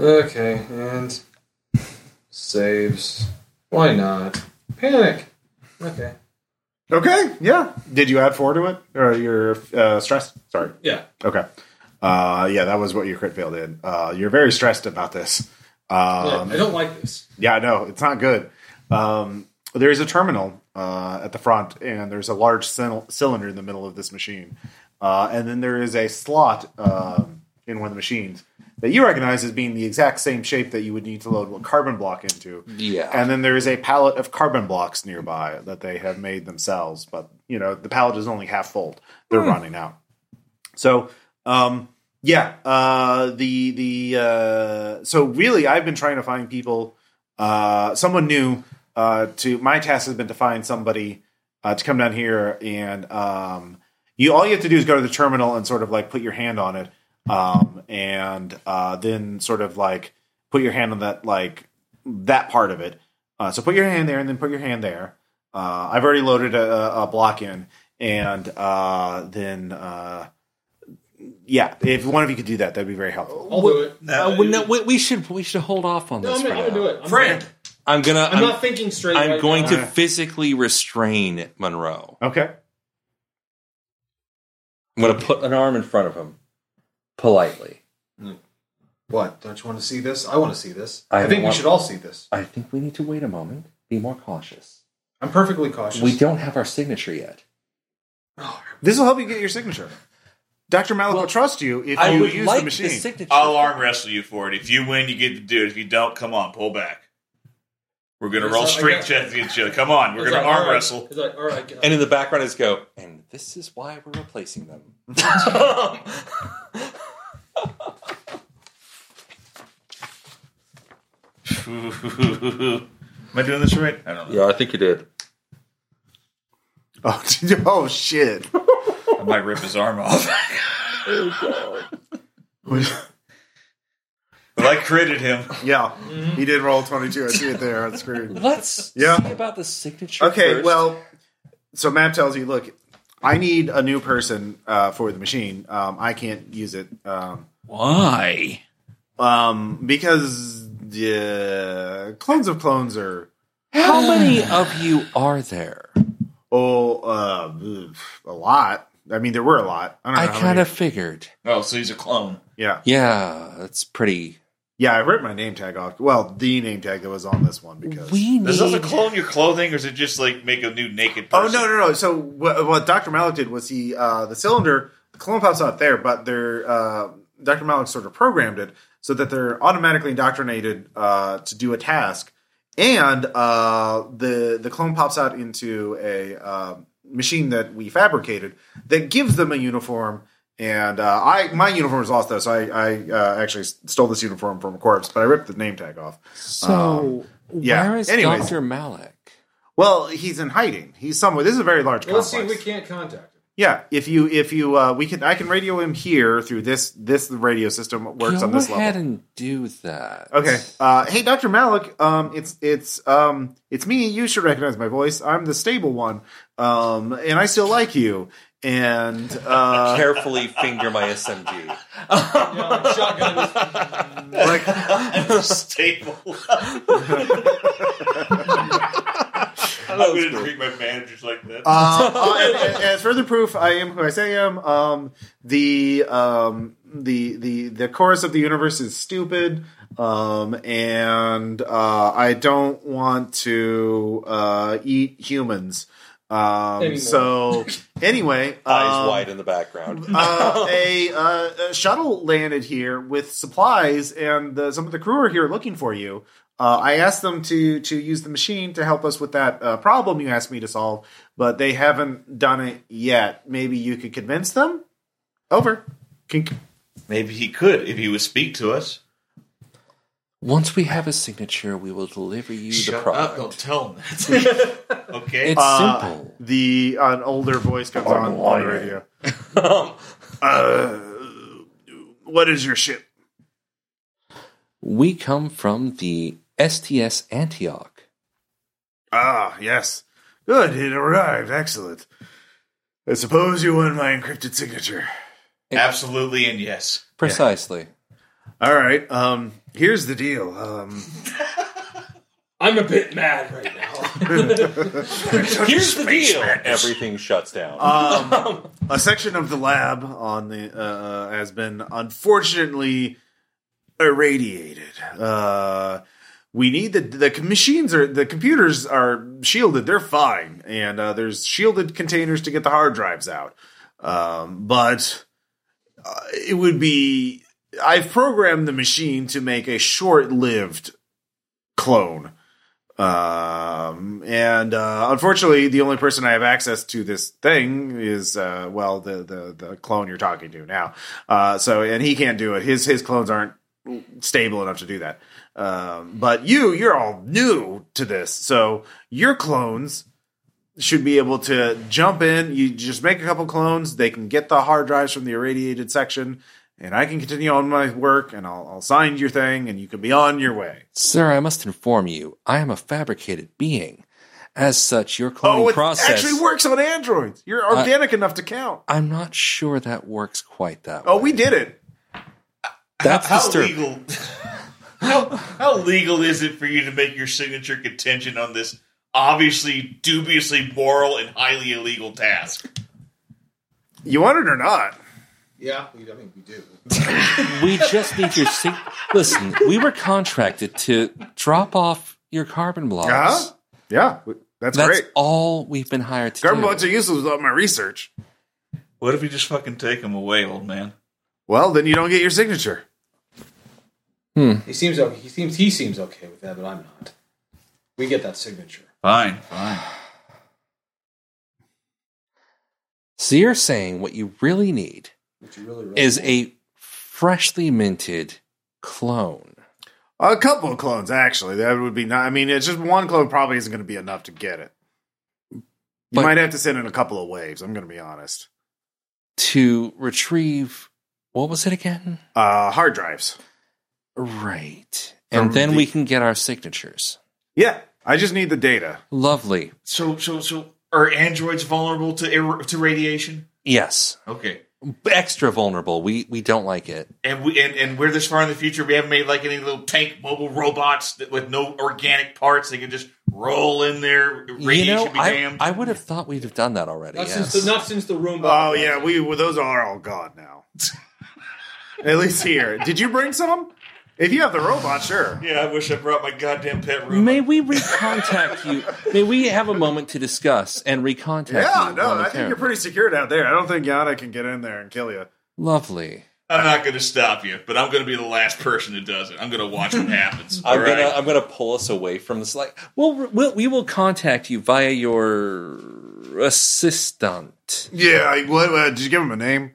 Okay, and saves. Why not? Panic. Okay.
Okay, yeah. Did you add four to it or your uh, stress? Sorry.
Yeah.
Okay. Uh, yeah, that was what your crit fail did. Uh, you're very stressed about this.
Look,
Um,
I don't like this.
Yeah, no, it's not good. Um, there is a terminal uh, at the front, and there's a large cyl- cylinder in the middle of this machine, uh, and then there is a slot um in one of the machines that you recognize as being the exact same shape that you would need to load a carbon block into.
Yeah.
and then there is a pallet of carbon blocks nearby that they have made themselves, but you know the pallet is only half full; they're running out. So, um, yeah, uh, the the uh, so really, I've been trying to find people, uh, someone new. Uh, to my task has been to find somebody uh, to come down here, and um, you all you have to do is go to the terminal and sort of like put your hand on it, um, and uh, then sort of like put your hand on that like that part of it. Uh, so put your hand there, and then put your hand there. Uh, I've already loaded a, a block in, and uh, then. Uh, yeah, if one of you could do that, that'd be very helpful.
I'll do it.
No,
Uh, we, no, we, we should we should hold off on
No,
this.
I'm, gonna- I'm
for
gonna
now.
do it. I'm
Friend.
I'm gonna.
I'm,
I'm,
not thinking straight.
I'm
right
going
now.
to physically restrain Monroe.
Okay.
I'm gonna put an arm in front of him, politely.
What? Don't you want to see this? I want to see this.
I
I, think
want-
we should all see this.
I think we need to wait a moment. Be more cautious.
I'm perfectly cautious.
We don't have our signature yet.
This will help you get your signature. Dr. Malik will trust you if you use the machine.
signature.
I'll arm wrestle you for it. If you win, you get to do it. If you don't, come on, pull back. We're gonna
It's
roll
like-
strength checks against each other. Come on, we're
It's
gonna
like,
arm
all right.
wrestle.
It's like, all right, get up.
and in the background is go. And this is why we're replacing them.
Am I doing this right? I don't know.
Yeah, I think you did.
oh, oh, shit.
I might rip his arm off. but I critted him.
yeah, he did roll 22. I see it there on the screen.
Let's
Yeah.
see about the signature.
Okay,
first.
well, so Map tells you, look, I need a new person uh, for the machine. Um, I can't use it. Um,
Why?
um, because uh, clones of clones are.
how many of you are there?
Oh, uh, a lot. I mean, there were a lot. I don't know.
I
how
kind
many.
of figured.
Oh, so he's a clone.
Yeah.
Yeah, that's pretty.
Yeah, I ripped my name tag off. Well, the name tag that was on this one because.
We need.
Does it also clone your clothing, or is it just like make a new naked
oh
person?
no no no! So what, what Dr. Malik did was he uh, the cylinder the clone pop's not there, but their uh, Dr. Malik sort of programmed it so that they're automatically indoctrinated uh, to do a task, and uh, the the clone pops out into a uh, machine that we fabricated that gives them a uniform. And uh, I my uniform is lost though, so I, I uh, actually stole this uniform from a corpse, but I ripped the name tag off.
So
Um, yeah.
where is
Anyways.
Doctor Malik?
Well, he's in hiding. He's somewhere. This is a very large
Well, let's
complex.
see if we can't contact him.
yeah, if you if you uh, we can I can radio him here through this this radio system works
Go
on this
ahead
level.
and do that.
Okay. Uh, hey, Doctor Malik. Um, it's it's um, it's me. You should recognize my voice. I'm the stable one. Um, and I still like you. And uh,
Carefully finger my SMG.
Yeah, like shotgun.
like
staple. I'm going to treat my managers like that.
Uh, uh, and- and- and as further proof, I am who I say I am. Um, the um, the the the chorus of the universe is stupid, um, and uh, I don't want to uh, eat humans. Um,
Anymore.
so anyway, um,
in the background.
uh, a, uh, a shuttle landed here with supplies, and the, some of the crew are here looking for you. Uh, I asked them to to use the machine to help us with that uh, problem you asked me to solve, but they haven't done it yet. Maybe you could convince them. Over. Kink.
Maybe he could if he would speak to us.
Once we have a signature, we will deliver you the product.
tell him that. okay.
it's
Uh,
simple.
The an older voice comes on, on the radio. uh, what is your ship?
We come from the STS Antioch.
Ah, yes. Good, it arrived. Excellent. I suppose you won my encrypted signature.
Absolutely and yes.
Precisely.
All right. Um, here's the deal. Um,
I'm a bit mad right now. Here's the deal.
Everything shuts down.
um, a section of the lab on the uh, has been unfortunately irradiated. Uh, we need the the machines are the computers are shielded. They're fine, and uh, there's shielded containers to get the hard drives out. Um, but uh, it would be I've programmed the machine to make a short-lived clone. Um, and uh, unfortunately, the only person I have access to this thing is uh, well the the the clone you're talking to now. Uh, so and he can't do it. His his clones aren't stable enough to do that. Um, but you you're all new to this, so your clones should be able to jump in. You just make a couple clones. They can get the hard drives from the irradiated section, and I can continue on my work. And I'll, I'll sign your thing, and you can be on your way.
Sir, I must inform you, I am a fabricated being. As such, your cloning
Oh, it
process.
actually works on androids. You're organic enough to count.
I'm not sure that works quite that
Oh,
way.
we did it.
That's
How
disturbing.
legal? how, how legal is it for you to make your signature contingent on this obviously dubiously moral and highly illegal task?
You want it or not?
yeah, we, I mean, we do.
We just need your sig- Listen, we were contracted to drop off your carbon blocks.
Yeah, yeah. That's,
That's
great.
all we've been hired to
Government
do.
blocks are useless without my research.
What if we just fucking take him away, old man?
Well, then you don't get your signature.
He seems okay. He seems he seems okay with that, but I'm not. We get that signature.
Fine, fine.
so you're saying what you really need
Which you really, really
is a freshly minted clone.
A couple of clones, actually. That would be not. I mean, it's just one clone probably isn't going to be enough to get it. You
But-
might have to send in a couple of waves. I'm going to be honest.
to retrieve what was it again?
Uh, hard drives.
Right. And
From
then
the-
we can get our signatures.
Yeah, I just need the data.
Lovely.
So, so, so, are androids vulnerable to ir- to radiation?
Yes.
Okay,
Extra vulnerable. We we don't like it.
and we and, and we're this far in the future. We haven't made like any little tank mobile robots that, with no organic parts. They can just roll in there. Radiation
you know,
be
I,
damned.
I would have thought we'd have done that already.
not
yes.
since the not since the robot.
Oh yeah, we well, those are all gone now. At least here. Did you bring some? If you have the robot, sure.
Yeah, I wish I brought my goddamn pet room.
May we recontact you? May we have a moment to discuss and recontact you?
Yeah, no, I think
momentarily?
you're pretty secured out there. I don't think Yana can get in there and kill you.
lovely.
I'm not going to stop you, but I'm going to be the last person who does it. I'm going to watch what happens.
I'm
all right?
gonna I'm gonna pull us away from this. Like, well, we'll we will contact you via your assistant.
Yeah, like, what, uh, did you give him a name?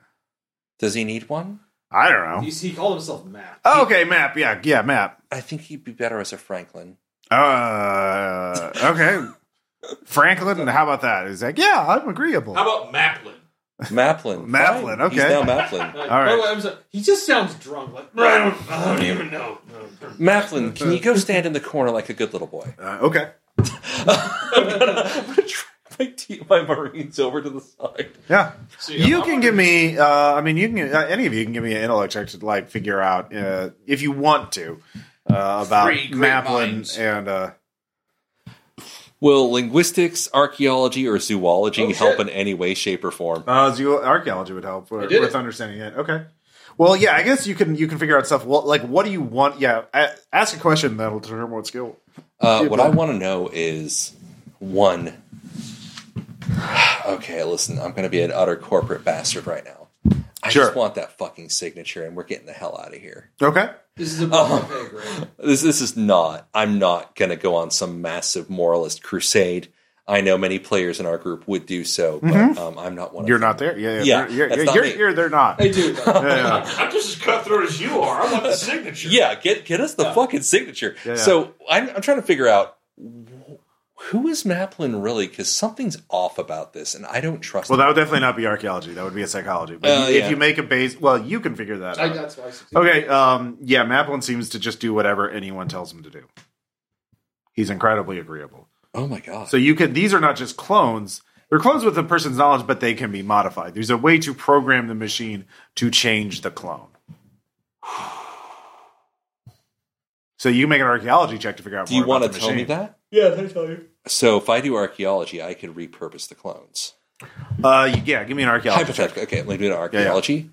Does he need one?
I don't know.
He's, he called himself Matt.
Oh, okay, Map. Yeah, yeah, Map.
I think he'd be better as a Franklin.
Uh, okay. Franklin, and how about that? He's like, yeah, I'm agreeable.
How about Maplin?
Maplin.
Maplin,
Fine. He's
okay.
now Maplin.
All
right.
I'm sorry. He just sounds drunk. Like I don't, I don't even know.
Maplin, can you go stand in the corner like a good little boy?
Uh, okay.
I'm gonna drag my, te- my Marines over to the side.
Yeah.
See,
You
I'm-
can give me, uh, I mean, you can, uh, any of you can give me an intellect check to, like, figure out, uh, if you want to, uh, about
Three great
Maplin
minds.
and, uh,
Will linguistics, archaeology, or zoology
Oh,
help
shit.
in any way, shape, or form?
Uh, zoo- archaeology would help for,
I
with
did it.
understanding it. Okay. Well, yeah, I guess you can you can figure out stuff. Well, like, what do you want? Yeah, a- ask a question that'll determine what skill.
Uh,
Yeah,
what
go
I
ahead.
want to know is one. Okay, listen, I'm going to be an utter corporate bastard right now. I
Sure.
just want that fucking signature, and we're getting the hell out of here.
Okay.
This is a oh. pig, right?
This this is not. I'm not going to go on some massive moralist crusade. I know many players in our group would do so, but um, I'm not one.
Mm-hmm. You're
of them.
not there. Yeah, yeah.
Yeah,
they're- you're,
that's
you're,
not
you're,
me.
you're- they're not.
I do. though.
Yeah, yeah.
I'm just as cutthroat as you are. I want the signature.
Yeah, get get us the fucking signature.
Yeah, yeah.
So I'm, I'm trying to figure out wh- who is Maplin really, because something's off about this, and I don't trust.
Well, that would definitely not be archaeology. That would be a psychology. But
Uh,
if
yeah.
you make a base, well, you can figure that
I,
out.
that's why I succeeded.
Okay. Um, yeah, Maplin seems to just do whatever anyone tells him to do. He's incredibly agreeable.
oh my god.
So you can. These are not just clones. They're clones with a person's knowledge, but they can be modified. There's a way to program the machine to change the clone. So you make an archaeology check to figure out.
Do you
more about
want to
the
tell me
machine.
that?
yeah, I tell you.
So if I do archaeology, I could repurpose the clones.
Uh, y- yeah, give me an archaeology. check.
Hypothetically, okay, let me do an archaeology.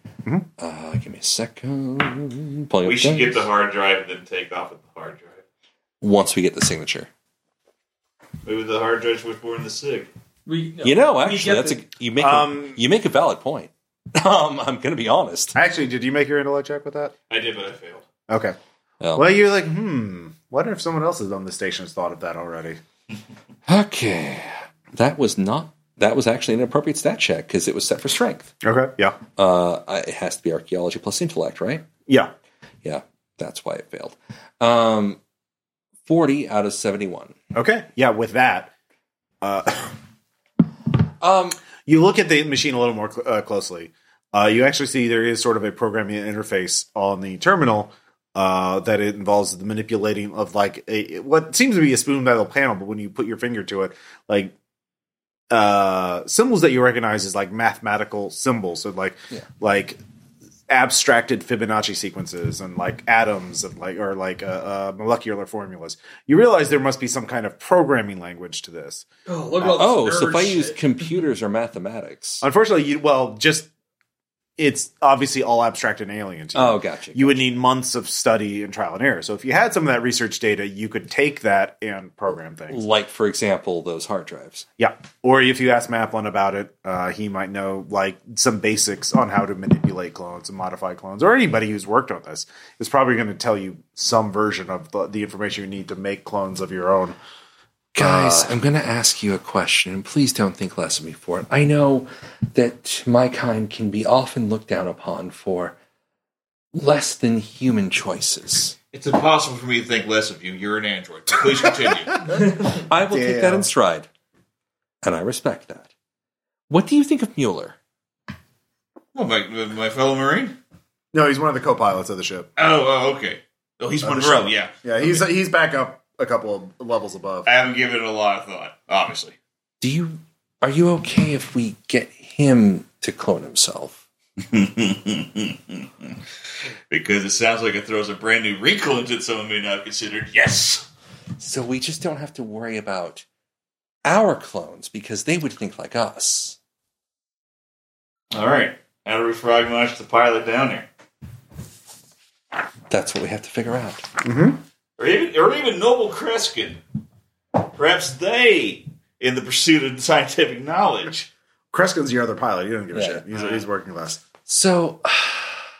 Uh, give me a second. Pulling
We
up
should
there.
get the hard drive and then take off with the hard drive.
once we get the signature.
Maybe the hard drive was born in the SIG.
We, no.
You know,
We
actually,
get
that's
the-
a you make
Um,
a, you make a valid point. Um, I'm going to be honest.
Actually, did you make your intellect check with that?
I did, but I failed.
Okay.
Oh.
Well, you're like, hmm. Wonder if someone else is on the station has thought of that already.
Okay, that was not that was actually an appropriate stat check because it was set for strength.
Okay. Yeah.
Uh, I- it has to be archaeology plus intellect, right?
Yeah.
Yeah, that's why it failed. Um, Forty out of seventy-one.
Okay. Yeah. With that,
Um,
you look at the machine a little more cl- uh, closely. Uh, you actually see there is sort of a programming interface on the terminal uh, that it involves the manipulating of like a, what seems to be a spoon metal panel, but when you put your finger to it, like uh, symbols that you recognize as like mathematical symbols, so like like abstracted Fibonacci sequences and like atoms and like or like uh, uh, molecular formulas. You realize there must be some kind of programming language to this.
Oh, look at all
oh,
this
so if I
nerd
use
shit.
computers or mathematics,
Unfortunately, you well, just it's obviously all abstract and alien to you.
Oh, gotcha.
You would need months of study and trial and error. So if you had some of that research data, you could take that and program things.
like for example, those hard drives.
Yeah. Or if you ask Maplin about it, uh, he might know like some basics on how to manipulate clones and modify clones. Or anybody who's worked on this is probably going to tell you some version of the, the information you need to make clones of your own.
Guys, I'm going to ask you a question, and please don't think less of me for it. I know that my kind can be often looked down upon for less than human choices.
It's impossible for me to think less of you. You're an android. Please continue.
I will take that
Damn.
in stride, and I respect that. What do you think of Mueller?
well, my, my fellow Marine?
No, he's one of the co-pilots of the ship.
Oh, oh okay. Oh, he's Monroe, yeah.
Yeah, he's he's back up a couple of levels above.
I haven't given it a lot of thought, obviously.
Do you are you okay if we get him to clone himself?
Because it sounds like it throws a brand new reclone that someone may not have considered. Yes!
So we just don't have to worry about our clones because they would think like us.
All right. How do we frog march the pilot down there?
That's what we have to figure out.
or even or even Noble Kreskin. Perhaps they, in the pursuit of scientific knowledge,
Kreskin's your other pilot. He doesn't give a
Yeah.
shit. He's, he's working class.
So,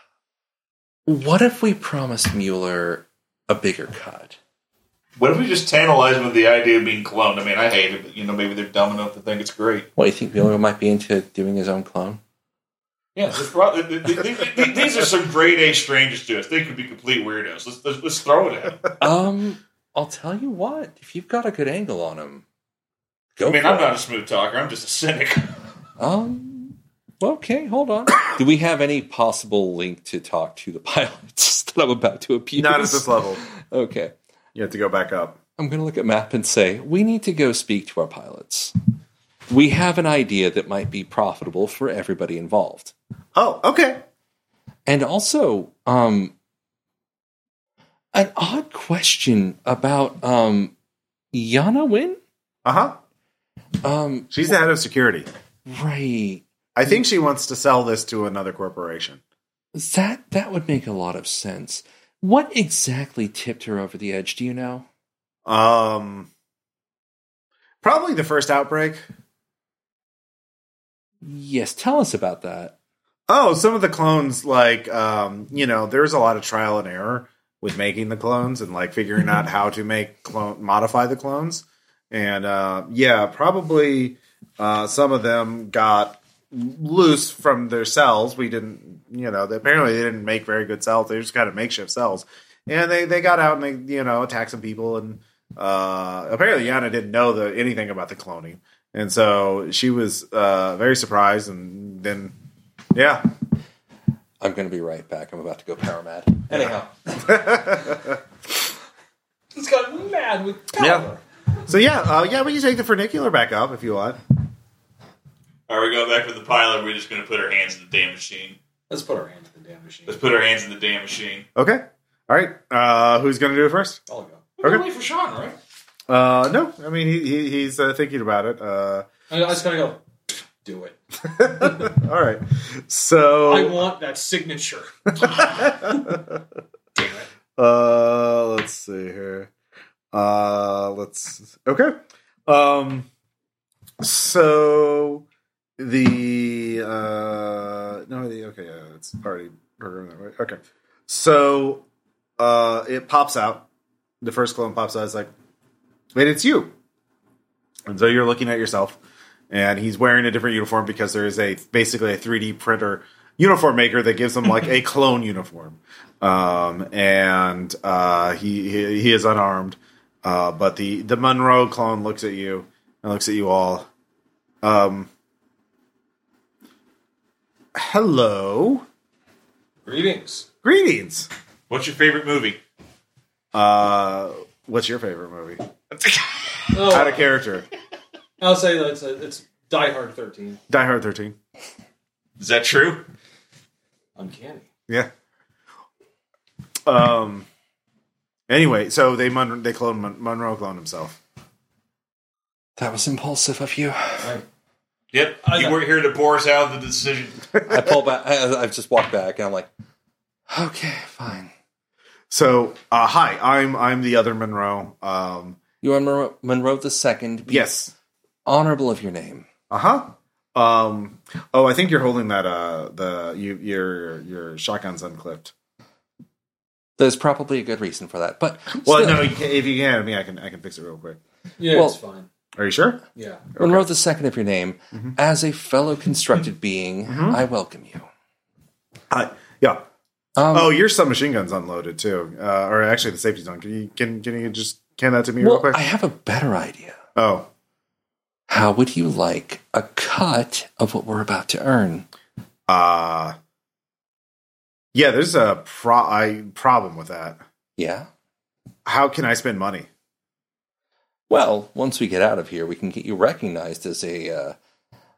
what if we promised Mueller a bigger cut?
What if we just tantalize them with the idea of being cloned? I mean, I hate it, but you know, maybe they're dumb enough to think it's great.
Well, you think Mueller might be into doing his own clone?
Yeah, there's prob- th- th- th- th- th- these are some grade A strangers to us. They could be complete weirdos. Let's let's, let's throw it at them.
Um, I'll tell you what. If you've got a good angle on him, go.
I mean,
for
I'm
it.
not a smooth talker. I'm just a cynic.
Um. Okay, hold on. Do we have any possible link to talk to the pilots that I'm about to abuse?
Not at this level.
Okay,
You have to go back up.
I'm going to look at map and say we need to go speak to our pilots. We have an idea that might be profitable for everybody involved.
Oh, okay.
And also, um, an odd question about um, Yana Win.
Uh huh.
Um,
She's the head of security.
right.
I think she wants to sell this to another corporation.
That that would make a lot of sense. What exactly tipped her over the edge? Do you know?
Um, probably the first outbreak.
Yes, tell us about that.
Oh, some of the clones, like, um, you know, there's a lot of trial and error with making the clones and like figuring out how to make clone modify the clones. And uh, yeah, probably uh, some of them got loose from their cells. We didn't, you know, they, apparently they didn't make very good cells. They just kind of makeshift cells, and they they got out and they you know attacked some people. And uh, apparently Yana didn't know the, anything about the cloning, and so she was uh, very surprised. And then yeah.
I'm going to be right back. I'm about to go power mad. Anyhow,
He's gotten mad with power.
Yeah. So yeah, uh, yeah, we can take the funicular back up if you want.
Are we going back to the pilot? We're just going to put our hands in the damn machine.
Let's put our hand to the damn machine.
Let's put our hands in the damn machine.
Okay. All right. Uh, who's gonna do it first?
I'll go.
We're
Okay.
wait for Sean, right?
Uh, no, I mean he, he he's uh, thinking about it. Uh,
I, I just gotta go. Do it.
all right.
Oh.
I
So
want that signature.
uh, let's see here. Uh, let's okay. Um, so the uh, no, the okay, yeah, it's already programmed that way. Okay, so uh, it pops out. The first clone pops out. It's like, wait, it's you. And so you're looking at yourself, and he's wearing a different uniform because there is a basically a 3D printer uniform maker that gives him like a clone uniform. Um, and uh, he, he he is unarmed, uh, but the the Monroe clone looks at you and looks at you all. Um, hello,
Greetings.
greetings.
What's your favorite movie?
Uh, what's your favorite movie? Out
Oh,
of character,
I'll say that it's, a, it's Die Hard 13.
Die Hard Thirteen.
Is that true?
Uncanny.
Yeah. Um. Anyway, so they Mon- they cloned Mon- Monroe cloned himself.
that was impulsive of you.
Yep. You weren't here to bore us out of the decision.
I pull back. I, I've just walked back, and I'm like, okay, fine.
So, uh, hi, I'm I'm the other Monroe. Um.
You are Monroe, Monroe the Second. Be
Yes.
honorable of your name.
Uh huh. Um. Oh, I think you're holding that. Uh. The you your your shotgun's unclipped.
There's probably a good reason for that, but
Well,
still,
no, you can, if you can, I mean, I can I can fix it real quick.
Yeah,
Well-
it's fine.
Are you sure?
Yeah.
Monroe the Second of your name,
Mm-hmm.
as a fellow constructed being, I welcome you.
Hi. Uh, Yeah.
Um,
Oh, your submachine gun's unloaded too. Uh, or actually, the safety zone. Can you can can you just can that to me real
well,
quick?
I have a better idea.
oh.
How would you like a cut of what we're about to earn?
Uh yeah, there's a pro- I, problem with that.
Yeah.
How can I spend money?
Well, once we get out of here, we can get you recognized as a uh,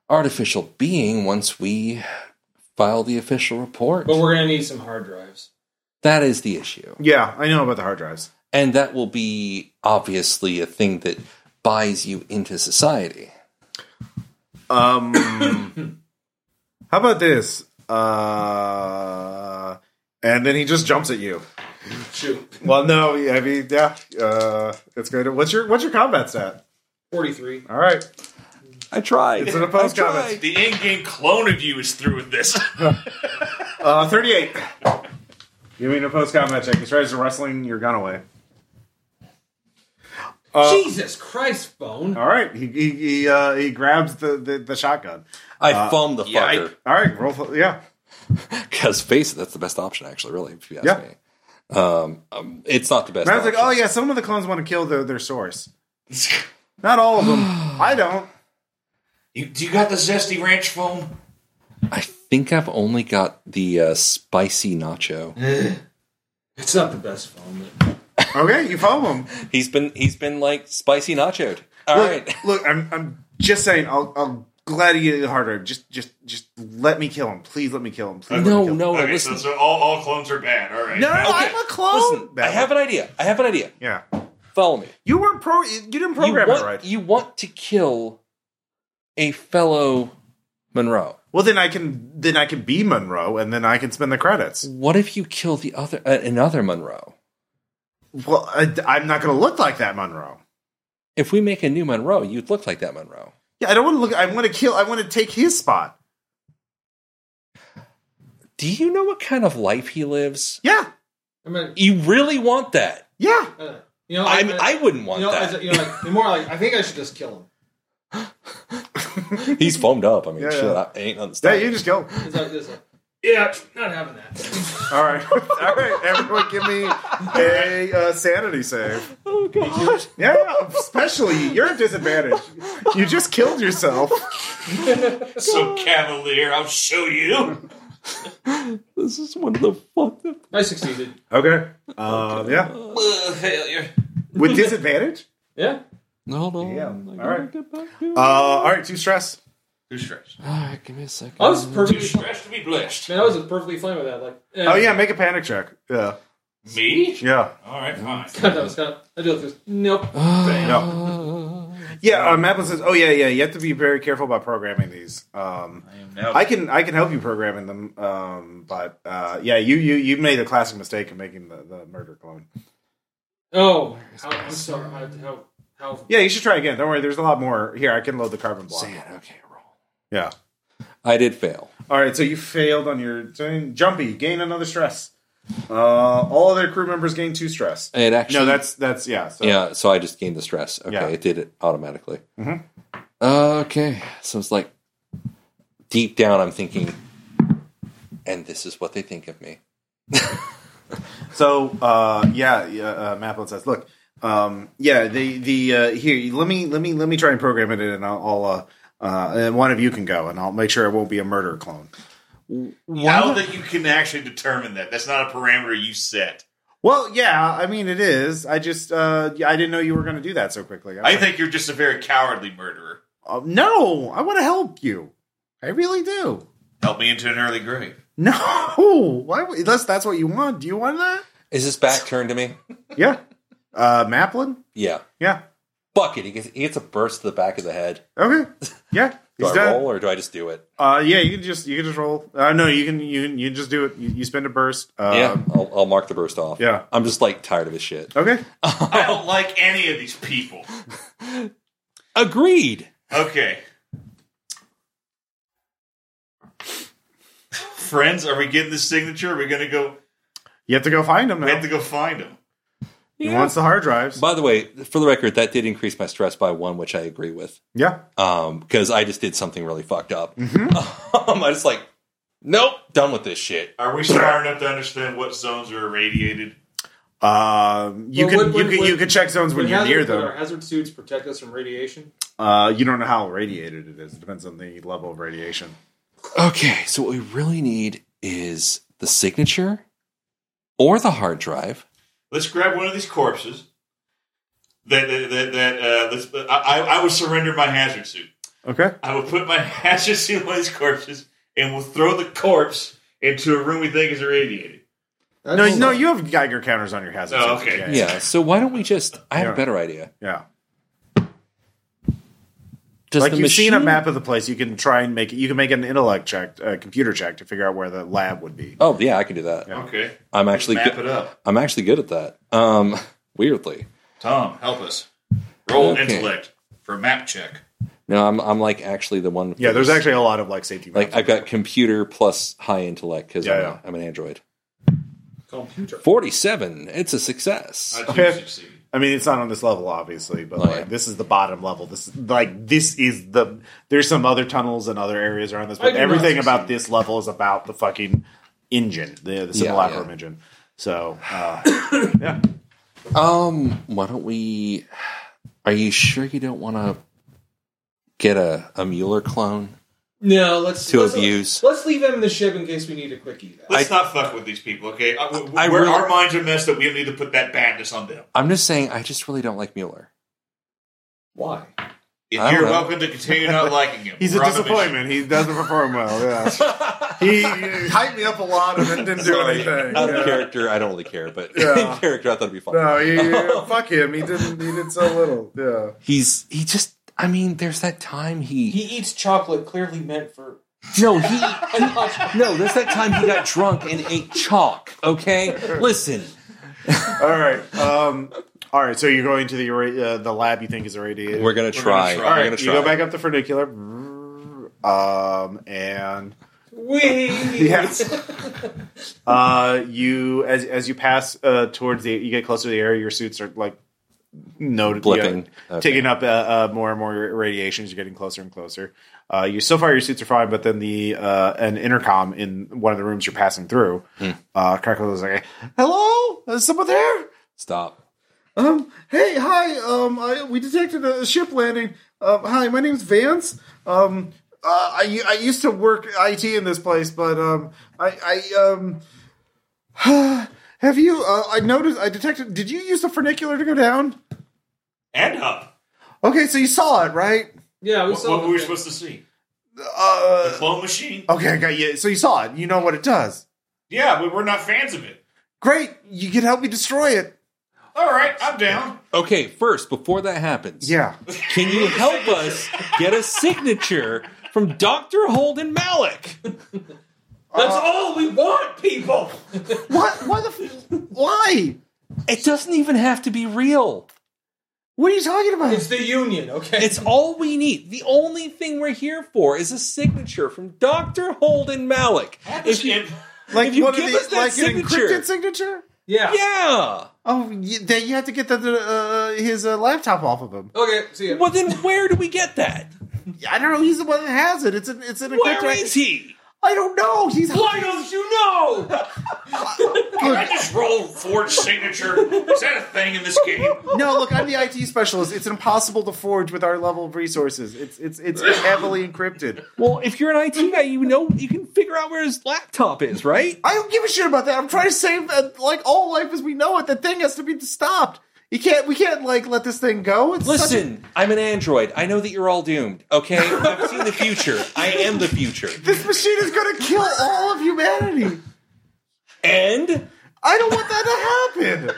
artificial being once we file the official report.
But we're gonna need some hard drives.
That is the issue.
Yeah, I know about the hard drives.
And that will be obviously a thing that buys you into society.
Um How about this? Uh and then he just jumps at you.
Shoot,
Well, no, yeah, I mean, yeah, uh, it's good. What's your what's your combat stat?
forty-three.
All right,
I tried.
it's an opposed
I tried.
combat.
The in-game clone of you is through with this.
Uh, Thirty-eight. Give me an opposed combat check. He tries to wrestling your gun away.
Uh,
Jesus Christ, bone.
All right, he he he, uh, he grabs the, the the shotgun.
I
Uh,
foamed the
yeah, I-
fucker.
All right, roll. For, yeah,
Because face it, that's the best option, actually, really, if you ask
Yeah.
me. Um, um, it's not the best
Matt's like,
option.
oh yeah, some of the clones want to kill their their source. Not all of them. I don't.
you, do you got the zesty ranch phone?
"Oh,
I think I've only got the uh, spicy nacho.
It's not the best phone. But
Okay, you follow him.
he's been he's been like spicy nachoed. All
look,
right.
look, I'm I'm just saying. I'll I'll gladly get it harder. Just just just let me kill him. Please let me kill him. Please let me
No,
kill him.
no, no,
Okay, so,
listen.
so all, all clones are bad. All right.
No, no,
Okay,
I'm a clone.
Listen,
That
I have an idea. I have an idea.
Yeah,
Follow me.
you weren't pro. You didn't
You
program
want,
it right.
you want to kill a fellow Monroe.
well, then I can then I can be Monroe, and then I can spend the credits.
What if you kill the other uh, another Monroe?
Well, I, I'm not going to look like that Monroe.
If we make a new Monroe, you'd look like that Monroe.
Yeah, I don't want to look. I want to kill. I want to take his spot.
Do you know what kind of life he lives?
Yeah,
I mean,
You really want that?
yeah.
uh, you know,
I, I wouldn't want
you know,
that.
as a- you know, like, the more like, I think I should just kill him.
He's foamed up. I mean,
Yeah,
shit,
yeah.
I ain't on the
Yeah,
stage.
you just go.
It's like this. Like, yeah, not having that.
All right, all right. Everyone, give me a uh, sanity save.
oh god!
Yeah, especially you're at disadvantage. You just killed yourself.
So cavalier, I'll show you.
This is one of the fucked up.
I succeeded.
Okay. Uh, yeah,
Uh, failure.
with disadvantage.
Yeah.
Hold on.
Yeah,
I gotta
all right.
Oh Get back to
Uh, all right, two stress.
Too stressed.
all right, give me a second.
I was perfectly
Too stressed to be blessed.
man, I was perfectly fine with that. Like, eh.
Oh yeah, make a panic check. Yeah,
Me?
yeah,
All right, fine.
that was kind of. I do this. Nope.
no, yeah. Uh, Maplin says, "Oh yeah, yeah. You have to be very careful about programming these. Um,
I am now.
I can I can help you programming them, um, but uh, yeah, you you you made a classic mistake of making the, the murder clone.
Oh, how, I'm sorry. How, how, how
Yeah, you should try again. Don't worry, there's a lot more here. I can load the carbon block.
Sad. Okay, roll.
Yeah.
I did fail.
All right, so you failed on your thing. Jumpy, gain another stress. Uh, all other crew members gain two stress.
It actually.
No, that's that's yeah. So.
yeah. So I just gained the stress. Okay,
Yeah. Mm-hmm.
it did it automatically. okay, so it's like deep down, I'm thinking, and this is what they think of me.
So uh, yeah, yeah uh, Maplin says, look, um, yeah, the the uh, here, let me let me let me try and program it, in and I'll, I'll uh, uh, and one of you can go, and I'll make sure it won't be a murder clone.
How that you can actually determine that? That's not a parameter you set.
Well, yeah, I mean it is. I just uh, I didn't know you were going to do that so quickly.
I think you're just a very cowardly murderer.
Uh, no, I want to help you. I really do.
Help me into an early grave.
No, why? would- Unless that's what you want. Do you want that?
Is his back turned to me?
Yeah. Uh, Maplin?
Yeah.
Yeah.
Bucket. He gets, he gets a burst to the back of the head.
Okay. Yeah.
Do
He's
I
done.
roll or do I just do it?
Uh, yeah, you can just you can just roll. Uh, no, you can you can you can just do it. You, you spend a burst.
Yeah,
Uh,
I'll, I'll mark the burst off.
Yeah.
I'm just like tired of this shit.
Okay.
I don't like any of these people.
Agreed.
Okay. Friends, are we getting this signature? Are we going to go?
You have to go find him
We
now.
have to go find him.
He wants the hard drives.
By the way, for the record, that did increase my stress by one, which I agree with.
yeah.
Um, because I just did something really fucked up. Um, I just like, nope, done with this shit.
Are we smart enough to understand what zones are irradiated?
Um, you
Well,
can
would-
you
would-
can you
would-
can check zones when
would
you're
hazard-
near
would
them.
Our hazard suits protect us from radiation.
Uh, you don't know how radiated it is. It depends on the level of radiation.
Okay, so what we really need is the signature or the hard drive.
Let's grab one of these corpses. That that that, that uh, let's, I, I- I would surrender my hazard suit.
Okay.
I will put my hatchet in one of these corpses and we'll throw the corpse into a room we think is irradiated.
No,
That's-
no, you have Geiger counters on your hazard.
Oh,
sensors.
okay.
Yeah.
Yeah, so why don't we just. I have
Yeah.
a better idea.
yeah.
does
like
the
you've
machine
seen a map of the place, you can try and make it. You can make an intellect check, a computer check, to figure out where the lab would be.
Oh yeah, I can do that.
Okay.
I'm actually
Map
good-
it up.
I'm actually good at that. Um, weirdly,
Tom, help us. Roll
Okay.
intellect for a map check.
no, I'm I'm like actually the one.
Yeah, there's actually a lot of like safety.
like
maps.
I've got computer plus high intellect because
Yeah,
I'm, a-
yeah.
I'm an android.
Computer.
Forty seven. It's a success.
I
Okay.
do succeed.
I mean, it's not on this level, obviously, but
Oh,
like
yeah.
this is the bottom level. This is- like this is the. There's some other tunnels and other areas around this,
I do
but
not
everything about
succeed.
this level is about the fucking engine, the, the simulacrum
yeah.
engine. So uh,
Um, why don't we? Are you sure you don't want to get a a Mueller clone?
No, let's
To
let's,
abuse.
Let's leave him in the ship in case we need a quickie.
Let's not fuck with these people, okay? Uh, w-
I
we're-
really-
our minds are messed up. We don't need to put that badness on them.
I'm just saying, I just really don't like Mueller.
Why?
If
I don't
you're
know.
welcome to continue not liking him.
he's a
We're on mission.
disappointment. He doesn't perform well. Yeah, he hyped me up a lot and then didn't do anything.
Out of
Yeah.
character, I don't really care, but
Yeah.
in character, I thought it'd be fun.
No, he, fuck him. He didn't. He did so little. Yeah.
He's he just. I mean, there's that time
He eats chocolate clearly meant for.
No, he. no, that's that time he got drunk and ate chalk. Okay, listen.
All right. Um, all right. So you're going to the irra- uh, the lab you think is irradiated.
We're gonna try.
try.
We're
All right,
gonna
you
try.
go back up the funicular, um, and
We.
Yes. uh, you as as you pass uh, towards the you get closer to the area, your suits are like notably
Blipping. Okay.
taking up uh, uh, more and more radiations. You're getting closer and closer. Uh, you so far your suits are fine, but then the uh, an intercom in one of the rooms you're passing through,
Hmm.
uh, crackles is like, "Hello, is someone there?"
Stop.
Um, hey, hi. Um, I, we detected a ship landing. Um, hi, my name's Vance. Um, uh, I I used to work IT in this place, but um, I I um, have you? Uh, I noticed. I detected. Did you use the funicular to go down?
And up.
Okay, so you saw it, right?
yeah, we
What,
saw
what were we supposed to see? The
Uh,
clone machine?
okay, I got you. So you saw it. You know what it does.
Yeah, we, we're not fans of it.
Great, you can help me destroy it.
All right, I'm down.
Okay, first before that happens,
Yeah.
can you help us get a signature from Doctor Holden Malik?
That's
Ah.
all we want, people.
What? Why the? F- why?
It doesn't even have to be real.
What are you talking about?
It's the union, okay?
It's all we need. The only thing we're here for is a signature from Doctor Holden Malik. If you,
And-
like
if you
one of
give
the-
us that
like
signature-
an encrypted signature.
yeah.
yeah.
Oh, you, that you have to get the, the uh, his uh, laptop off of him.
Okay. See ya.
Well, then where do we get that?
I don't know. He's the one that has it. It's an it's an
Where
encrypted-
is he?
I don't know. He's
Why don't you know?
Can I just roll forged signature? Is that a thing in this game?
no. Look, I'm the IT specialist. It's impossible to forge with our level of resources. It's it's it's heavily encrypted.
Well, if you're an IT guy, you know you can figure out where his laptop is, right?
I don't give a shit about that. I'm trying to save uh, like all life as we know it. That thing has to be stopped. You can't. We can't like let this thing go. It's such a-
Listen, I'm an android. I know that you're all doomed. Okay, I've seen the future. I am the future.
this machine is going to kill all of humanity.
And
I don't want that to happen.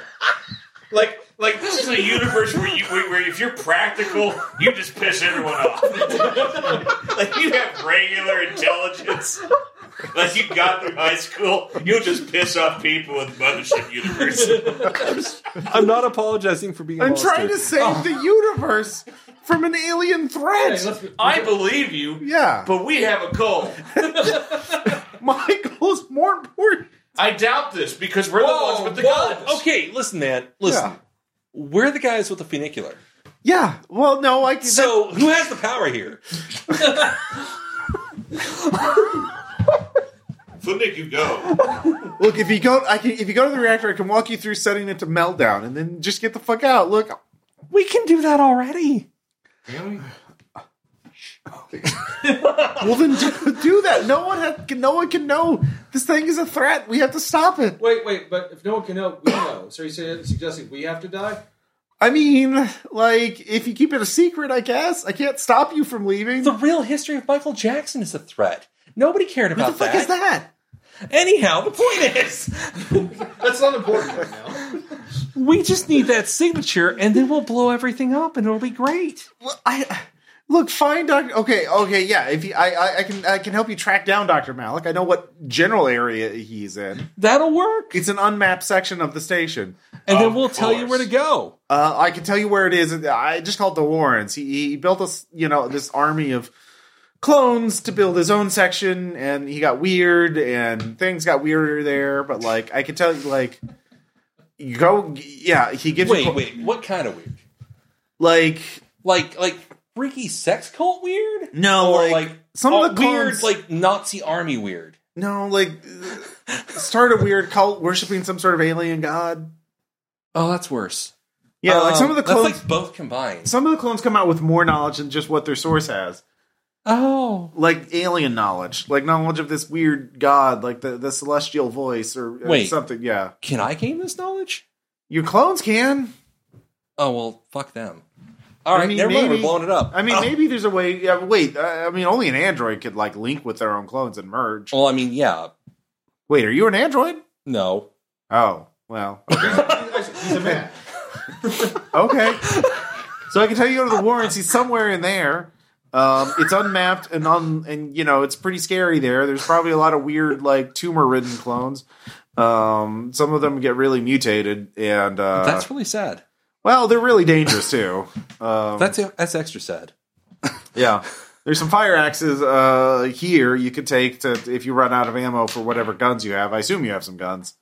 like,
Like this is a universe where you where, where if you're practical, you just piss everyone off. like you have regular intelligence. Like you got through high school, you'll just piss off people in the mothership universe.
I'm not apologizing for being. a
I'm
monster.
trying to save the universe from an alien threat.
Oh. hey, let's be-
I believe you,
yeah,
but we have a goal.
Michael's more important.
I doubt this because we're
Whoa,
the ones with the
whoa.
guns.
Okay, listen, man. Listen,
Yeah.
we're the guys with the funicular.
Yeah. Well, no, I can.
So who has the power here?
Flipnick, you go.
look if you go, I can. If you go to the reactor, I can walk you through setting it to meltdown, and then just get the fuck out. Look,
We can do that already.
well then do, do that. No one ha- can. No one can know this thing is a threat. We have to stop it.
wait, wait, but if no one can know, we know. So you're saying- suggesting we have to die?
I mean, like if you keep it a secret, I guess I can't stop you from leaving.
The real history of Michael Jackson is a threat. Nobody cared
what
about
the fuck is that?
Anyhow, the point is,
That's not important right now.
we just need that signature, and then we'll blow everything up, and it'll be great.
Well, I Look, fine, doctor. Okay, okay, yeah. If you, I, I, I can, I can help you track down Doctor Malik. I know what general area he's in.
That'll work.
It's an unmapped section of the station.
And then
Of
we'll tell you where to
course.
go.
Uh, I can tell you where it is. I just called the Warrens. He, he built us, you know, this army of clones to build his own section, and he got weird, and things got weirder there. But like, I can tell you, like, you go, yeah. He gives you,
Wait,
cl-
wait. What kind of weird?
like,
Like, like freaky sex cult weird?
no,
Or
like,
like
some
uh,
of the
weird,
clones-
like Nazi army weird.
no, like, start a weird cult worshiping some sort of alien god.
Oh, that's worse.
Yeah, like some of
Um,
the
that's
clones.
like both combined.
some of the clones come out with more knowledge than just what their source has.
Oh,
like alien knowledge, like knowledge of this weird god, like the, the celestial voice or, or
Wait.
something. Yeah,
can I gain this knowledge?
your clones can.
Oh well, fuck them. All right,
mean,
never mind. We're
maybe-
blowing it up.
I mean,
Oh.
maybe there's a way. Yeah, but wait. uh, I I mean, only an android could like link with their own clones and merge.
well, I mean, yeah,
Wait, are you an android?
no.
Oh, well, okay. he's a man. okay, so I can tell you go to the warrants. He's somewhere in there. Um, it's unmapped and un and you know it's pretty scary there. There's probably a lot of weird like tumor ridden clones. Um, some of them get really mutated and uh,
That's really sad.
well, they're really dangerous too. Um,
That's that's extra sad.
yeah. There's some fire axes uh, here you could take to if you run out of ammo for whatever guns you have. I assume you have some guns.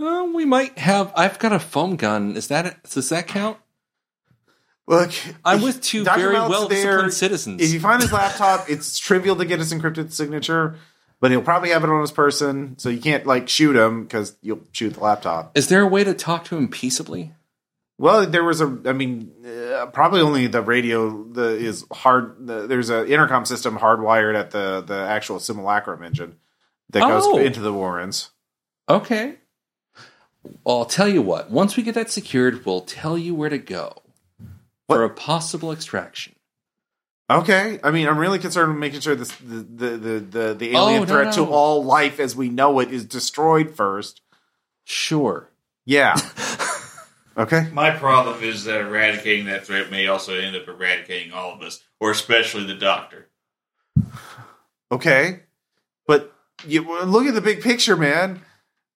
Uh, we might have. I've got a foam gun. Is that does that count?
Look,
I'm with two
Dr.
very
Malik's
well
there.
disciplined citizens.
If you find his laptop, it's trivial to get his encrypted signature, but he'll probably have it on his person, so you can't like shoot him because you'll shoot the laptop.
Is there a way to talk to him peaceably?
Well, there was a, I mean, uh, probably only the radio the, is hard. The, there's a intercom system hardwired at the the actual simulacrum engine that goes
Oh.
into the Warrens.
Okay. Well, I'll tell you what. Once we get that secured, we'll tell you where to go for a possible extraction.
Okay, I mean, I'm really concerned with making sure this the the the the, the
Oh,
alien
no,
threat
no.
to all life as we know it is destroyed first.
Sure.
Yeah. okay.
My problem is that eradicating that threat may also end up eradicating all of us, or especially the doctor.
okay but you well, look at the big picture man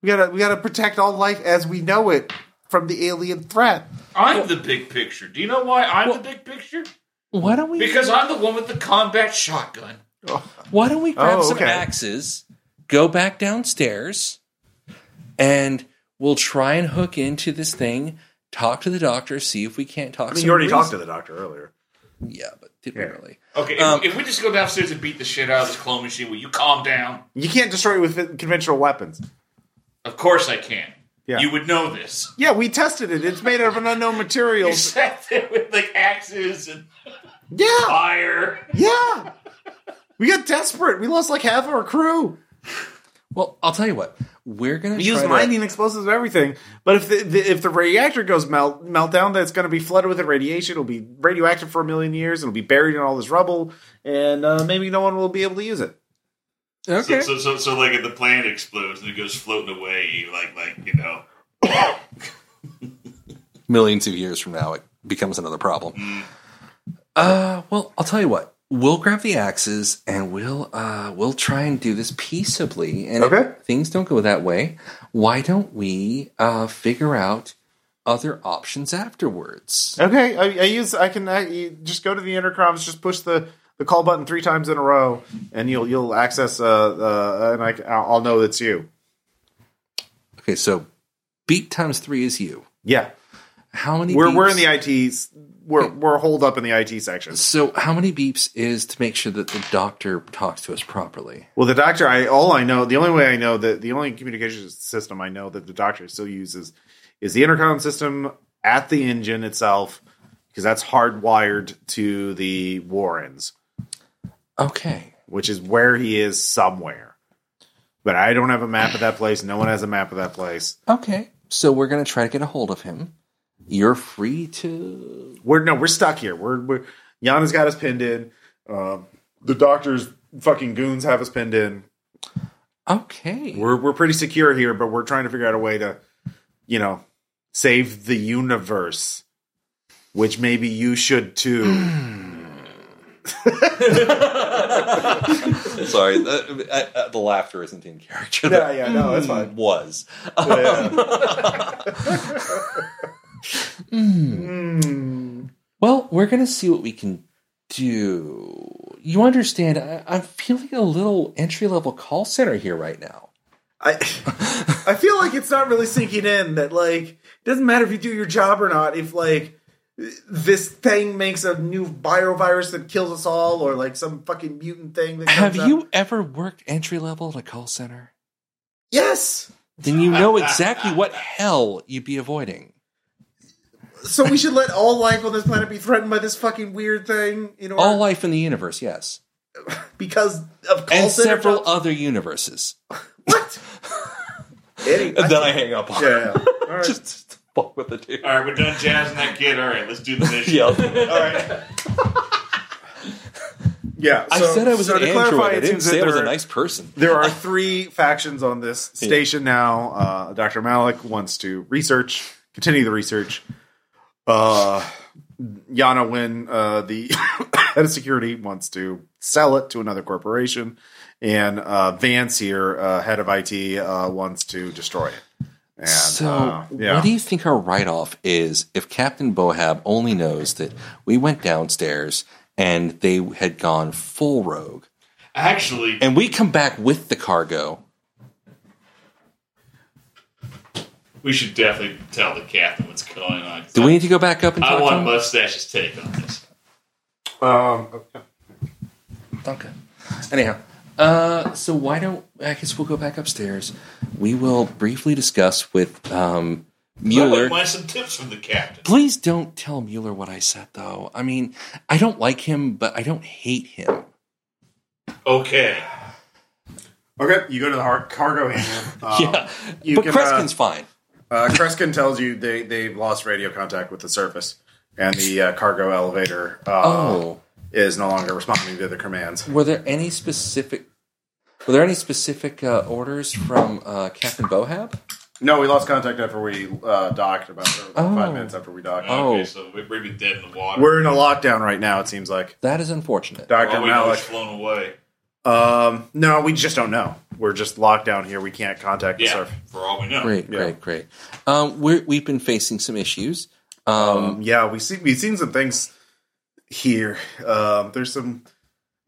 we gotta we gotta protect all life as we know it from the alien threat
I'm the big picture. Do you know why I'm the big picture?
Why don't we?
Because I'm the one with the combat shotgun.
Why don't we grab
Oh,
some
okay.
axes, go back downstairs, and we'll try and hook into this thing, talk to the doctor, see if we can't talk some reason-
the doctor earlier
Yeah, but did we really?
Okay, if,
Um,
if we just go downstairs and beat the shit out of this clone machine, will you calm down?
you can't destroy it with conventional weapons
Of course I can.
Yeah.
You would know this.
yeah we tested it it's made out of an unknown material
You sat there with like axes and
yeah
fire.
yeah we got desperate we lost like half our crew
Well, I'll tell you what. We're gonna
we use
try to-
mining explosives and everything but if the, the if the reactor goes melt meltdown that's going to be flooded with radiation it'll be radioactive for a million years it'll be buried in all this rubble and uh, maybe no one will be able to use it
Okay.
So, so, so, like, if the planet explodes and it goes floating away, you like, like, you know,
Millions of years from now, it becomes another problem. Mm. Uh, well, I'll tell you what. We'll grab the axes and we'll uh we'll try and do this peaceably. And
Okay.
if things don't go that way, why don't we uh figure out other options afterwards?
Okay, I, I use I can I, you just go to the intercoms, just push the, the call button three times in a row, and you'll you'll access uh, uh and I can- I'll I'll know it's you.
Okay, so beat times three is you.
Yeah,
How many?
we're we're
beeps-
in the IT we're we're holed up in the IT section.
So how many beeps is to make sure that the doctor talks to us properly?
Well, the doctor, I all I know, the only way I know that the only communication system I know that the doctor still uses is the intercom system at the engine itself because that's hardwired to the Warrens.
Okay.
which is where he is somewhere. But I don't have a map of that place. No one has a map of that place.
Okay. So we're gonna try to get a hold of him. You're free to.
We're no, we're stuck here. We're, we're Yana's got us pinned in. Um, the doctor's fucking goons have us pinned in.
Okay.
We're we're pretty secure here, but we're trying to figure out a way to, you know, save the universe. Which maybe you should too.
Sorry, the, uh, uh, the laughter isn't in character. Mm.
Yeah, yeah, no, that's fine.
Was
Yeah.
well. We're gonna see what we can do. You understand? I, I'm feeling a little entry level call center here right now.
I I feel like it's not really sinking in that like it doesn't matter if you do your job or not if like this thing makes a new biovirus that kills us all or like some fucking mutant thing that
Have
comes out.
you ever worked entry level at a call center?
Yes.
Then you know exactly what hell you'd be avoiding.
So we should let all life on this planet be threatened by this fucking weird thing, you know,
All life in the universe, yes,
because of call
and
center
several
jobs?
other universes.
What? Any-
And then I hang up on.
yeah. yeah. All right.
just, just fuck with the dude.
All right, we're done jazzing that kid. All right, let's do the mission.
Yeah.
All right. Yeah,
I
so-
said I was
so
an
to clarify,
android. I
it
didn't
seems that
say I was a
there-
nice person.
There are three factions on this station now. Uh, Dr. Malik wants to research, continue the research. Uh, Yana Win, uh, the head of security, wants to sell it to another corporation. And uh, Vance here, uh, head of IT, uh, wants to destroy it. And,
So,
uh, yeah.
what do you think our write off is if Captain Bohab only knows that we went downstairs and they had gone full rogue
Actually,
and we come back with the cargo?
we should definitely tell the captain what's going on.
Do we need to go back up and
I
talk
want
to
Mustache's take on this.
um,
him? Okay. Anyhow, uh, so why don't I guess we'll go back upstairs? We will briefly discuss with um, Mueller.
I want some tips from the captain.
Please don't tell Mueller what I said, though. I mean, I don't like him, but I don't hate him.
Okay.
okay, you go to the har- cargo hangar. Um,
yeah,
you
but
can,
Kreskin's
uh,
fine.
Uh, Kreskin tells you they they've lost radio contact with the surface, and the uh, cargo elevator uh,
Oh,
is no longer responding to the commands.
were there any specific? Were there any specific uh, orders from uh, Captain Bohab?
No, we lost contact after we uh, docked about five
Oh.
minutes after we docked.
Oh.
Okay, so we- we're even dead in the water.
We're in a lockdown right now. It seems like
That is unfortunate.
Doctor
All we know is
Malik.
flown away.
Um, no, we just don't know. We're just locked down here. We can't contact the
Yeah,
surface.
for all we know.
Great,
Yeah.
great, great. Um, we're, we've been facing some issues. Um,
Um, yeah, we see we've seen some things here. Um, there's some.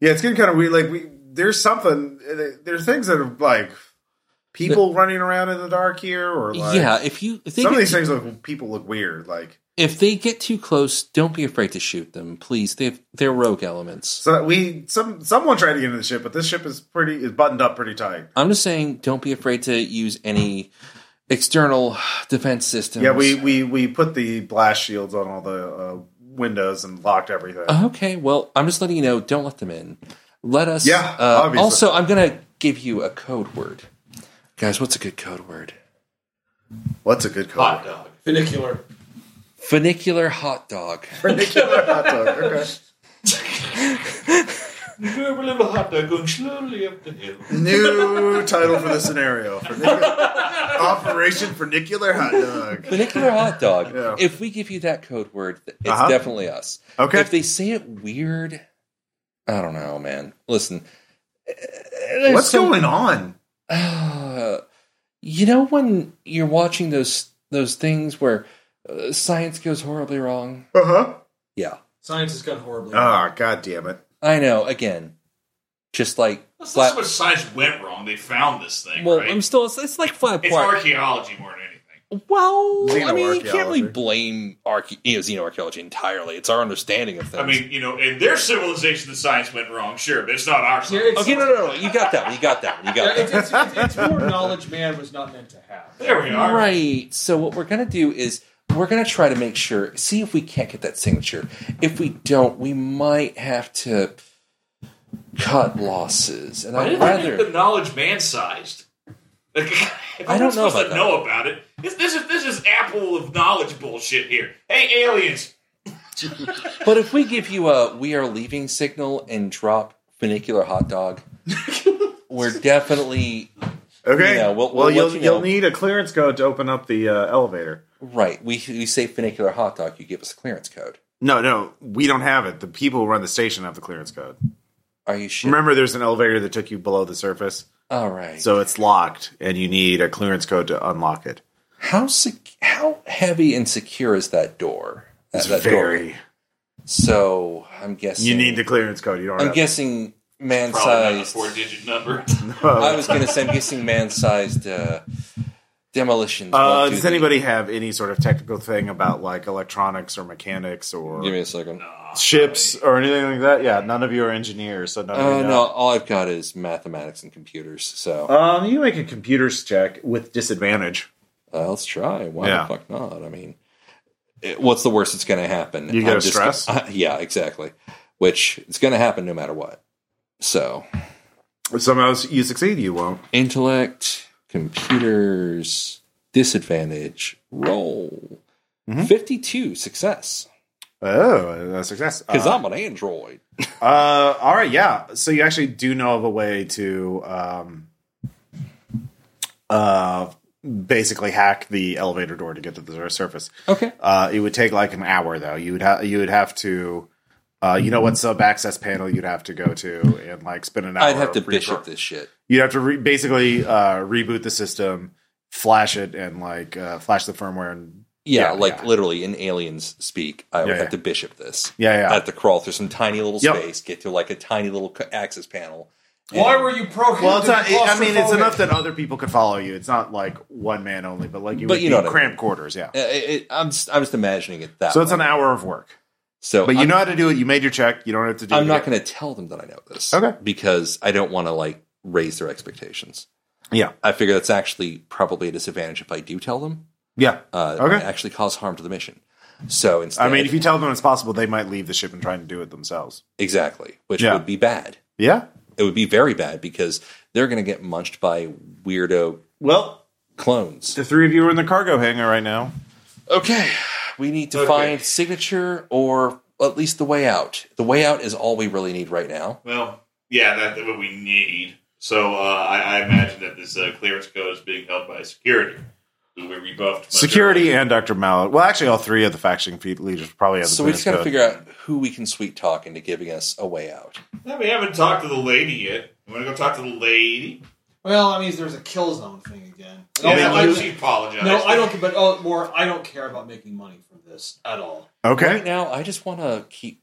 Yeah, it's getting kind of weird. Like we, there's something. There's things that are like people running around in the dark here, or like
yeah, if you if they,
Oh, some of
get
these
too,
things look people look weird. Like
if they get too close, don't be afraid to shoot them, please. They've they're rogue elements.
so that we some someone tried to get into the ship, but this ship is pretty is buttoned up pretty tight.
I'm just saying, don't be afraid to use any external defense systems.
Yeah, we we we put the blast shields on all the uh, windows and locked everything.
Okay, well, I'm just letting you know. Don't let them in. Let us.
Yeah,
Uh,
obviously.
Also, I'm gonna give you a code word, guys. What's a good code word?
What's a good
Hot
color?
dog.
Funicular.
Funicular hot dog.
Perpendicular hot dog. Okay.
Remember little hot dog going slowly up the hill.
New title for the scenario. Fernicular- Operation Funicular Hot Dog.
Funicular hot dog.
Yeah.
If we give you that code word, th- it's
Uh-huh.
definitely us.
Okay.
If they say it weird, I don't know, man. Listen.
What's going on?
Uh, you know when you're watching those those things where uh, science goes horribly wrong?
Uh huh.
Yeah.
Science has gone horribly.
Ah, god damn it.
I know, again. Just like
That's
flat-
not what science went wrong. They found this thing,
Well,
right?
I'm still it's, it's like flat
it's
part.
archaeology more than anything.
well, I mean, you can't really
Xenoarchaeology.
blame arche- you know, xenoarchaeology entirely. It's our understanding of things.
I mean, you know, in their civilization, the science went wrong, sure, but it's not our
Yeah,
science.
it's,
okay, no, no, no. You got that. one, You got that. one, You
yeah,
got that.
it's, it's, it's, it's more knowledge man was not meant to have.
There we
one.
are.
Right. So what we're gonna do is we're gonna try to make sure, see if we can't get that signature. If we don't, we might have to cut losses. And
Why
I'd
did they make
rather
the knowledge man-sized? Like, if
I don't
we're
know
supposed
about
to
that.
know about it. This, this is this is apple of knowledge bullshit here. Hey, aliens,
But if we give you a "we are leaving" signal and drop funicular hot dog, we're definitely
Okay.
Yeah, we'll-
well,
we'll let
you'll,
you know.
you'll need a clearance code to open up the uh, elevator.
right. We we say funicular hot dog, you give us a clearance code.
No, no, we don't have it. The people who run the station have the clearance code.
Are you sure?
Remember, there's an elevator that took you below the surface,
All right.
so it's locked, and you need a clearance code to unlock it.
how sec- how heavy and secure is that door? That-
It's
that door?
very.
So I'm guessing
You need the clearance code. You don't.
I'm
have
guessing man
Probably not a
sized.
four digit number.
Uh,
I was going to say I'm guessing man sized uh, demolitions.
Uh,
won't do
does
the-
anybody have any sort of technical thing about like electronics or mechanics or
Give me a second. No,
ships or anything like that? Yeah, none of you are engineers, so none of
uh,
you
no,
know.
all I've got is mathematics and computers. So
Um, you make a computers check with disadvantage.
uh, let's try. Why
Yeah.
the fuck not? I mean, it- what's the worst that's going to happen?
You get
I'm
a
just-
stress?
uh, yeah, exactly. Which it's going to happen no matter what. So
Somehow you succeed, you won't.
intellect, computers, disadvantage, roll.
Mm-hmm.
52 success
Oh, a success.
because
Uh,
I'm an android.
Uh, all right, yeah. So you actually do know of a way to um, uh, basically hack the elevator door to get to the surface.
Okay.
Uh, it would take like an hour though. You would ha- you would have to, uh, you know, what sub access panel you'd have to go to and like spend an hour.
Mm-hmm. I'd have to
refresh-
bishop this shit.
You'd have to re- basically uh, reboot the system, flash it, and like uh, flash the firmware. And
Yeah,
Yeah,
like
yeah.
literally in aliens speak, I would
Yeah,
have
yeah.
to bishop this.
yeah, yeah.
I have to crawl through some tiny little
Yep.
space, get to like a tiny little c- access panel.
Why were you programmed?
well, it's
to be
not. I mean, it's
claustrophobic?
enough that other people could follow you. It's not like one man only, but like you
But
would
you
you
know
know
what I
cramped
mean.
quarters. Yeah.
Uh, It, it, I'm just, I'm just imagining it that.
So it's
way.
an hour of work,
So
but you
I'm,
know how to do it. You made your check. You don't have to do.
I'm
it
not
again.
going to tell them that I know this.
Okay.
Because I don't want to like raise their expectations.
Yeah.
I figure that's actually probably a disadvantage if I do tell them.
Yeah.
Uh,
Okay.
it actually cause harm to the mission. So instead,
I mean, if you tell them it's possible, they might leave the ship and try and do it themselves.
exactly, which
Yeah.
would be bad.
Yeah.
It would be very bad because they're going to get munched by weirdo
Well,
clones.
The three of you are in the cargo hangar right now.
Okay, we need to
Okay.
find signature or at least the way out. The way out is all we really need right now.
Well, yeah, that's what we need. So uh, I, I imagine that this uh, clearance code is being held by security, who we rebuffed. much
Security
earlier.
and Dr. Mallet. Well, actually, all three of the faction fe- leaders probably have the
So we just got to
clearance
figure out who we can sweet talk into giving us a way out.
Yeah, we haven't talked to the lady yet. You want to go talk to the lady?
Well, I mean, there's a kill zone thing again. And
Yeah,
all
I
that
like
was-
she apologized.
no, I don't. But oh, more, I don't care about making money from this at all.
code.
Right
Okay.
now, I just want to keep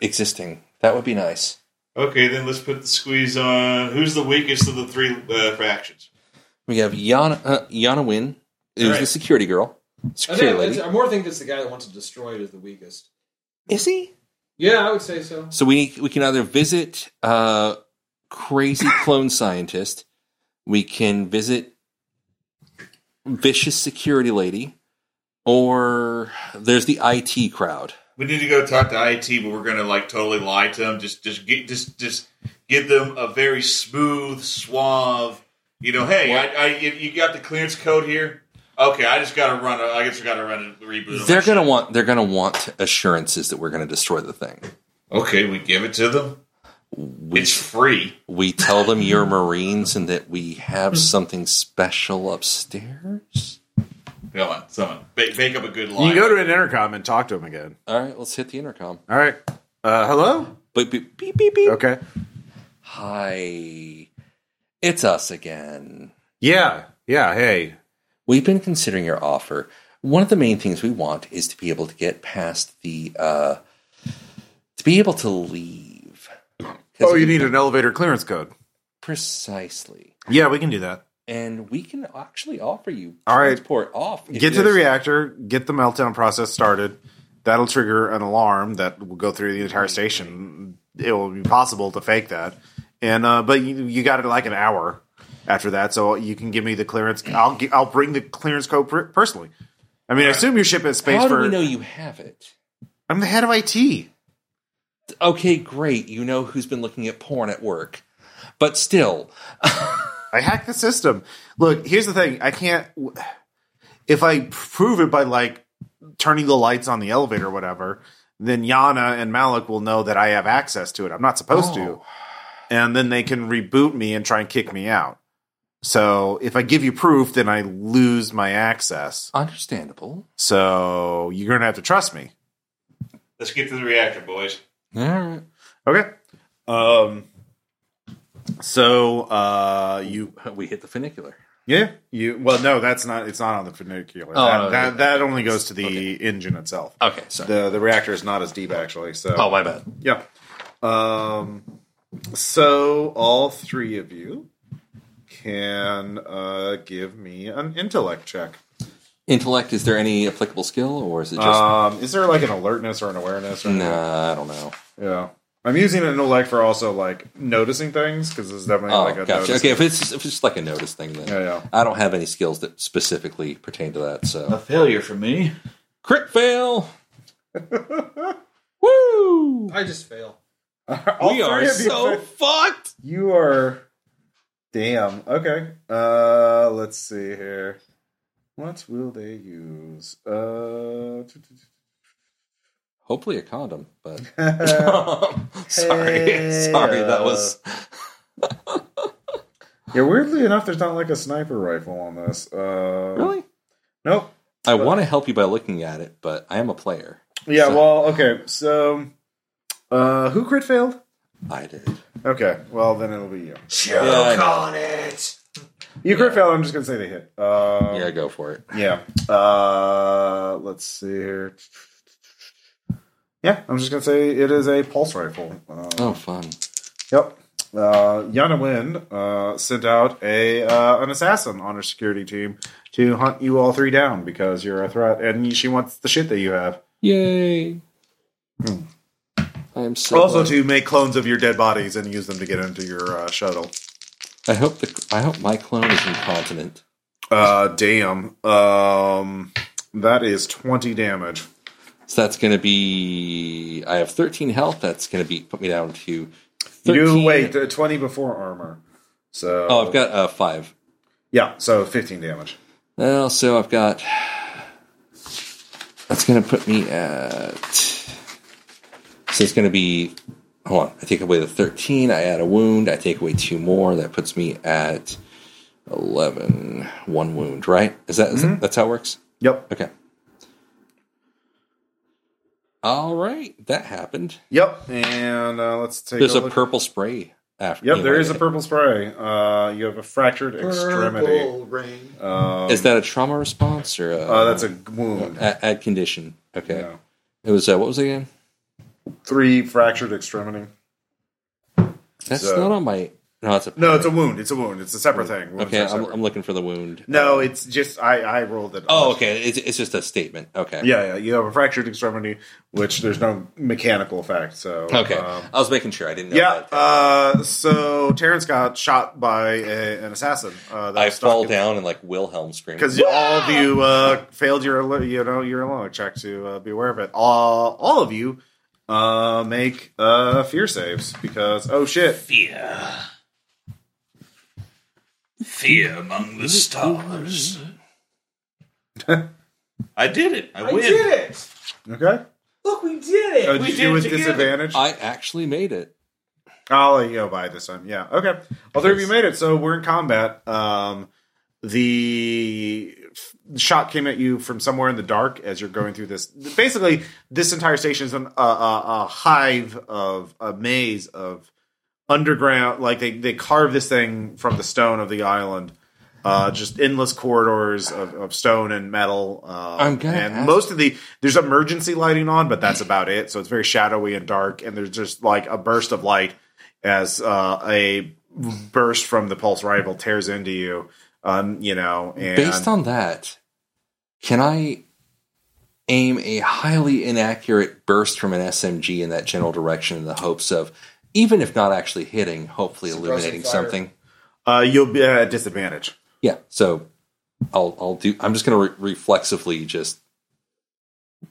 existing. That would be nice.
Okay, then let's put the squeeze on. Who's the weakest of the three uh, factions?
We have Yana uh, Yana Win, who's
Right.
the security girl,
I,
security
think, it's-
lady.
I more think it's the guy that wants to destroy it is the weakest.
Is he?
Yeah, I would say so.
So we we can either visit uh, crazy clone scientist, we can visit vicious security lady, or there's the IT crowd.
We need to go talk to IT, but we're going to like totally lie to them. Just, just get, just, just give them a very smooth, suave. You know, hey, I, I, you you got the clearance code here. Okay, I just got to run. A, I just got to run a reboot. of
They're
my
gonna want they're gonna want assurances that we're gonna destroy the thing.
shit. Okay, we give it to them.
We,
It's free.
we tell them you're Marines and that we have something special upstairs.
Come on, someone make, make up a good
You
lie.
can go to an intercom and talk to him again.
All right, let's hit the intercom.
All right. Uh, hello?
Beep beep beep beep. beep.
Okay.
Hi, it's us again.
Yeah. Yeah. Hey.
We've been considering your offer. One of the main things we want is to be able to get past the uh to be able to leave. 'Cause
Oh, you
we-
need an elevator clearance code.
precisely.
Yeah, we can do that.
And we can actually offer you
All right.
transport off. if
Get to the
there's-
reactor, get the meltdown process started. That'll trigger an alarm that will go through the entire station. It will be possible to fake that. And uh, but you, you got it like an hour after that, so you can give me the clearance. I'll gi- I'll bring the clearance code per- personally. I mean, I assume your ship has space
How do
for.
we know you have it?
I'm the head of IT.
Okay, great. You know who's been looking at porn at work. But still,
I hacked the system. Look, here's the thing. I can't. If I prove it by like turning the lights on the elevator or whatever, then Yana and Malik will know that I have access to it. I'm not supposed to. And then they can reboot me and try and kick me out. So if I give you proof, then I lose my access.
understandable.
So you're going to have to trust me.
Let's get to the reactor, boys.
All right.
Okay. Um. So uh, you
We hit the funicular.
yeah you well no that's not it's not on the funicular
Oh,
that,
no,
that,
yeah.
that only goes to the engine itself.
Okay, sorry.
The the reactor is not as deep actually. So
oh, my bad.
yeah. Um. So all three of you can uh, give me an intellect check.
Intellect, is there any applicable skill or is it just.
Um, is there like an alertness or an awareness? Or anything?
nah, I don't know.
Yeah. I'm using it like for also like noticing things because it's definitely
Oh,
like a
gotcha.
notice.
Okay, if it's, if it's like a notice thing, then
Yeah, yeah.
I don't have any skills that specifically pertain to that. So
failure for me.
crit fail. Woo!
I just fail.
All
we are
three of you-
so fucked.
You are. Damn. Okay. Uh, let's see here. What will they use? Uh,
Hopefully a condom, but
yeah,
sorry,
Hey,
sorry,
uh,
that was
weirdly enough, there's not like a sniper rifle on this. Uh,
really.
Nope.
I want to help you by looking at it, but I am a player.
Yeah.
So-
Well. Okay. So, uh, who crit failed?
I did.
Okay. Well, then it'll be you.
Yeah,
on it.
You crit failed. I'm just gonna say they hit. Uh,
Yeah, go for it.
Yeah. Uh, let's see here. Yeah, I'm just gonna say it is a pulse rifle. Uh,
Oh, fun.
Yep. Uh, Yana Wynn uh, sent out a uh, an assassin on her security team to hunt you all three down because you're a threat, and she wants the shit that you have.
Yay! I am so.
Hmm. Also,
glad-
to make clones of your dead bodies and use them to get into your uh, shuttle.
I hope the I hope my clone is incontinent.
Uh, damn. Um, that is twenty damage.
So that's going to be. I have 13 health. That's going to be put me down to. 13.
You wait uh, twenty before armor. So
Oh, I've got uh, five.
yeah, so fifteen damage.
Well, so I've got. That's going to put me at. So it's going to be. Hold on. I take away the 13. I add a wound. I take away two more. That puts me at 11. One wound, right? Is that, is
Mm-hmm.
that that's how it works?
Yep.
Okay. All right. That happened.
Yep. And uh, let's take
There's
a
a
look.
purple spray after.
Yep, there
anyway.
is a purple spray. Uh, you have a fractured extremity.
Purple rain.
Um,
Is that a trauma response or? A,
uh, that's a wound.
a- add condition. Okay.
Yeah.
It was uh, what was it again?
Three fractured extremity.
That's
So-
not on my. No, that's a.
No, it's a wound. It's a wound. It's a separate thing. Wounds
Okay,
are
I'm,
separate.
I'm looking for the wound.
no, it's just I, I rolled it.
Oh, okay. It's, it's just a statement. Okay.
Yeah, yeah. You have a fractured extremity, which there's no mechanical effect. So
Okay.
um,
I was making sure I didn't. know
yeah.
that.
Uh, so Terrence got shot by a, an assassin. Uh, that
I
was stuck
fall
in-
down and like Wilhelm scream.
because all of you uh, failed your al- you know your alarm check to uh, be aware of it. All all of you uh, make uh, fear saves because oh shit,
Fear. Fear among the stars.
I did it. I,
I
win.
did it.
okay.
Look, we did it.
Oh,
we
did
did
you
it
with
together.
disadvantage?
I actually made it.
I'll let you go by this time. Yeah. Okay. All three of you made it. So we're in combat. Um, the f- shot came at you from somewhere in the dark as you're going through this. Basically, this entire station is an, a, a, a hive of a maze of underground. Like they they carve this thing from the stone of the island. Uh, just endless corridors of, of stone and metal. Um,
I'm gonna
and
ask-
most of the there's emergency lighting on, but that's about it. So it's very shadowy and dark, and there's just like a burst of light as uh, a burst from the pulse rifle tears into you. Um, you know, and
Based on that, can I aim a highly inaccurate burst from an SMG in that general direction in the hopes of, even if not actually hitting, hopefully illuminating
fire.
something?
uh, you'll be at a disadvantage.
Yeah. So I'll I'll do. I'm just gonna re- reflexively just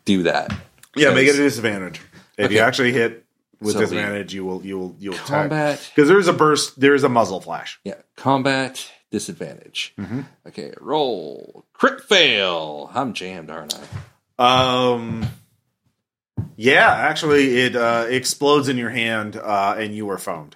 do that.
Yeah, make it
Yes.
a disadvantage. If you
Okay.
actually hit with
So we-
disadvantage, you will you will you'll
Combat.
because there is a burst. There is a muzzle flash.
Yeah. Combat disadvantage.
Mm-hmm.
Okay. Roll crit fail. I'm jammed, aren't I?
Um, yeah, actually, it uh, explodes in your hand, uh, and you are foamed.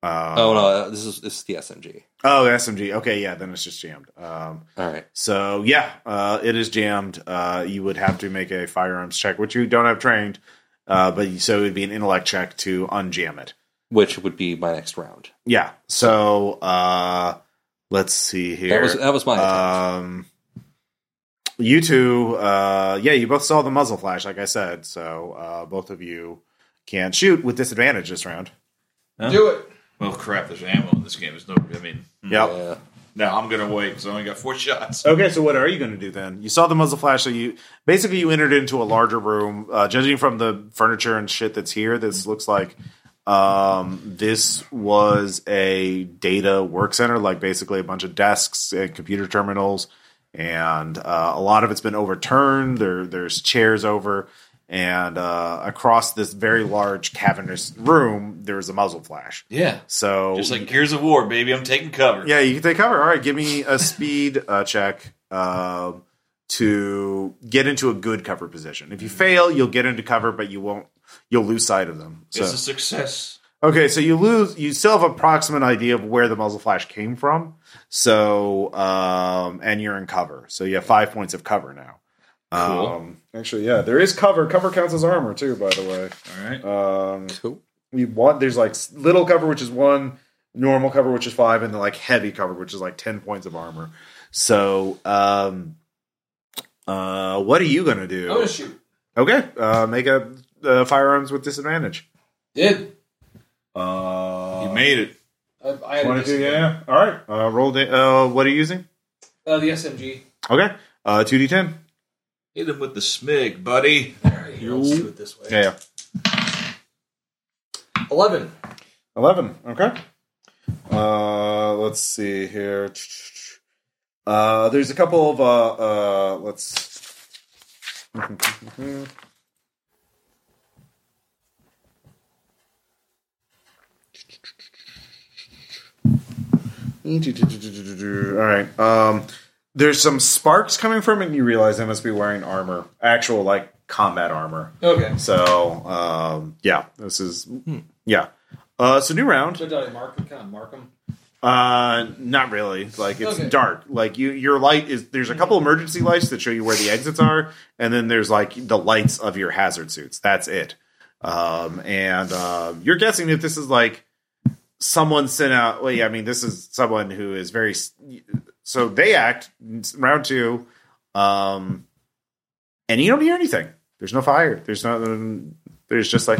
Uh,
oh no, this is this is the SMG.
oh, SMG. Okay, yeah, then it's just jammed. Um,
All right.
So yeah, uh, it is jammed. Uh, you would have to make a firearms check, which you don't have trained, Uh, but so it would be an intellect check to unjam it.
which would be my next round.
Yeah. So uh, let's see here.
That was that was my attempt.
Um, you two, uh, yeah, you both saw the muzzle flash, like I said. So uh, both of you can shoot with disadvantage this round.
Do it.
Well, crap. There's ammo in this game. There's no. I mean,
Yep.
Yeah.
no. I'm gonna wait because I only got four shots.
Okay, so what are you going to do then? You saw the muzzle flash, so you basically you entered into a larger room. Uh, judging from the furniture and shit that's here, this looks like um, this was a data work center, like basically a bunch of desks and computer terminals, and uh, a lot of it's been overturned. There, there's chairs over, and uh, across this very large cavernous room, there is a muzzle flash.
Yeah.
So
Just like Gears of War, baby. I'm taking cover.
yeah, you can take cover. All right, give me a speed uh, check um to get into a good cover position. If you fail, you'll get into cover, but you won't. You'll lose sight of them. So
It's a success.
okay, so you lose. You still have approximate idea of where the muzzle flash came from. So um, and you're in cover. So you have five points of cover now. Um, actually, yeah, there is cover. Cover counts as armor too, by the way.
All right.
Um,
Cool.
we want there's like s- little cover which is one normal cover which is five and then like heavy cover which is like 10 points of armor so um uh what are you gonna do
I'm gonna shoot.
okay uh make a uh, firearms with disadvantage
Did
uh
you made it.
I, I had a
wanna do-
dis-
yeah all right uh roll da- uh what are you using
uh, the SMG?
okay uh 2d10
Hit him with the smig, buddy.
There you go. Let's do it this way.
yeah, yeah.
Eleven.
11 okay uh let's see here uh there's a couple of uh uh let's all right um there's some sparks coming from it and you realize they must be wearing armor actual like combat armor
Okay.
so um yeah this is yeah uh so new round
So did I mark them? Kind of mark them.
uh, not really. Like it's
Okay.
dark. Like you, your light is. There's a couple emergency lights that show you where the exits are, and then there's like the lights of your hazard suits. That's it. Um, and uh, you're guessing if this is like someone sent out. Well, yeah, I mean, this is someone who is very. s- So they act round two, um, and you don't hear anything. There's no fire. There's no. um, There's just like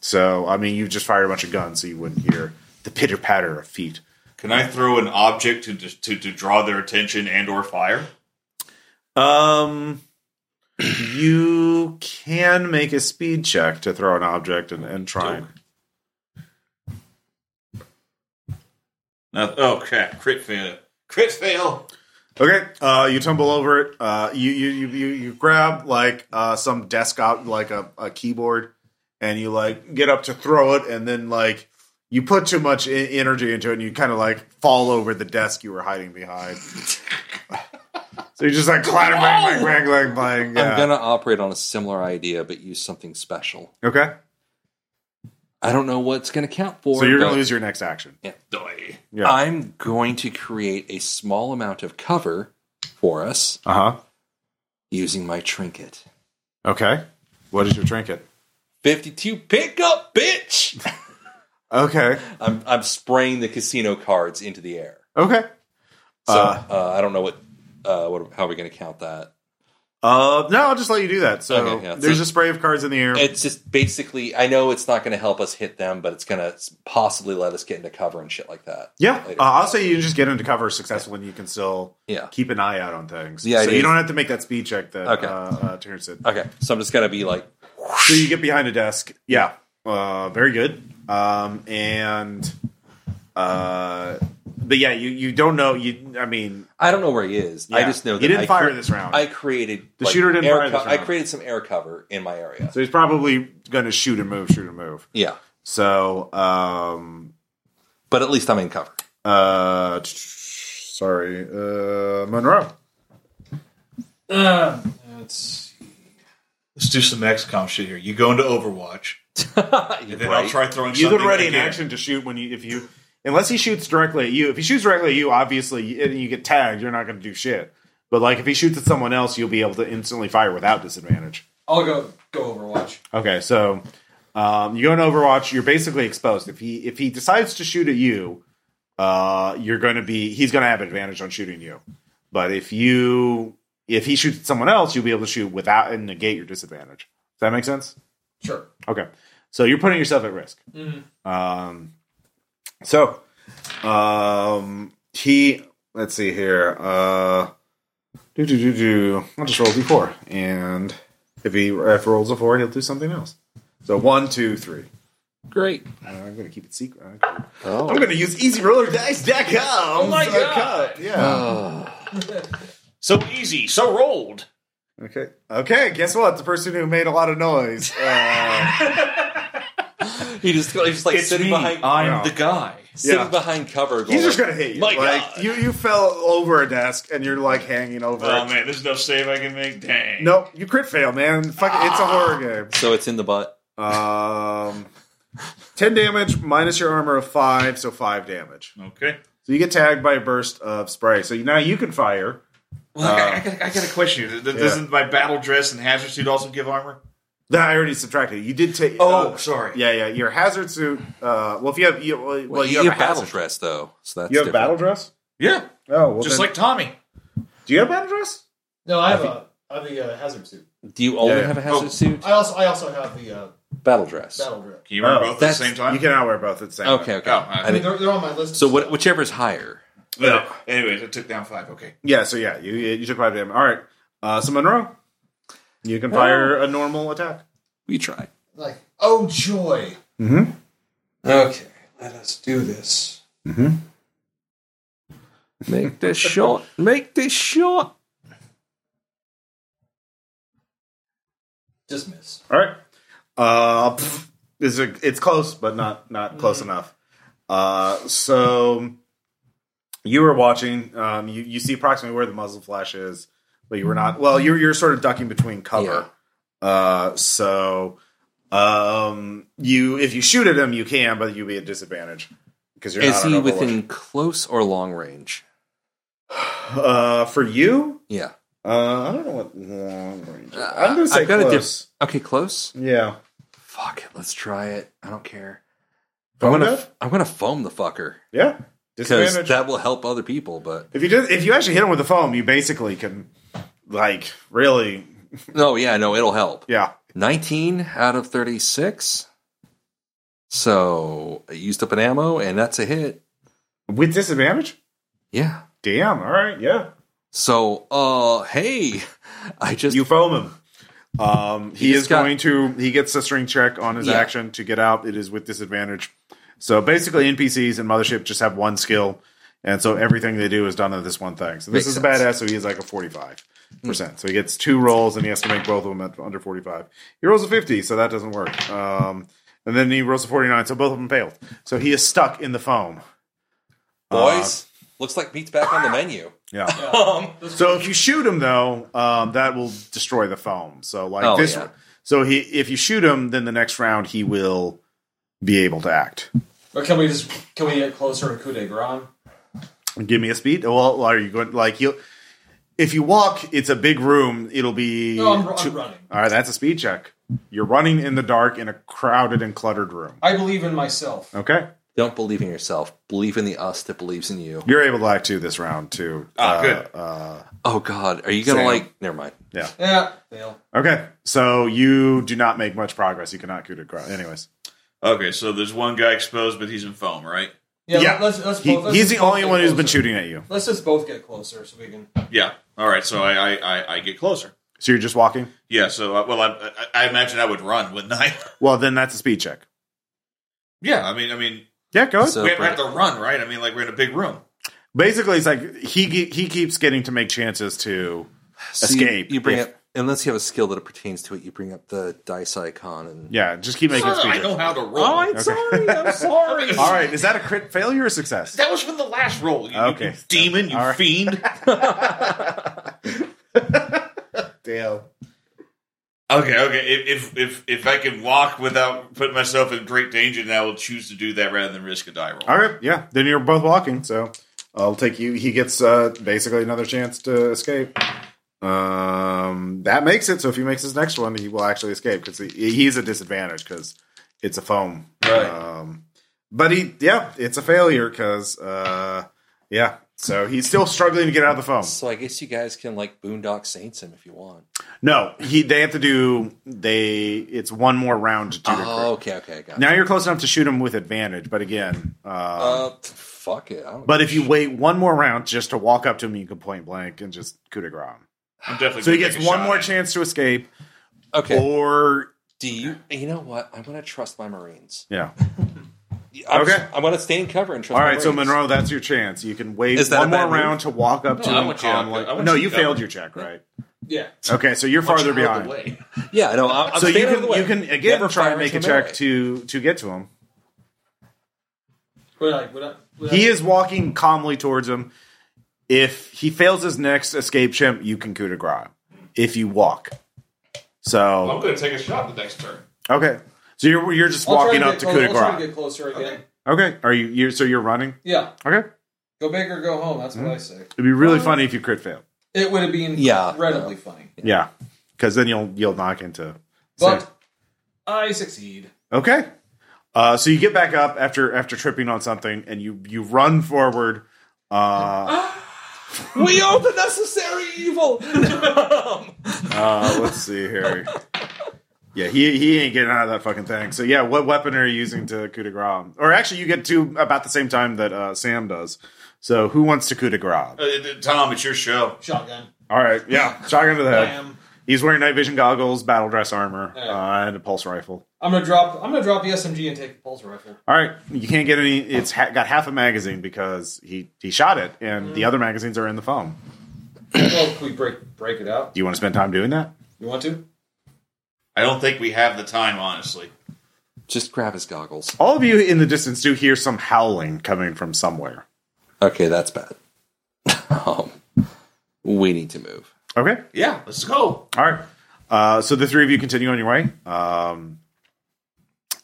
so, I mean, you just fired a bunch of guns, so you wouldn't hear the pitter patter of feet.
Can I throw an object to to, to draw their attention and or fire?
Um, you can make a speed check to throw an object and, and try. and-
No, oh crap! Crit fail. Crit fail.
Okay, uh, you tumble over it. Uh, you, you you you you grab like uh, some desk out like a, a keyboard, and you like get up to throw it, and then like you put too much e- energy into it, and you kind of like fall over the desk you were hiding behind. so you just like clatter, bang, bang, bang, bang, bang. Yeah.
I'm gonna operate on a similar idea, but use something special.
Okay.
I don't know what's gonna count for.
So you're going
but
to lose your next action.
Doy.
yeah.
I'm going to create a small amount of cover for us
Uh huh.
using my trinket.
Okay. What is your trinket?
Fifty-two pickup, bitch.
Okay.
I'm I'm spraying the casino cards into the air.
Okay.
So
Uh.
uh, I don't know what uh, what how are we going to count that?
Uh, no, I'll just let you do that. So
Okay, yeah.
there's
So-
a spray of cards in the air.
It's just basically I know it's not going to help us hit them, but it's going to possibly let us get into cover and shit like that.
yeah. Uh,
later.
I'll say you just get into cover successfully and you can still
Yeah.
keep an eye out on things.
The
so
idea
you
is-
don't have to make that speed check that
Okay.
uh, uh, Terrence did.
Okay, so I'm just going to be like,
So you get behind a desk. Yeah. Uh, very good. Um, and, uh, but yeah, you, you don't know. You, I mean,
I don't know where he is. I
Yeah.
just know
You
that
didn't
I
fire this round.
I created
The shooter didn't
air
fire this
I
round.
created some air cover in my area.
so he's probably going to shoot and move, shoot and move.
yeah,
So, um,
but at least I'm in cover.
Uh, t- sorry, uh, Monroe.
Uh, let's
Let's do some XCOM shit here. You go into Overwatch, and then I'll
Right.
try throwing
You
something.
could ready an
again.
action to shoot when you if you unless he shoots directly at you. If he shoots directly at you, obviously, and you get tagged, you're not going to do shit. But like if he shoots at someone else, you'll be able to instantly fire without disadvantage.
I'll go go Overwatch.
Okay, so um, you go in Overwatch. You're basically exposed. If he if he decides to shoot at you, uh, you're going to be he's going to have advantage on shooting you. But if you if he shoots at someone else, you'll be able to shoot without and negate your disadvantage. Does that make sense?
Sure.
Okay, so you're putting yourself at risk.
Mm-hmm.
Um, so um, he let's see here. Uh, do do do do. I'll just roll a d4, and if he if he rolls a four, he'll do something else. So one, two, three.
Great.
Uh, I'm gonna keep it secret. I'm gonna use easyrollerdice.com. Oh
my God.
Yeah.
So easy, so rolled.
Okay. Okay. Guess what? The person who made a lot of noise. Uh,
He just he's just like
It's
sitting
me.
behind
yeah.
I'm the guy.
sitting
yeah.
behind cover. Going,
He's just gonna hit you.
My
like
God.
you, you fell over a desk and you're like hanging over.
Oh
it.
man, there's no save I can make. Dang.
No, you crit fail, man. Fuck, it, it's a horror game.
so it's in the butt.
Um, ten damage minus your armor of five, so five damage.
Okay.
So you get tagged by a burst of spray. So now you can fire.
Well, I, I, I, got, I got a question. Th- th- Doesn't my battle dress and hazard suit also give armor?
That I already subtracted. You did take.
Oh,
oh,
uh,
sorry.
yeah, yeah. Your hazard suit. Uh, well, if you have, you, well,
Well, you,
have,
have
a hazard-
battle dress though, so that's
You have
different.
battle dress.
Yeah,
Oh, well
just
then-
like Tommy.
Do you have battle dress?
No, I have a I have the uh, hazard suit.
Do you only
Yeah, yeah.
have a hazard suit?
I also I also have the uh,
Battle dress.
battle drip.
Can you wear
Oh,
both at the
that's-
same time?
You cannot wear both at the same. time.
Okay, okay.
Oh, I-
I mean, they're, they're on my list.
so what, whichever is higher.
Well, anyways, I took down five. Okay.
Yeah. So yeah, you you took five damage. All right. Uh, so Monroe, you can fire a normal attack.
We try.
Like, oh joy!
Mm-hmm.
Okay, let us do this.
Make this shot. Make this shot.
Just miss.
All right. Uh, pff, it's, a, it's close, but not not close
Mm-hmm.
enough. Uh, so you were watching. Um, you you see approximately where the muzzle flash is, but you were
Mm-hmm.
not. Well, you're you're sort of ducking between cover. Uh, so um, you if you shoot at him, you can, but you'll be at disadvantage because you're
Is
not on
he
overwatch.
within close or long range?
Uh, for you,
Yeah.
uh, I don't know what long range. is. I'm gonna say
Uh, I've got a
close.
Okay, close.
yeah.
Fuck it. Let's try it. I don't care. I'm
Foam
gonna.
death?
I'm gonna foam the fucker
Yeah.
because
Disadvantage.
that will help other people. But
If you did, if you actually hit him with the foam, you basically can, like, really,
no, yeah, no, it'll help.
yeah.
19 out of 36. So I used up an ammo, and that's a hit.
With disadvantage?
Yeah.
Damn. All right. Yeah.
So, uh, hey, I just
You foam him. Um, he,
He just
is
got-
going to. He gets a string check on his
Yeah.
action to get out. It is with disadvantage. So basically, NPCs and mothership just have one skill, and so everything they do is done on this one thing. So this
Makes
is
sense. Hmm.
a badass. So he is like a forty-five percent. So he gets two rolls, and he has to make both of them at under forty-five. He rolls a fifty, so that doesn't work. Um, and then he rolls a forty-nine, so both of them failed. So he is stuck in the foam.
boys looks like meat's back on the menu.
Yeah.
Um,
So if you shoot him though, um, that will destroy the foam. So like
Oh,
this.
yeah.
So he, if you shoot him, then the next round he will be able to act.
But can we just can we get closer to coup de grace?
Give me a speed. Oh, Well, are you going like you? If you walk, it's a big room. It'll be.
No, I'm,
two-
I'm running.
All right, that's a speed check. You're running in the dark in a crowded and cluttered room.
I believe in myself.
Okay,
Don't believe in yourself. Believe in the us that believes in you.
you're able to act too this round too.
Ah,
Uh,
good.
Uh,
Oh God, are you gonna
Sam.
like? Never mind.
Yeah, fail.
okay, so you do not make much progress. You cannot coup de grace. Anyways,
Okay, so there's one guy exposed, but he's in foam, right?
Yeah,
Yeah.
Let's, let's
he,
both, let's
he's the
just both
only
get
one who's been
closer.
shooting at you.
Let's just both get closer so we can.
Yeah. All right, so I I, I, I get closer.
So you're just walking.
Yeah. So uh, well, I, I I imagine I would run, wouldn't I?
Well, then that's a speed check.
yeah. I mean, I mean,
Yeah, go ahead.
So
we have, we have
Brett,
to run, right? I mean, like we're in a big room.
Basically, it's like he he keeps getting to make chances to.
so you-
escape,
You, bring
if-
up unless you have a skill that it pertains to it. You bring up the dice icon and.
Yeah, just keep making
Uh, I
speed. Oh,
know
checks.
how to roll.
sorry. I'm sorry.
All right, is that a crit failure or success?
That was from the last roll. You,
Okay.
you demon, you
All right.
fiend.
Damn.
Okay, okay. If, if if if I can walk without putting myself in great danger, then I will choose to do that rather than risk a die roll.
All right, yeah. Then you're both walking, so I'll take you. He gets uh, basically another chance to escape. Um, that makes it. So if he makes his next one, he will actually escape because he, he's a disadvantage because it's a foam.
Right.
Um, but he, yeah, it's a failure because, uh, yeah. So he's still struggling to get out of the foam.
So I guess you guys can like Boondock Saints him if you want.
No, he. They have to do. They. It's one more round to do. the crit.
Oh, okay, okay, I got it.
Now you're close enough to shoot him with advantage, but again, uh,
Uh, fuck it. I don't
but if you wait one more round just to walk up to him, you can point blank and just coup de grace. him.
I'm definitely.
So he
gonna
gets
take a
one
shot.
more chance to escape,
okay.
or
Do you? You know what? I'm gonna trust my Marines.
yeah.
I'm,
Okay.
I'm gonna stay in cover and trust.
All
my
right, so
Marines.
Monroe, that's your chance. You can wait
Is that
one
a
more
bad move?
round to walk up to
No, I
him.
want you
calm,
to-
like-
I want
no,
you
you
to
failed
cover.
your check, right?
Yeah.
Okay, so you're farther
Out of the
behind.
way.
Yeah, no. I'm, I'm
so you
staying out of
can
the way.
you can again
Yeah,
try
fire
and make a
into melee.
check to to get to him.
Would I, would I, would I,
He is walking calmly towards him. If he fails his next escape chimp, you can coup de grace. If you walk,
I'm
so
going to take a shot the next turn.
okay, so you're you're just
I'll try
walking
to
up
get
to
clo-
coup de
I'll try
grace.
to get closer again.
Okay, are you you so you're running?
Yeah.
Okay,
Go big or go home. That's
Mm-hmm.
what I say.
it'd be really funny if you crit fail.
It would have been
Yeah.
incredibly funny.
Yeah, because then you'll you'll knock into.
But I succeed.
Okay. Uh, so you get back up after after tripping on something, and you you run forward. Uh,
We are the necessary evil.
uh, let's see here. Yeah, he he ain't getting out of that fucking thing. So yeah, what weapon are you using to coup de grace? him? Or actually, you get to about the same time that uh, Sam does. So who wants to coup de grace? him?
Uh, Tom, it's your show.
shotgun.
All right, yeah, shotgun to the head.
Bam.
He's wearing night vision goggles, battle dress armor,
Yeah.
uh, and a pulse rifle.
I'm gonna drop. I'm gonna drop the SMG and take the pulse rifle.
All right, you can't get any. It's ha- got half a magazine because he he shot it, and
Mm.
the other magazines are in the foam.
well, if we break break it out.
Do you want to spend time doing that?
You want to?
I don't think we have the time, honestly.
Just grab his goggles.
All of you in the distance do hear some howling coming from somewhere.
Okay, that's bad. um, we need to move.
Okay.
Yeah, let's go.
All right. Uh, so the three of you continue on your way. Um,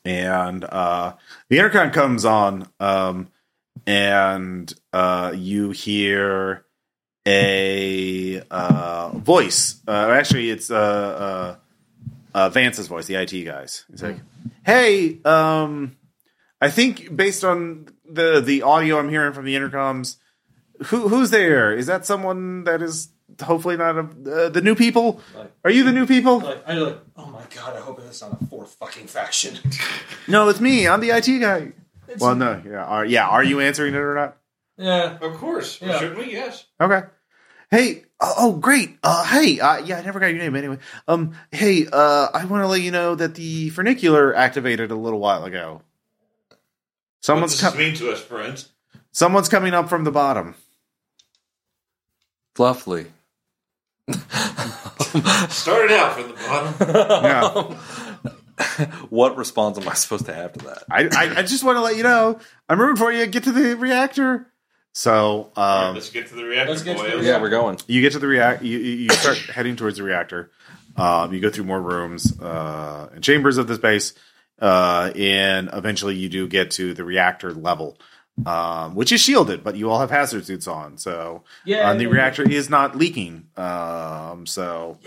and uh, the intercom comes on, um, and uh, you hear a uh, voice. Uh, actually, it's uh, uh, uh, Vance's voice, the IT guy's. He's like, hey, um, I think based on the, the audio I'm hearing from the intercoms, who who's there? Is that someone that is hopefully not a, uh, the new people? Are you the new people?
Like, I like. Oh my god! I hope it's not a fourth fucking faction.
No, it's me. I'm the IT guy. Well, no, yeah, are, yeah. Are you answering it or not?
Yeah.
Of course.
Yeah.
Should we? Yes.
Okay. Hey. Oh, oh, great. Uh, hey. Uh, yeah, I never got your name anyway. Um. Hey. Uh, I want to let you know that the funicular activated a little while ago.
What
Someone's
does this
com-
mean to us, friends?
someone's coming up from the bottom.
Lovely.
Started out from the bottom.
Yeah.
What response am I supposed to have to that?
I, I I just want to let you know I'm rooting for you. Get to the reactor. So um,
Let's get to the reactor,
Let's get to the
boys.
reactor.
Yeah, we're going.
you get to the react you, you you start heading towards the reactor um, you go through more rooms uh, and chambers of the space uh, and eventually you do get to the reactor level um, which is shielded but you all have hazard suits on so
Yeah.
uh, the reactor is not leaking um, so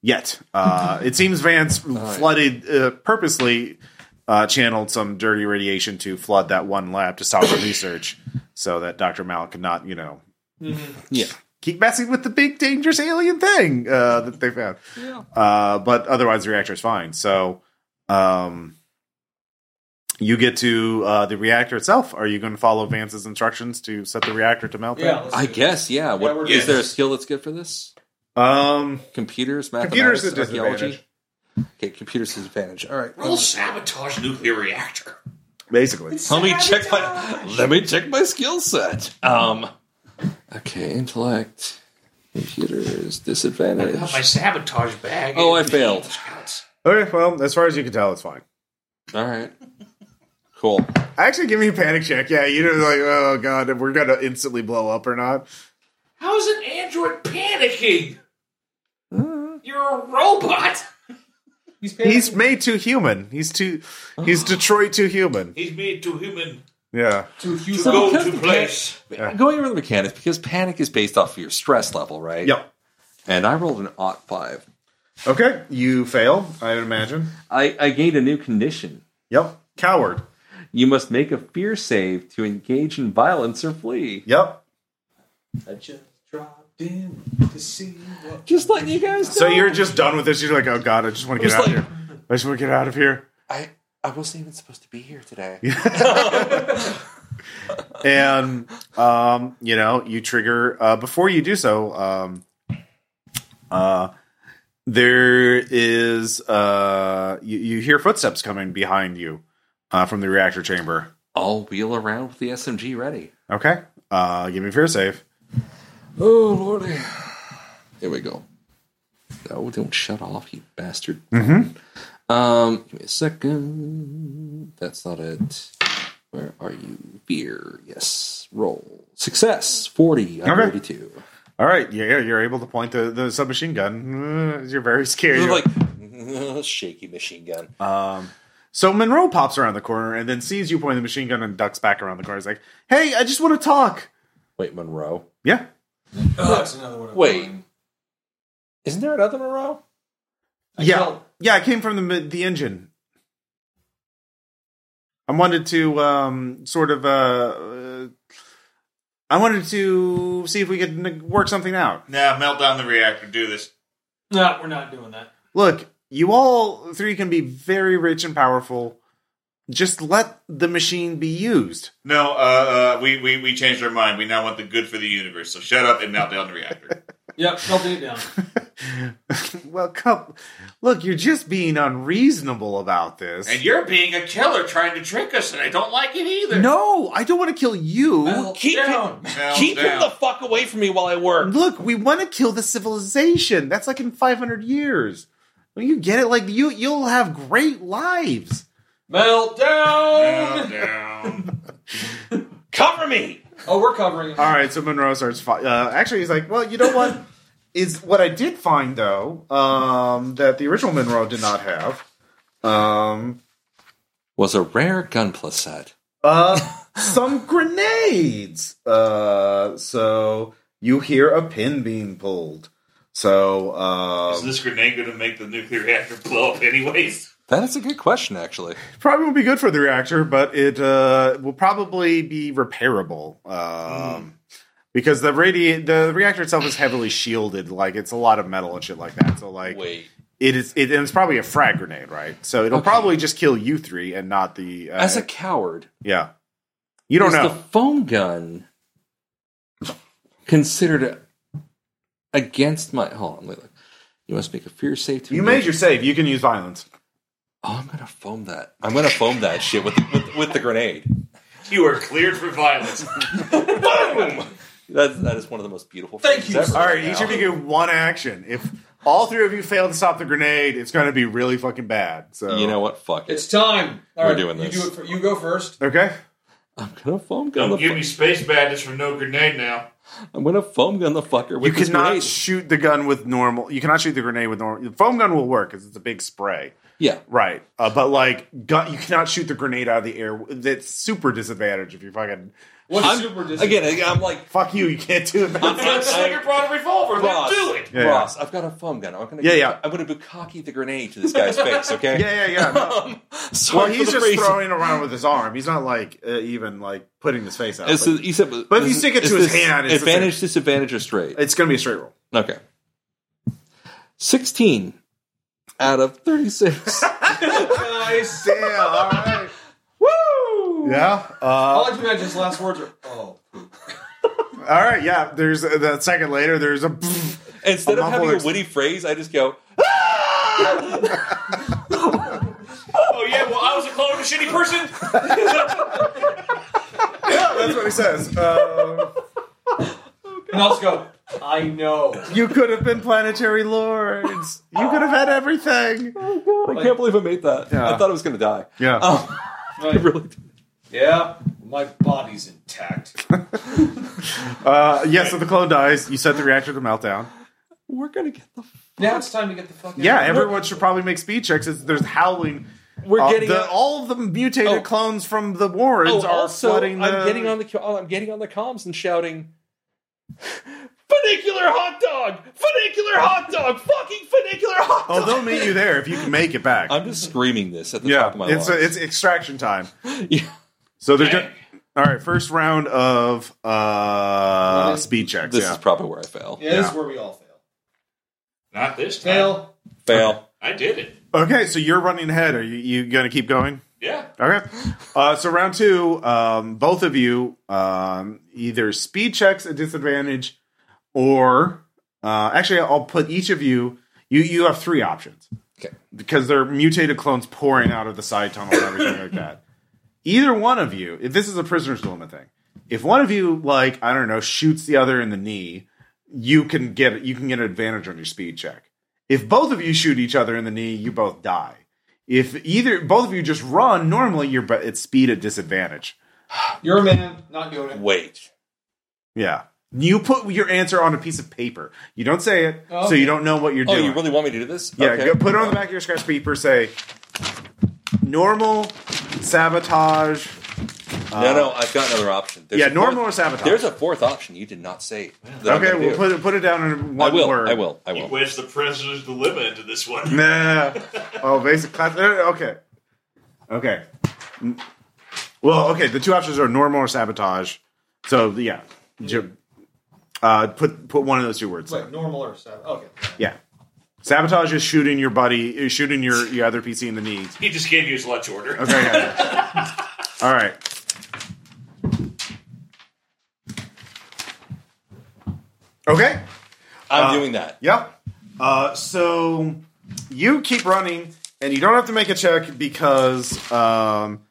yet uh, it seems vance flooded uh, purposely uh, channeled some dirty radiation to flood that one lab to stop the research so that dr malik could not you know
Yeah.
keep messing with the big dangerous alien thing uh, that they found. Uh, but otherwise, the reactor is fine. So um, you get to uh, the reactor itself. Are you going to follow Vance's instructions to set the reactor to melt?
Yeah. let's
I
do it.
guess. Yeah. What is
we're
good.
there a skill that's good for this?
Um,
Computers,
Computers
mathematics,
at
archaeology.
disadvantage.
Okay, computers disadvantage. All right.
Roll sabotage nuclear reactor.
basically.
Let me check my. Let me check my skill set. Um. Okay, intellect, computers,
Got my
disadvantage.
sabotage bag.
Oh, I failed.
Scouts.
Okay, well, as far as you can tell, it's fine.
All right. Cool.
Actually, give me a panic check. Yeah, you know, like, oh god, if we're gonna instantly blow up or not.
How is an android panicking? You're a robot.
He's,
He's made too human. He's too, he's Detroit too human.
He's made too human
Yeah,
too huge.
to go
because
to
the
place.
Going over the mechanics because panic is based off of your stress level, right?
Yep.
and I rolled an odd five.
Okay, you fail, I would imagine.
I, I gained a new condition.
Yep. Coward.
You must make a fear save to engage in violence or flee.
Yep.
I just dropped in to see what.
Just letting you guys
So
know.
you're just done with this. You're like, oh god, I just want to get out
Just
of
like-
here. I just want to get out of here.
I I wasn't even supposed to be here today.
And um, you know, you trigger uh, before you do so. Um, uh, there is uh, you, you hear footsteps coming behind you uh, from the reactor chamber.
I'll wheel around with the SMG ready.
Okay, uh, give me a fear save.
Oh lordy. Here we go. No, don't shut off, you bastard. Um, give me a second. That's not it. Where are you? Fear. Yes. Roll. Success. 40 out of
Okay.
82.
All right, yeah, you're able to point the, the submachine gun. Uh, You're very scared.
It
You're-
was like shaky machine gun.
So Monroe pops around the corner and then sees you pointing the machine gun and ducks back around the corner. He's like, "Hey, I just want to talk."
Wait, Monroe.
Yeah.
Oh,
That's another one. of
Wait.
mine.
Isn't there another Monroe?
yeah.
felt-
Yeah, I came from the mi- the engine. I wanted to um sort of uh, uh I wanted to see if we could n- work something out.
Nah, melt down the reactor. Do this.
No, we're not doing that.
Look, you all three can be very rich and powerful. Just let the machine be used.
No, uh, uh, we, we we changed our mind. We now want the good for the universe. So shut up and melt down the reactor.
Yep, melting it down.
well, come, look, you're just being unreasonable about this.
and you're being a killer trying to trick us, and I don't like it either.
No, I don't want to kill you.
Keep
down.
Melt
Keep him
down.
the fuck away from me while I work.
Look, we want to kill the civilization. That's like in 500 years. Don't you get it? Like you, you'll have great lives.
Melt down.
Melt down.
Cover me.
Oh, we're covering. it.
All right, so Monroe starts. Fi- uh, actually, he's like, well, you know what? Is what I did find though um, that the original Monroe did not have. Um,
Was a rare gun plus set.
uh, some grenades. Uh, so you hear a pin being pulled. So
Is
um,
this grenade going to make the nuclear reactor blow up, anyways?
That is a good question, actually.
probably won't be good for the reactor, but it uh, will probably be repairable
Mm.
um, because the radi- the reactor itself is heavily shielded. Like it's a lot of metal and shit like that. So like
Wait,
it is, it, and it's probably a frag grenade, right? So it'll
Okay.
probably just kill you three and not the uh,
as a coward,
yeah. You don't
is
know.
the foam gun considered a, against my? Hold on, wait, look. You must make a fear save to
you
engage-
made your save. You can use violence.
Oh, I'm gonna foam that. I'm gonna foam that shit with with, with the grenade.
You are cleared for violence.
Boom. That that is one of the most beautiful.
Thank
things
you,
Ever
sir.
All right,
now.
each of you get one action. If all three of you fail to stop the grenade, it's going to be really fucking bad. So
You know what? Fuck
It's
it.
time. All
We're
right,
doing this.
You, do it for, you go first.
Okay.
I'm gonna foam gun the.
Don't give
Fu-
me space badness from no grenade now.
I'm gonna foam gun the fucker with
you
this
cannot
grenade.
shoot the gun with normal. You cannot shoot the grenade with normal. The foam gun will work because it's a big spray,
yeah.
right? Uh, but like, gun, you cannot shoot the grenade out of the air. That's super disadvantage if you fucking
What's
I'm-
super dis-
Again, I'm like
fuck you. You can't do that.
Gunslinger brought a revolver.
Ross,
Let's do it.
Yeah,
Ross, I've got a foam gun. I'm gonna
Yeah, yeah.
I'm gonna bukkake the grenade to this guy's face. Okay.
yeah, yeah, yeah. No.
Sorry
Well,
for
he's
the
just
phrasing.
throwing around with his arm. He's not like uh, even like putting his face out.
It's
Like,
the- he said,
if you stick it to his hand, it's the same.
advantage, disadvantage, or straight.
it's going to be a straight roll.
Okay. Sixteen out of thirty-six.
Nice.
Damn. All right. Woo. Yeah.
I
Uh,
like to imagine his last words are, oh.
all right. Yeah. There's uh, that second later. There's a.
Instead
A
of having
muffled
a
ex-
witty phrase, I just go.
Oh yeah, well I was a clone of a shitty person.
That's what he says. Um,
And I'll just go, I know.
You could have been planetary lords. You could have had everything.
Oh God, I can't believe I made that.
Yeah.
I thought I was going to die.
Yeah.
Um, I
Right.
really did.
Yeah, my body's intact.
Uh, yeah, so the clone dies. You set the reactor to meltdown.
We're going to get the.
Now it's time to get the fuck out.
Yeah, everyone should probably make speed checks. It's, there's howling.
We're
Uh,
getting.
the-
a-
all of the mutated
Oh.
clones from the Warrens
oh,
are
also,
flooding. The,
oh, I'm getting on the. co- I'm getting on the comms and shouting.
Funicular hot dog! Funicular hot dog! Fucking funicular hot
Oh,
dog!
they'll meet you there if you can make it back.
I'm just screaming this at the top
yeah,
of my
it's
lungs.
it's extraction time.
Yeah.
So they're done. All right, first round of uh, speed checks.
This
yeah.
is probably where I fail.
Yeah, this
Yeah.
is where we all fail.
Not this time.
Fail.
Fail.
I did it.
okay, so you're running ahead. Are you, you going to keep going?
Yeah.
Okay. Uh, so round two, um, both of you um, either speed checks at disadvantage, or uh, actually, I'll put each of you. You you have three options.
Okay.
Because they're mutated clones pouring out of the side tunnel and everything like that. Either one of you, if this is a prisoner's dilemma thing, if one of you like I don't know shoots the other in the knee, you can get you can get an advantage on your speed check. If both of you shoot each other in the knee, you both die. If either both of you just run, normally you're be- it's speed at disadvantage.
You're a man, not Yoda.
Wait.
Yeah. You put your answer on a piece of paper. You don't say it, so you don't know what you're
Oh,
doing.
you really want me to do this?
yeah,
Okay.
go, put it on the back of your scratch paper. Say normal sabotage.
no, no, I've got another option. There's
yeah,
a fourth-
normal or sabotage.
There's a fourth option you did not say. that I'm
okay,
gonna
we'll
do.
put it, put it down in
I
one
will.
word.
I will. I
You
will.
wedged the prisoner's dilemma into this one.
Nah. Oh, basic class. uh, Okay. Okay. Mm. Well, okay. The two options are normal or sabotage. So yeah, Ju- uh, put put one of those two words.
Wait,
in.
normal or seven. Okay.
Yeah. Sabotage is shooting your buddy, uh, shooting your, your other PC in the knees.
He just gave you his lunch order.
Okay. yeah. All right. Okay.
I'm doing that.
Yep. Uh, so you keep running, and you don't have to make a check because um,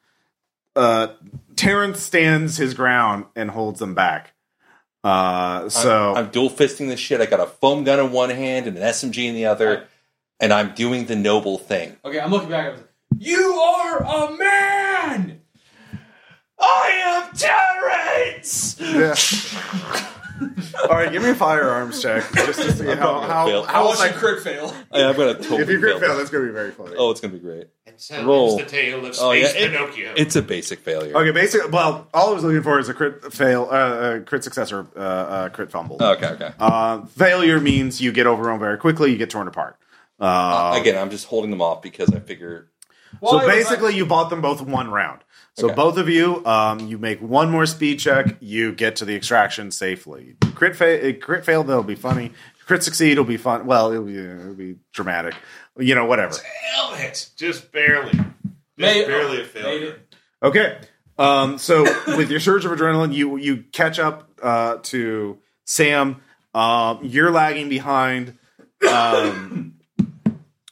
uh, Terrence stands his ground and holds them back. Uh, so
I'm dual fisting this shit. I got a foam gun in one hand and an SMG in the other, and I'm doing the noble thing.
Okay, I'm looking back at it. You are a man!
I am Terrence.
Yeah. All right, give me a firearms check just to see how
gonna
how,
fail.
how
How was
I-
your crit fail?
I'm gonna totally
if you crit fail,
this.
that's gonna be very funny.
Oh, it's gonna be great.
And so
Roll.
ends the tale of Space
Oh, yeah, it-
Pinocchio.
It's a basic failure.
Okay, basically, well, all I was looking for is a crit fail, uh, uh, crit success or uh, uh, crit fumble.
Okay. Okay.
Uh, failure means you get overrun very quickly, you get torn apart. Uh,
Again, I'm just holding them off because I figure
so
Why was I-
basically, you bought them both one round. So
Okay.
both of you, um, you make one more speed check, you get to the extraction safely. Crit, fa- uh, crit fail, that'll be funny. Crit succeed, will be fun. Well, it'll be, uh, it'll be dramatic. You know, whatever.
Hell, it's just barely. Just
Made-
barely a
Made
failure.
it.
Okay. Um, so with your surge of adrenaline, you you catch up uh, to Sam. Um, you're lagging behind, um,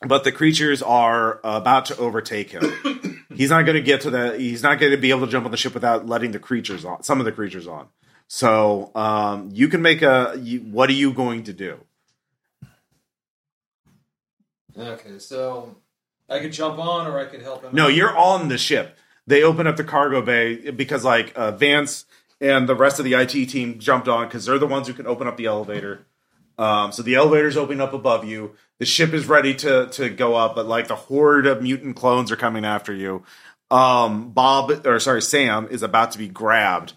but the creatures are about to overtake him. He's not going to get to the. He's not going to be able to jump on the ship without letting the creatures on. Some of the creatures on. So um, you can make a. You, what are you going to do?
Okay, so I could jump on or I could help him.
No, you're on the ship. They open up the cargo bay because like uh, Vance and the rest of the IT team jumped on because they're the ones who can open up the elevator. Um, so the elevator's opening up above you. The ship is ready to to go up, but like the horde of mutant clones are coming after you. Um, Bob or sorry, Sam is about to be grabbed,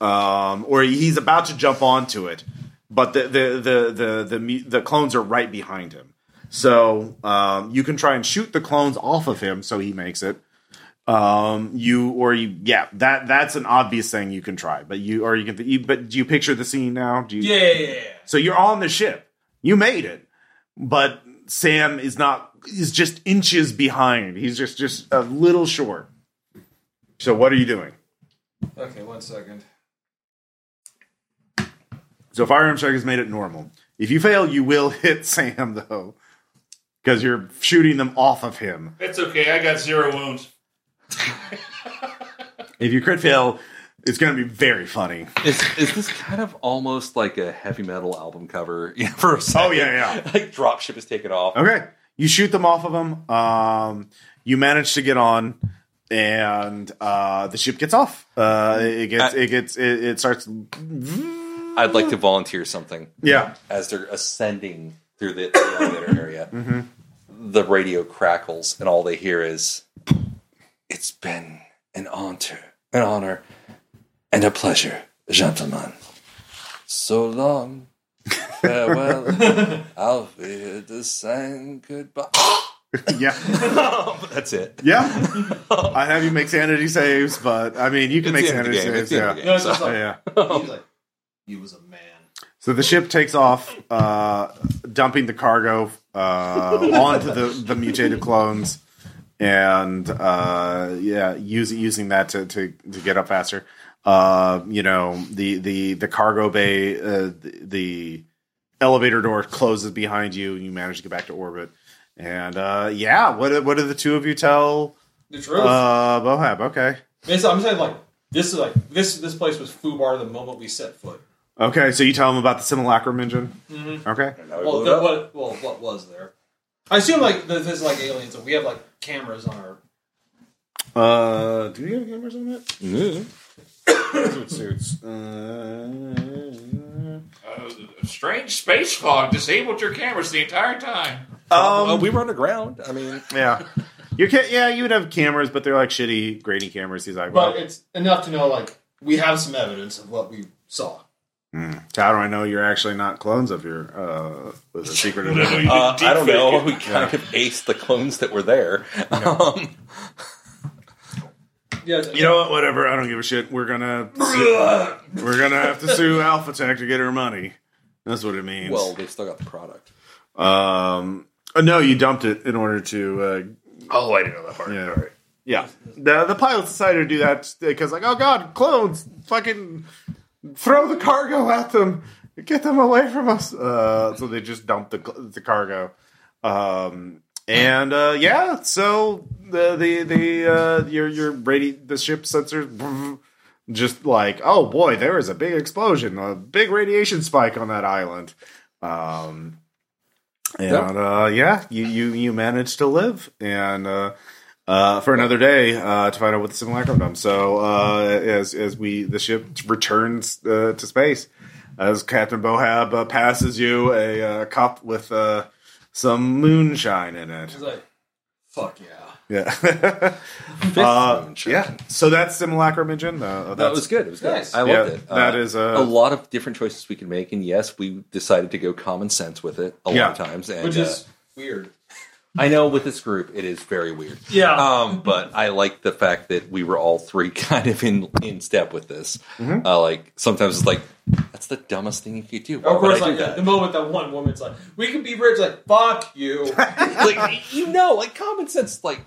um, or he's about to jump onto it, but the the the the the, mu- the clones are right behind him. So um, you can try and shoot the clones off of him, so he makes it. Um, you or you, yeah, that that's an obvious thing you can try, but you or you can. You, but do you picture the scene now? Do you?
Yeah, yeah, yeah, yeah.
So you're on the ship. You made it, but Sam is not. Is just inches behind. He's just just a little short. So what are you doing?
Okay, one second.
So firearm check is made at normal. If you fail, you will hit Sam though, because you're shooting them off of him.
It's okay. I got zero wounds.
If you crit fail, it's going to be very funny.
is is this kind of almost like a heavy metal album cover you know, for a second?
Oh yeah, yeah.
Like dropship is taken off.
Okay, you shoot them off of them. Um, you manage to get on, and uh, the ship gets off. Uh, it gets,
I-
it gets, it, it starts.
I'd like to volunteer something
Yeah.
as they're ascending through the elevator area.
Mm-hmm.
The radio crackles, and all they hear is, "It's been an honor, an honor, and a pleasure, gentlemen. So long, Farewell. I'll be the sign goodbye.
yeah,
That's it.
yeah. I have you make sanity saves, but I mean, you can make
It's the end of
sanity
the game.
saves.
It's the
Yeah.
end of
No,
the game.
it's just
yeah,
like,
yeah.
Oh.
he's like, he was a man.
So the ship takes off, uh, dumping the cargo uh, onto the, the mutated clones, and uh, yeah, use, using that to, to, to get up faster. Uh, you know, the, the, the cargo bay, uh, the, the elevator door closes behind you, and you manage to get back to orbit. And uh, yeah, what do- what do the two of you tell
The truth.
uh, Bohab? Okay,
It's- I'm saying like this is like this this place was foobar the moment we set foot.
okay. So you tell him about the simulacrum engine. Okay,
Well, the, what well what was there? I assume like this is like aliens and we have like cameras on our.
Uh, do we have cameras on it?
Mm-hmm.
Suit suits. Uh,
Uh, strange space fog disabled your cameras the entire time.
Um,
Uh, we were underground. I mean,
yeah, you can. Yeah, you would have cameras, but they're like shitty, grainy cameras. He's like, well,
But it's enough to know like we have some evidence of what we saw.
how do I know you're actually not clones of your uh, with a secret? of
Whatever you
uh, I don't know.
deepfake
We kind of aced the clones that were there. Um,
Yeah,
You know what? Whatever. I don't give a shit. We're gonna we're gonna have to sue Alpha Tech to get her money. That's what it means.
well, they still got the product.
um, uh, no, you dumped it in order to uh,
it. Oh, I didn't know that part.
Yeah. Yeah. The the pilots decided to do that because like, oh god, clones, fucking throw the cargo at them, get them away from us. Uh, so they just dumped the cl- the cargo. Um, and uh, yeah, so the the the uh, your your radi- the ship sensors just like, oh boy, there is a big explosion, a big radiation spike on that island. Um, and
Yep.
uh, yeah, you you you managed to live and. Uh, uh, for another day uh, to find out what the simulacrum done. So uh, as as we the ship returns uh, to space, as Captain Bohab uh, passes you a uh, cup with uh, some moonshine in it.
It's like fuck yeah.
Yeah, Uh, yeah. So that's simulacrum engine. Uh, that's,
That was good. It was good.
Nice.
I
yeah,
loved it.
that
Uh,
is
a
uh,
lot of different choices we could make, and yes, we decided to go common sense with it a lot
Yeah.
of times. And
Which
uh,
is weird.
I know with this group, it is very weird.
Yeah.
Uh,
Um, but I like the fact that we were all three kind of in in step with this.
Mm-hmm.
Uh, like sometimes it's like that's the dumbest thing you could do. Why
Of
would
course,
I do
like the
that?
moment that one woman's like, "We can be rich," like fuck you.
like you know, like common sense, like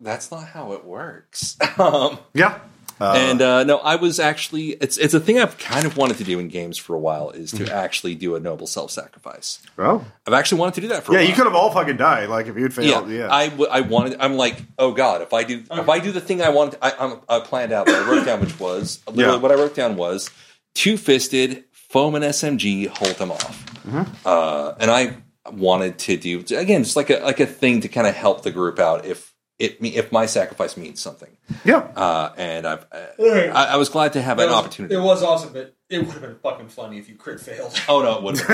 that's not how it works. um,
yeah. Uh,
and uh, no, I was actually it's it's a thing I've kind of wanted to do in games for a while is to
Mm-hmm.
actually do a noble self sacrifice.
oh,
I've actually wanted to do that for
yeah.
a while.
You could have all fucking died. Like if you'd
yeah,
failed. Yeah.
I, w- I wanted. I'm like, oh god, if I do, if I do the thing I wanted, I, I'm, I planned out. What I wrote down, which was literally
Yeah.
what I wrote down was two fisted foam and SMG, hold them off.
Mm-hmm.
Uh, and I wanted to do again, just like a like a thing to kind of help the group out if it me if my sacrifice means something.
yeah.
Uh, and I've, uh,
Right.
I, I was glad to have an
It was-
opportunity.
It was awesome, but it would have been fucking funny if you crit failed.
Oh no, it wouldn't.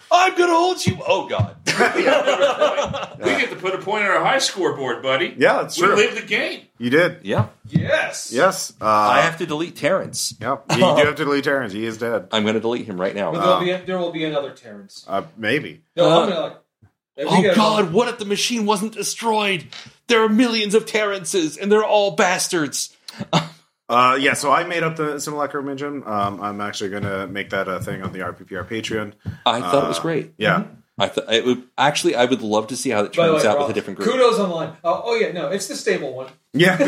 I'm gonna hold you. Oh god.
We get to put a point on our high scoreboard, buddy.
Yeah, it's
we
true.
live the game.
You did.
Yeah,
yes.
Yes. Uh,
I have to delete Terrence.
Yeah. You do have to delete Terrence. He is dead.
I'm gonna delete him right now.
But there'll be there will be another Terrence.
Uh, maybe.
No,
Uh,
I'm gonna like. if we
Oh
get a-
God! What if the machine wasn't destroyed? There are millions of Terrences, and they're all bastards.
Uh, yeah, so I made up the simulacrum engine. Um, I'm actually going to make that a thing on the RPPR Patreon.
I thought it
Uh,
was great. Mm-hmm.
Yeah.
I thought it would actually. I would love to see how it
by the
turns
way,
out
Rob,
with a different group.
Kudos online. Oh, oh yeah, no, it's the stable one.
Yeah.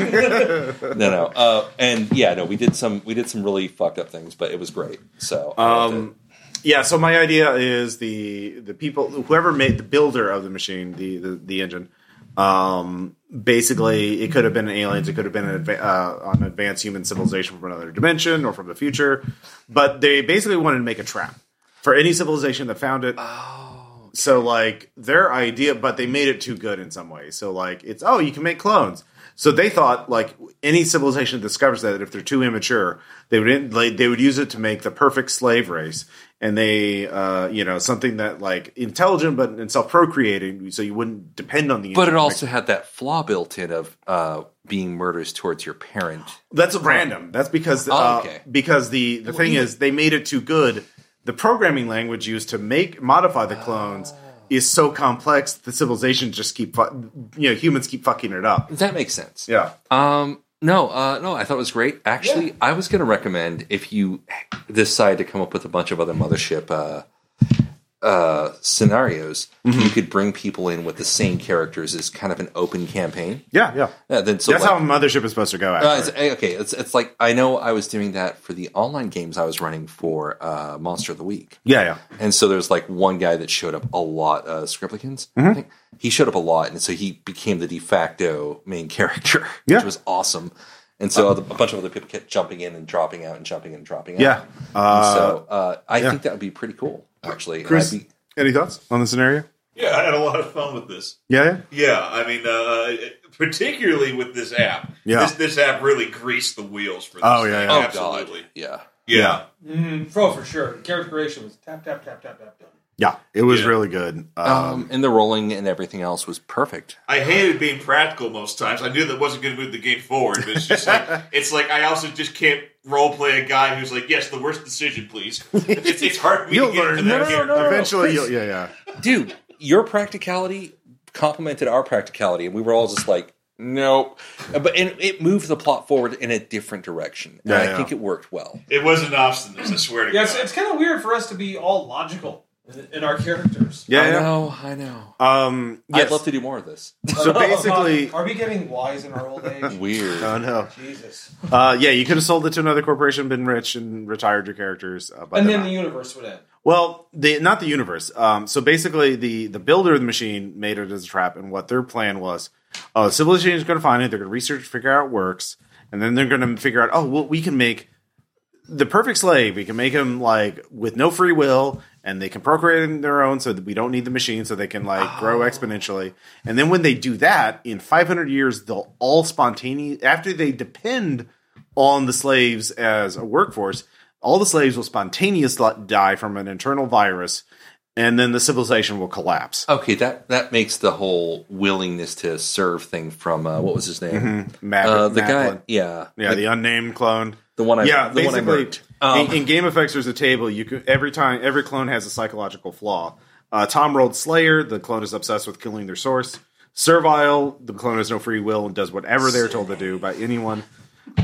No, no, uh, and yeah, no. We did some. We did some really fucked up things, but it was great. So, I loved
Um,
it.
yeah, so my idea is the the people whoever made the builder of the machine, the the, the engine, um,
Mm-hmm.
basically it could have been aliens, it could have been an, adva- uh, an advanced human civilization from another dimension or from the future, but they basically wanted to make a trap for any civilization that found it.
Oh,
So like their idea, but they made it too good in some way. So like it's oh you can make clones. So they thought like any civilization that discovers that if they're too immature, they would in, like, they would use it to make the perfect slave race, and they uh, you know something that like intelligent but and self procreating, so you wouldn't depend on the.
but it
internet.
also had that flaw built in of uh, being murders towards your parent.
That's random. That's because uh,
Oh, okay.
because the the thing is they made it too good the programming language used to make modify the clones
Oh.
is so complex that civilizations just keep fu- you know humans keep fucking it up.
That makes sense.
Yeah.
Um, no, uh, no, I thought it was great. Actually, I was going to recommend if you decide to come up with a bunch of other mothership uh, uh, scenarios,
Mm-hmm.
you could bring people in with the same characters as kind of an open campaign.
Yeah, yeah.
Yeah, then so
That's
like-
how mothership is supposed to go.
Uh,
Actually.
it's, eh, okay, it's it's like I know I was doing that for the online games I was running for uh, Monster of the Week,
yeah, yeah.
and so there was like one guy that showed up a lot, uh, Scriplicans.
Mm-hmm.
I think. He showed up a lot, and so he became the de facto main character,
Yeah. Uh-huh.
which was awesome. And so other- a bunch of other people kept jumping in and dropping out and jumping in and dropping out.
Yeah.
And
Uh,
so uh, I
yeah.
think that would be pretty cool, actually. And
Chris,
I'd be-
any thoughts on the scenario?
Yeah, I had a lot of fun with this.
Yeah, yeah.
Yeah, I mean, uh, particularly with this app.
Yeah.
This, this app really greased the wheels for this.
Oh, yeah,
thing,
yeah.
oh
Absolutely.
God, yeah.
Yeah.
Mm, for for sure. Character creation was tap tap tap tap tap done.
Yeah, it was
Yeah.
really good. Um,
Um, and the rolling and everything else was perfect.
I hated being practical most times. I knew that wasn't going to move the game forward, but it's just like, it's like I also just can't role play a guy who's like, yes, the worst decision, please. It's, it's hard for me
You'll
to get
learn.
into
No,
that
no, no,
character.
no, no.
Eventually, you'll,
Chris.
yeah, yeah.
dude, your practicality complemented our practicality, and we were all just like, nope. But and it moved the plot forward in a different direction, and
Yeah,
I
yeah.
think it worked well.
It wasn't obstinate, I swear to
Yeah, it's,
God.
it's kind of weird for us to be all logical in, in our characters.
I
Yeah,
know, I know.
yeah. Um, yes.
Uh, I'd love to do more of this.
so basically,
are we getting wise in our old age?
Weird.
oh no.
Jesus.
Uh, yeah, you could have sold it to another corporation, been rich, and retired your characters. Uh, but
And
they're
then
not.
the universe would end.
Well, the not the universe. Um, so basically, the the builder of the machine made it as a trap, and what their plan was: uh, civilization is going to find it. They're going to research, figure out it works, and then they're going to figure out, oh, well, we can make the perfect slave. We can make him like with no free will, and they can procreate on their own, so that we don't need the machine, so they can like
Oh.
grow exponentially. And then when they do that, in 500 years, they'll all spontaneous after they depend on the slaves as a workforce. All the slaves will spontaneously die from an internal virus, and then the civilization will collapse.
Okay, that that makes the whole willingness to serve thing from uh, what was his name?
Mad-
Uh, the
Madeline.
guy, yeah,
Mm-hmm. yeah, the unnamed clone.
the one I,
yeah,
the one I
basically,
murked. Um,
in, in Game Effects, there's a table. You can every time every clone has a psychological flaw. Uh, Tom rolled Slayer. The clone is obsessed with killing their source. Servile. The clone has no free will and does whatever they're told to do by anyone.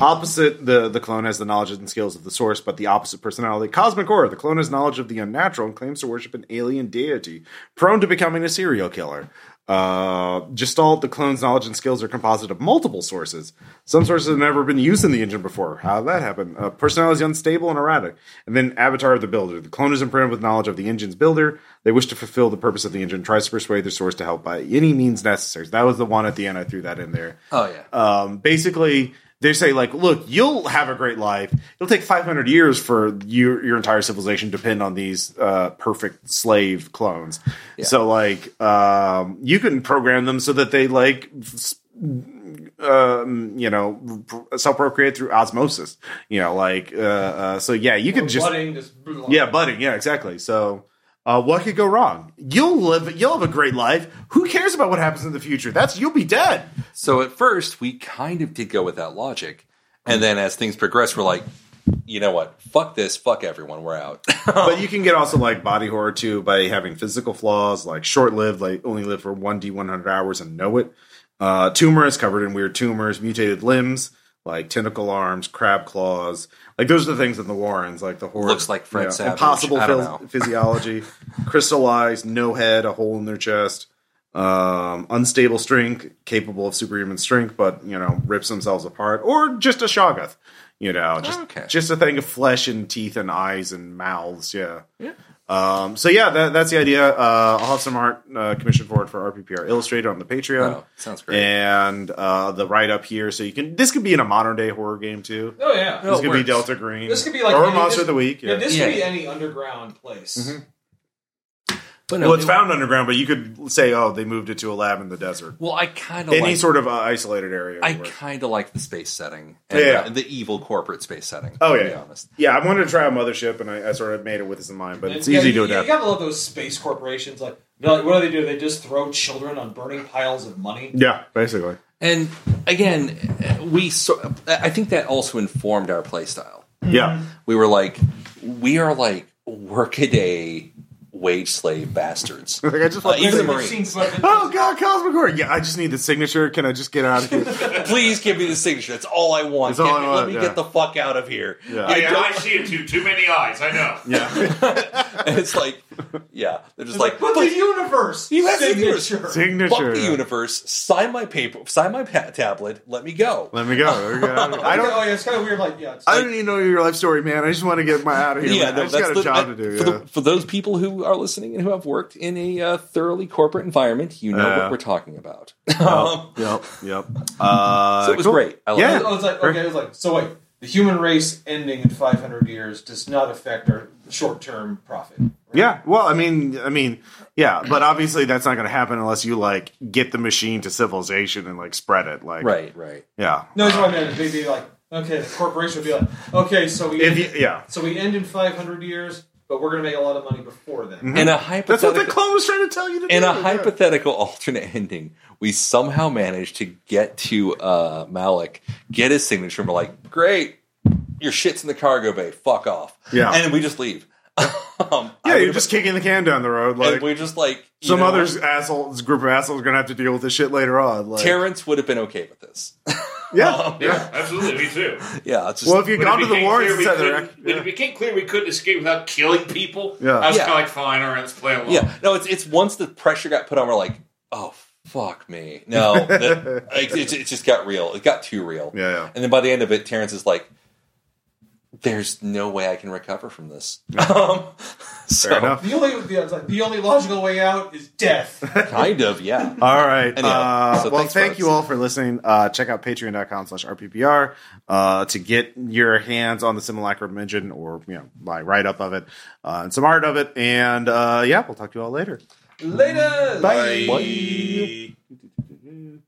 Opposite. The the clone has the knowledge and skills of the source, but the opposite personality. Cosmic Horror. The clone has knowledge of the unnatural and claims to worship an alien deity, prone to becoming a serial killer. Uh, Gestalt, the clone's knowledge and skills are composite of multiple sources. Some sources have never been used in the engine before. How did that happen? Uh, personality is unstable and erratic. And then Avatar of the Builder. The clone is imprinted with knowledge of the engine's builder. They wish to fulfill the purpose of the engine, tries to persuade their source to help by any means necessary. So that was the one at the end. I threw that in there.
oh yeah,
Um, basically, they say, like, look, you'll have a great life. It'll take 500 years for your, your entire civilization to depend on these uh, perfect slave clones. So, like, um, you can program them so that they, like, s- um, you know, self procreate through osmosis. You know, like, uh, uh, so yeah, you could
Or
just
budding, just
yeah, budding. Yeah, exactly. So, uh, what could go wrong? You'll live. You'll have a great life. Who cares about what happens in the future? That's you'll be dead.
So at first, we kind of did go with that logic, and then as things progress, we're like, you know what? Fuck this. Fuck everyone. We're out.
But you can get also like body horror too by having physical flaws like short lived, like only live for one d one hundred hours and know it. Uh, tumors covered in weird tumors, mutated limbs like tentacle arms, crab claws. Like those are the things in the Warrens. Like the horror
Looks like Fred Savage.
Impossible
I don't
phys-
know.
physiology, crystal eyes, no head, a hole in their chest. Um, unstable strength, capable of superhuman strength, but you know rips themselves apart, or just a shoggoth. You know, just
Okay.
just a thing of flesh and teeth and eyes and mouths. Yeah. Um, so yeah, that, that's the idea. Uh, I'll have some art uh, commissioned for it for RPPR Illustrated on the Patreon.
Oh, sounds great.
And uh, the write up here, so you can. This could be in a modern day horror game too.
Oh yeah.
No,
this
it
could be
works.
Delta Green.
This could be like
or
any- this-
Monster of the Week.
Yeah,
Yeah. Mm-hmm.
this
Yeah.
could be any underground place.
but
well, it's
it-
found underground, but you could say, oh, they moved it to a lab in the desert.
Well, I kind
Oh,
of
Any
like.
sort of uh, isolated area.
I
would work.
kind of like the space setting. And
Yeah.
The, the evil corporate space setting.
Oh,
To be
yeah.
honest.
yeah, I wanted to try a mothership, and I, I sort of made it with this in mind, but
And
it's
yeah,
easy
you,
to
you-
adapt.
You gotta love those space corporations. Like, they're like, what do they do? They just throw children on burning piles of money.
Yeah, basically.
And again, we. So, I think that also informed our play style.
Yeah.
We were like, we are like workaday wage slave bastards.
Like, I just want
Uh,
the
even
signature.
the Marines.
Oh God, Cosmic Horror. Yeah, I just need the signature. Can I just get out of here?
Please give me the signature. That's all I want.
That's all
Give
I
me-
want,
let me
yeah.
get the fuck out of here.
Yeah.
I
Yeah,
don't-
I see it too. Too many eyes. I know.
yeah,
and it's like, yeah, they're just like,
But the universe.
You have the universe.
signature.
signature.
fuck the universe. Sign my paper. Sign my pa- tablet. Let me go.
Let me go. Let me get out of here. I don't.
Oh yeah, it's kind of weird. Like yeah, it's
I don't even know your life story, man. I just want to get my out of here. man.
no,
I just got a
the-
job
that-
to do.
For,
Yeah.
the, for those people who are listening and who have worked in a uh, thoroughly corporate environment, you know
Yeah.
what we're talking about. um,
yep, yep. Uh,
so it was
cool.
great. I liked
Yeah.
it.
Oh, it's like okay. It's like so. Wait, the human race ending in 500 years does not affect our short-term profit. right?
Yeah. Well, I mean, I mean, yeah, but obviously that's not going to happen unless you like get the machine to civilization and like spread it. Like,
Right, right.
Yeah.
No, that's what I meant. They'd be like, okay, the corporation would be like, okay, so we
If
end,
you, yeah.
so we end in 500 years, but we're gonna make a lot of money before then.
Mm-hmm.
In a
That's what the
hypothetical,
clone was trying to tell you to do.
in a
yeah.
hypothetical alternate ending, we somehow managed to get to uh, Malik, get his signature, and we're like, "Great, your shit's in the cargo bay. Fuck off."
Yeah.
and we just leave. um,
Yeah,
I
you're
would've-
just kicking the can down the road. Like
and we're just like you
some
know
other
what?
assholes, group of assholes, are going to have to deal with this shit later on. Like,
Terrence would have been okay with this.
yeah.
Yeah, absolutely. Me too.
yeah, it's just
Well, if you'd
When it
gone to the
became
wars
clear we
instead of
couldn't- When
yeah.
it became clear we couldn't escape without killing people,
Yeah.
I was
Yeah.
kind of like, fine, all right, let's play along.
yeah, no, it's it's once the pressure got put on, we're like, oh fuck me, no, that, like, it, it just got real. It got too real.
yeah, yeah.
And then by the end of it, Terrence is like, "There's no way I can recover from this." um, so,
Fair enough.
The only the, it's like, the only logical way out is death.
kind of, yeah.
All right.
Anyhow,
uh,
so
well,
thanks,
thank
folks.
you all for listening. Uh, check out patreon.com slash RPPR uh, to get your hands on the Simulacrum engine or, you know, my write up of it uh, and some art of it. And uh, yeah, we'll talk to you all later.
Later.
Bye.
Bye.